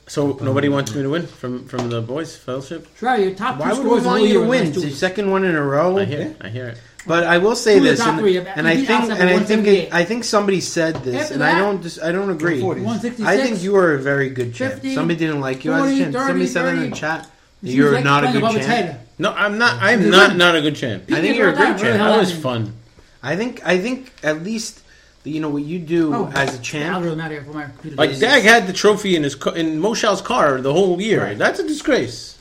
Speaker 3: So nobody wants me to win from from the boys fellowship.
Speaker 4: Ferrari, your top
Speaker 1: Why
Speaker 4: two
Speaker 1: would we
Speaker 4: scorers of all
Speaker 1: want you
Speaker 4: year
Speaker 1: to
Speaker 4: in the
Speaker 1: win?
Speaker 4: last
Speaker 1: It's
Speaker 4: two
Speaker 1: your
Speaker 4: weeks.
Speaker 1: second one in a row.
Speaker 3: I hear it. I hear it.
Speaker 1: But I will say
Speaker 4: Who are the
Speaker 1: this,
Speaker 4: top
Speaker 1: and,
Speaker 4: three? You
Speaker 1: and I
Speaker 4: beat
Speaker 1: think,
Speaker 4: Alsep
Speaker 1: and I
Speaker 4: with
Speaker 1: think,
Speaker 4: 178.
Speaker 1: I think somebody said this,
Speaker 4: After
Speaker 1: and
Speaker 4: that-
Speaker 1: I don't, dis- I don't agree.
Speaker 2: 140.
Speaker 4: 166.
Speaker 1: I think you are a very good champ.
Speaker 4: 50,
Speaker 1: somebody didn't like you as
Speaker 4: 40,
Speaker 1: a champ. Somebody
Speaker 4: 30,
Speaker 1: said that in
Speaker 4: 30.
Speaker 1: the chat.
Speaker 4: Seems
Speaker 1: You're
Speaker 4: like
Speaker 1: not a
Speaker 4: playing above
Speaker 1: good
Speaker 4: its
Speaker 1: champ.
Speaker 4: head.
Speaker 3: No, I'm not. I'm not not a good champ.
Speaker 1: I think
Speaker 4: Beat
Speaker 1: you're a
Speaker 4: it
Speaker 1: good
Speaker 4: all down,
Speaker 1: champ.
Speaker 4: really
Speaker 3: That was
Speaker 4: happened.
Speaker 3: fun.
Speaker 1: I think, I think at least, you know, what you do
Speaker 4: Oh,
Speaker 1: as a
Speaker 4: The
Speaker 1: champ.
Speaker 4: algorithm out here for my computer.
Speaker 3: Like Dag had the trophy in his ca- in Moshel's car the whole year. That's a disgrace.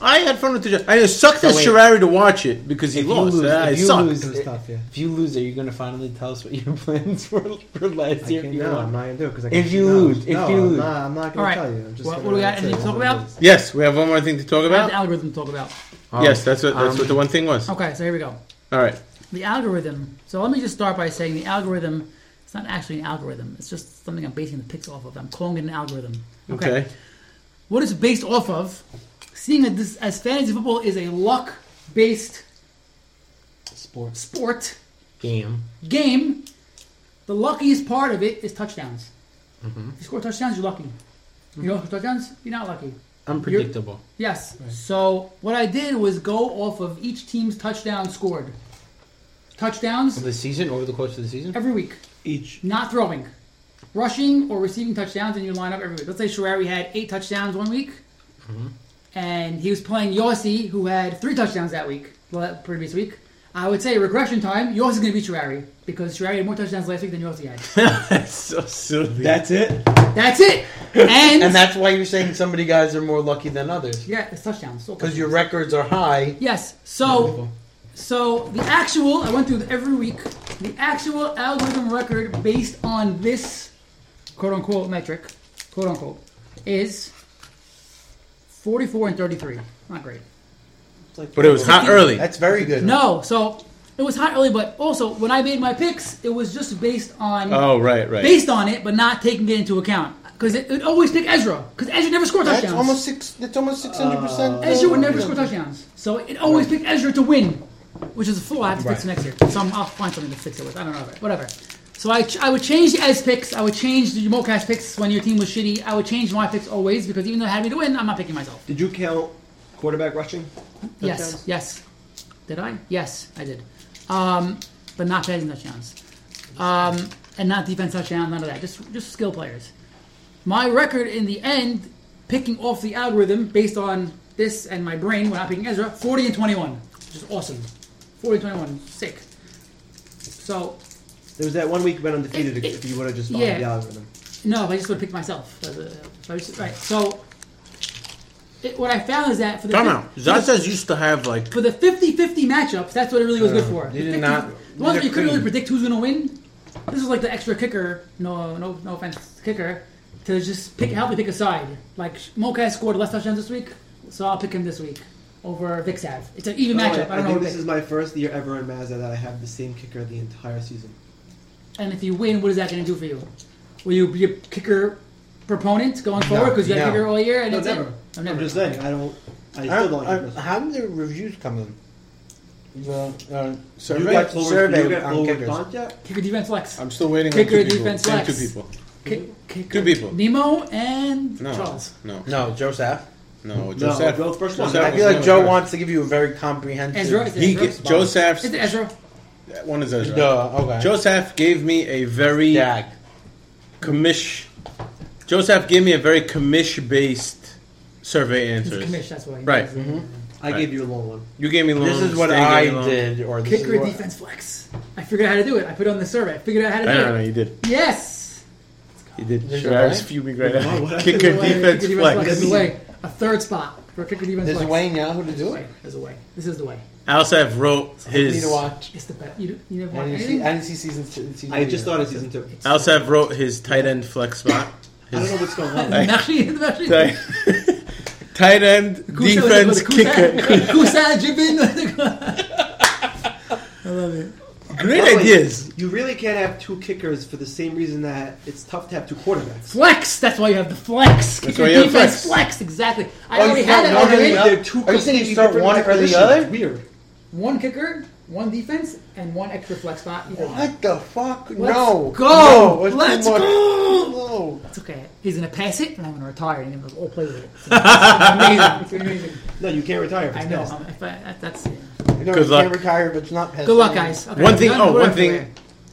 Speaker 3: I had fun with the. I just sucked
Speaker 1: So
Speaker 3: at
Speaker 1: wait.
Speaker 3: Sherrari to watch it because he
Speaker 1: If you
Speaker 3: lost.
Speaker 1: lose-
Speaker 3: I
Speaker 1: if you
Speaker 3: sucked.
Speaker 1: lose-
Speaker 2: It was tough, yeah.
Speaker 1: If you lose, are you going to finally tell us what your [LAUGHS] plans were for last
Speaker 2: I
Speaker 1: year?
Speaker 2: can't,
Speaker 1: you
Speaker 2: no,
Speaker 1: won?
Speaker 2: I'm not gonna do it because
Speaker 1: If you lose, if you lose.
Speaker 2: I'm not, I'm not
Speaker 4: All
Speaker 2: gonna
Speaker 4: right.
Speaker 2: tell you. I'm just
Speaker 4: What-
Speaker 2: gonna
Speaker 4: what do we got?
Speaker 2: let it
Speaker 4: Anything
Speaker 2: sit.
Speaker 4: to talk about?
Speaker 3: Yes, we have one more thing to talk
Speaker 4: What did the
Speaker 3: about.
Speaker 4: algorithm talk about?
Speaker 1: Oh,
Speaker 3: yes, that's what that's
Speaker 1: um,
Speaker 3: what the one thing was.
Speaker 4: Okay, so here we go.
Speaker 3: All right.
Speaker 4: The algorithm. So let me just start by saying the algorithm. It's not actually an algorithm. It's just something I'm basing the picks off of. I'm calling it an algorithm.
Speaker 1: [LAUGHS]
Speaker 3: Okay.
Speaker 4: What it's based off of, seeing that this as fantasy football is a luck-based
Speaker 2: Sports.
Speaker 4: sport
Speaker 1: Game.
Speaker 4: game, the luckiest part of it is touchdowns. If you score touchdowns, you're lucky. You don't score touchdowns, you're not lucky.
Speaker 1: Unpredictable.
Speaker 4: Yes. So what I did was go off of each team's touchdown scored. Touchdowns
Speaker 1: Of the season, over the course of the season?
Speaker 4: every week.
Speaker 2: Each.
Speaker 4: Not throwing. Rushing or receiving touchdowns in your lineup every week. Let's say Sherrari had eight touchdowns one week. And he was playing Yossi, who had three touchdowns that week, well, that previous week. I would say regression time, Yossi's going to beat Sherrari because Sherrari had more touchdowns last week than Yossi had.
Speaker 3: That's so silly.
Speaker 2: That's it.
Speaker 4: That's it. And,
Speaker 1: And that's why you're saying some of the guys are more lucky than others.
Speaker 4: yeah, it's touchdowns. So
Speaker 1: Because your records are high.
Speaker 4: Yes. So, so the actual I went through every week. The actual algorithm record based on this quote unquote metric, quote unquote, is 44 and 33. Not great.
Speaker 3: But it was hot early.
Speaker 1: That's very good.
Speaker 4: No, so it was hot early, but also when I made my picks, it was just based on
Speaker 1: Uh,
Speaker 3: Oh, right, right.
Speaker 4: based on it, but not taking it into account because it, it always picked Ezra because Ezra never scored
Speaker 1: That's
Speaker 4: touchdowns. Uh,
Speaker 1: almost six. That's almost six hundred percent.
Speaker 4: Ezra would never score touchdowns, so it always picked Ezra to win, which is a flaw. I have to fix next year. So I'm, I'll find something to fix it with. I don't know, whatever. So I, ch- I would change the Ez picks. I would change the Mocash picks when your team was shitty. I would change my picks always because even though it had me to win, I'm not picking myself.
Speaker 2: Did you count quarterback rushing?
Speaker 4: Yes, yes. Did I? Yes, I did. Um, but not passing touchdowns, um, and not defense touchdowns. None of that. Just just skill players. My record in the end, picking off the algorithm based on this and my brain when I'm picking Ezra, forty and twenty-one, which is awesome. Forty and twenty-one, sick. So
Speaker 2: There was that one week you went undefeated
Speaker 4: It- it-
Speaker 2: if you would have just followed
Speaker 4: yeah.
Speaker 2: the algorithm.
Speaker 4: No, if I just would have picked myself. If I was- uh, Right. So it, what I found is that for the
Speaker 3: Time
Speaker 4: fif-
Speaker 3: out. Zazas used to have like
Speaker 4: for the 50-50 matchups, that's what it really was good for.
Speaker 1: they
Speaker 4: The
Speaker 1: Uh, did
Speaker 4: 50
Speaker 1: not-
Speaker 4: The ones
Speaker 1: they're
Speaker 4: where you couldn't really
Speaker 1: clean.
Speaker 4: predict who's gonna win. This is like the extra kicker. No, no, no offense, kicker. To just pick, help me pick a side. Like Mokai scored less touchdowns this week, so I'll pick him this week over Vixav. It's an even
Speaker 2: No,
Speaker 4: matchup. I, don't
Speaker 2: Oh, I, I
Speaker 4: know.
Speaker 2: think
Speaker 4: who
Speaker 2: this
Speaker 4: to
Speaker 2: is my first year ever in Mazda that I have the same kicker the entire season.
Speaker 4: pick. And if you win, what is that gonna do for you? Will you be a kicker proponent going forward because you had
Speaker 1: no.
Speaker 4: a kicker all year? And
Speaker 2: No,
Speaker 4: it's
Speaker 2: never.
Speaker 4: It? No,
Speaker 2: I'm
Speaker 4: never.
Speaker 2: just saying, I don't. I
Speaker 1: I
Speaker 2: still
Speaker 1: don't-
Speaker 2: don't. have
Speaker 1: I-
Speaker 2: this.
Speaker 1: How did the reviews come in? The uh,
Speaker 2: You
Speaker 1: survey,
Speaker 2: got Lower- you
Speaker 1: survey
Speaker 2: got
Speaker 1: on
Speaker 2: Lower
Speaker 1: kickers.
Speaker 2: Font yet?
Speaker 4: Kicker defense flex.
Speaker 3: I'm still waiting
Speaker 4: Kicker,
Speaker 3: on two people.
Speaker 4: defense,
Speaker 3: and
Speaker 4: flex.
Speaker 3: two people.
Speaker 4: Ki- kicker.
Speaker 3: Two people.
Speaker 4: Nemo and
Speaker 3: No.
Speaker 4: Charles.
Speaker 3: No.
Speaker 1: No, Joseph.
Speaker 3: No.
Speaker 2: No,
Speaker 3: Joseph.
Speaker 2: Joe, first one.
Speaker 3: Joseph
Speaker 1: I
Speaker 3: was
Speaker 1: feel like
Speaker 3: never
Speaker 1: Joe
Speaker 3: there.
Speaker 1: wants to give you a very comprehensive.
Speaker 4: Ezra, is it
Speaker 3: He
Speaker 4: Ezra?
Speaker 3: g- Joseph's
Speaker 4: Is it Ezra?
Speaker 3: that one is Ezra.
Speaker 1: Duh, okay.
Speaker 3: Joseph gave me a very
Speaker 1: Dag.
Speaker 3: commish. Joseph gave me a very commish based survey
Speaker 4: It's
Speaker 3: answers.
Speaker 4: commish, that's why.
Speaker 3: Right.
Speaker 2: I gave you a long one.
Speaker 3: You gave me long.
Speaker 1: Mm-hmm. This is what
Speaker 3: Stan
Speaker 1: I
Speaker 3: gave me long.
Speaker 1: did, or this
Speaker 4: Kicker
Speaker 1: is what,
Speaker 4: defense flex. I figured out how to do it. I put it on the survey. I figured out how to do
Speaker 3: No, no, no,
Speaker 4: it.
Speaker 3: you did.
Speaker 4: Yes.
Speaker 3: You did.
Speaker 1: Did
Speaker 3: Sure,
Speaker 1: you
Speaker 3: I was
Speaker 1: right?
Speaker 3: fuming right
Speaker 2: No, what
Speaker 3: now.
Speaker 2: I
Speaker 3: Kicker
Speaker 4: Way-
Speaker 3: defense
Speaker 4: kicker
Speaker 3: flex.
Speaker 4: is the way. A third spot for kicker defense
Speaker 1: There's a
Speaker 4: flex.
Speaker 1: way now who to do it.
Speaker 4: Way. There's a way. This is the way.
Speaker 3: Alsef wrote
Speaker 1: You
Speaker 3: his.
Speaker 1: need to watch.
Speaker 4: It's the best. You, don't- you never
Speaker 1: I
Speaker 4: want
Speaker 1: didn't see,
Speaker 4: [LAUGHS] anything.
Speaker 1: I didn't see season two. Season
Speaker 2: I just
Speaker 1: two.
Speaker 2: started season two.
Speaker 3: Alsef wrote his tight end flex spot.
Speaker 2: I don't know what's going on.
Speaker 4: The Machine, the machine.
Speaker 3: tight [LAUGHS] tight end
Speaker 4: Kusa-
Speaker 3: defense
Speaker 4: Kusa-
Speaker 3: kicker.
Speaker 4: [LAUGHS] Kusa, Jibin. I love it.
Speaker 3: Great ideas.
Speaker 2: You really can't have two kickers for the same reason that it's tough to have two
Speaker 4: [LAUGHS]
Speaker 2: quarterbacks.
Speaker 4: Flex. That's why you have the flex. Kicker
Speaker 3: why you have
Speaker 4: defense
Speaker 3: flex.
Speaker 4: Exactly. I
Speaker 1: Oh, you
Speaker 4: already
Speaker 1: start
Speaker 4: had it.
Speaker 1: one
Speaker 4: already.
Speaker 1: and the
Speaker 2: They're two
Speaker 1: Are you saying you
Speaker 2: completely
Speaker 1: start
Speaker 2: different
Speaker 1: one or the
Speaker 2: positions.
Speaker 1: other?
Speaker 2: It's Weird.
Speaker 4: One kicker, one defense, and one extra flex spot. Either one.
Speaker 1: What the fuck?
Speaker 4: Let's
Speaker 1: no.
Speaker 4: go.
Speaker 1: No, it's too
Speaker 4: Let's
Speaker 1: much.
Speaker 4: go.
Speaker 1: No.
Speaker 4: It's okay. He's gonna pass it, and I'm gonna retire, and we'll all
Speaker 3: [LAUGHS]
Speaker 4: play with it. It's amazing. It's amazing.
Speaker 2: No, you can't retire. If
Speaker 4: I
Speaker 2: it's
Speaker 4: know.
Speaker 2: fast.
Speaker 4: I'm, if I, that, that's yeah.
Speaker 1: You know,
Speaker 3: Good
Speaker 1: you
Speaker 3: luck.
Speaker 1: can't retire if it's not past
Speaker 4: good luck,
Speaker 1: season.
Speaker 4: guys. Okay,
Speaker 3: One thing.
Speaker 4: we're done.
Speaker 3: Oh,
Speaker 4: We're
Speaker 3: one
Speaker 4: everywhere.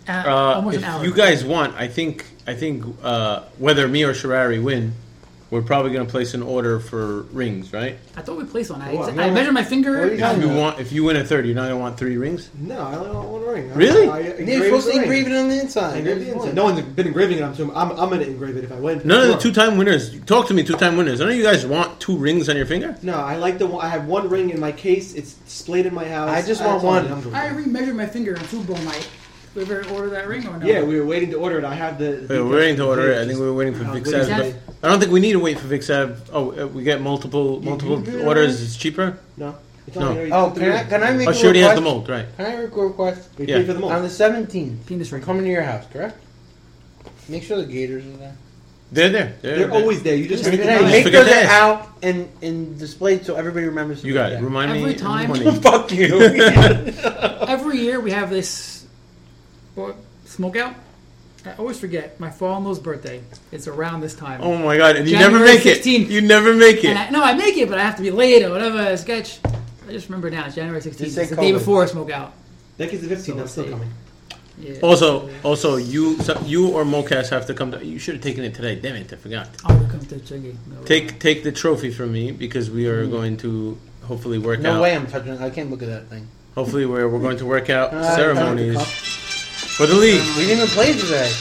Speaker 3: thing.
Speaker 4: Uh,
Speaker 3: Uh,
Speaker 4: almost an
Speaker 3: if
Speaker 4: hour.
Speaker 3: you guys want, I think I think uh, whether me or Sharari win, we're probably going to place an order for rings, right?
Speaker 4: I thought we placed one. I,
Speaker 2: What?
Speaker 4: I measured my
Speaker 1: What are
Speaker 4: finger.
Speaker 1: you talking
Speaker 3: If you
Speaker 1: about?
Speaker 3: want, if you win a third, you're not going to want three rings.
Speaker 2: No, I only want one ring. I-
Speaker 3: Really?
Speaker 2: I engraved
Speaker 1: You're supposed
Speaker 2: the
Speaker 1: to
Speaker 2: ring.
Speaker 1: engrave it on the
Speaker 2: I
Speaker 1: inside.
Speaker 2: engraved the inside. No one's been engraving it. I'm assuming. I'm, I'm gonna engrave it if I win.
Speaker 3: None of the
Speaker 2: Sure.
Speaker 3: two-time winners. Talk to me, two-time winners. None of you guys want two rings on your finger.
Speaker 2: No, I like the one. I have one ring in my case. It's displayed in my house.
Speaker 1: I just want
Speaker 2: told
Speaker 1: one.
Speaker 2: you, I'm good.
Speaker 4: I re-measured my finger on Super Bowl night. We ever order that ring or no?
Speaker 2: Yeah, we were waiting to order it. I have the.
Speaker 3: We
Speaker 2: the-
Speaker 3: were waiting to order it. I think we were waiting for
Speaker 2: Uh,
Speaker 3: Vic
Speaker 2: what is
Speaker 3: Sav,
Speaker 4: that?
Speaker 3: but I don't think we need to wait for Vic Sav. Oh, uh, we get multiple multiple orders. It's cheaper.
Speaker 2: No. It's
Speaker 3: No.
Speaker 2: already-
Speaker 1: Oh, can I, can I make
Speaker 3: Oh,
Speaker 1: a
Speaker 3: she already
Speaker 1: request?
Speaker 3: has the mold, right?
Speaker 1: Can I make a request?
Speaker 2: We
Speaker 3: Yeah.
Speaker 2: paid for them
Speaker 1: On
Speaker 2: all.
Speaker 1: the 17th,
Speaker 4: Penis ring.
Speaker 1: coming to your house, correct? Make sure the gators are there.
Speaker 3: They're there. They're,
Speaker 2: They're
Speaker 3: there.
Speaker 2: always there. You just
Speaker 1: Hey,
Speaker 2: forget
Speaker 3: just
Speaker 2: to
Speaker 1: make
Speaker 2: ask.
Speaker 3: forget
Speaker 1: sure
Speaker 3: to
Speaker 1: they're
Speaker 3: ask.
Speaker 1: out and, and displayed so everybody remembers. to
Speaker 3: You
Speaker 1: look
Speaker 3: got it.
Speaker 1: at [LAUGHS]
Speaker 3: Remind me.
Speaker 4: Every time-
Speaker 3: morning.
Speaker 1: Fuck [LAUGHS] you.
Speaker 4: every year we have this bo- smoke out. I always forget my father-in-law's birthday. It's around this time.
Speaker 3: Oh my god! And you
Speaker 4: January
Speaker 3: never make it.
Speaker 4: 16th.
Speaker 3: You never make it.
Speaker 4: And I, no, I make it, but I have to be late or whatever. I sketch. I just remember now, it's January 16th.
Speaker 1: Just
Speaker 4: It's
Speaker 1: say
Speaker 4: the day
Speaker 1: COVID.
Speaker 4: before I smoke out.
Speaker 2: That gives the 15. That's still
Speaker 4: see.
Speaker 2: coming.
Speaker 4: Yeah.
Speaker 3: Also, also, you, so you or Mocas have to come. To, you should have taken it today. Damn it, I forgot.
Speaker 4: I'll come to Chuggy. No,
Speaker 3: Take take the trophy from me because we are going to hopefully work
Speaker 1: Hmm. no
Speaker 3: out.
Speaker 1: way I'm touching it. I can't look at that thing.
Speaker 3: Hopefully, we're we're going to work out
Speaker 1: Uh,
Speaker 3: ceremonies
Speaker 1: cup. Um,
Speaker 3: for the league.
Speaker 1: We didn't even play today.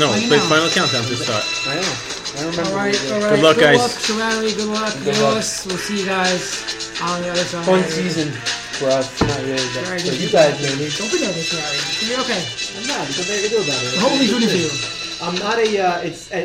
Speaker 3: No,
Speaker 4: I
Speaker 3: play
Speaker 4: know.
Speaker 3: final countdown to start.
Speaker 1: I know. I remember.
Speaker 4: All right, all right.
Speaker 3: Good luck, guys.
Speaker 4: Luck, Shirari, good luck,
Speaker 1: Good
Speaker 4: Yoris.
Speaker 1: luck.
Speaker 4: We'll see you guys on the other side.
Speaker 1: Fun season for us. Not really, but
Speaker 4: Shirari,
Speaker 1: for
Speaker 4: good
Speaker 1: you
Speaker 4: season.
Speaker 1: guys, maybe.
Speaker 4: Don't forget this, Shirari. You're okay.
Speaker 2: I'm not because I can do about it.
Speaker 4: The whole league's rooting for you.
Speaker 2: I'm not a. Uh, it's. uh,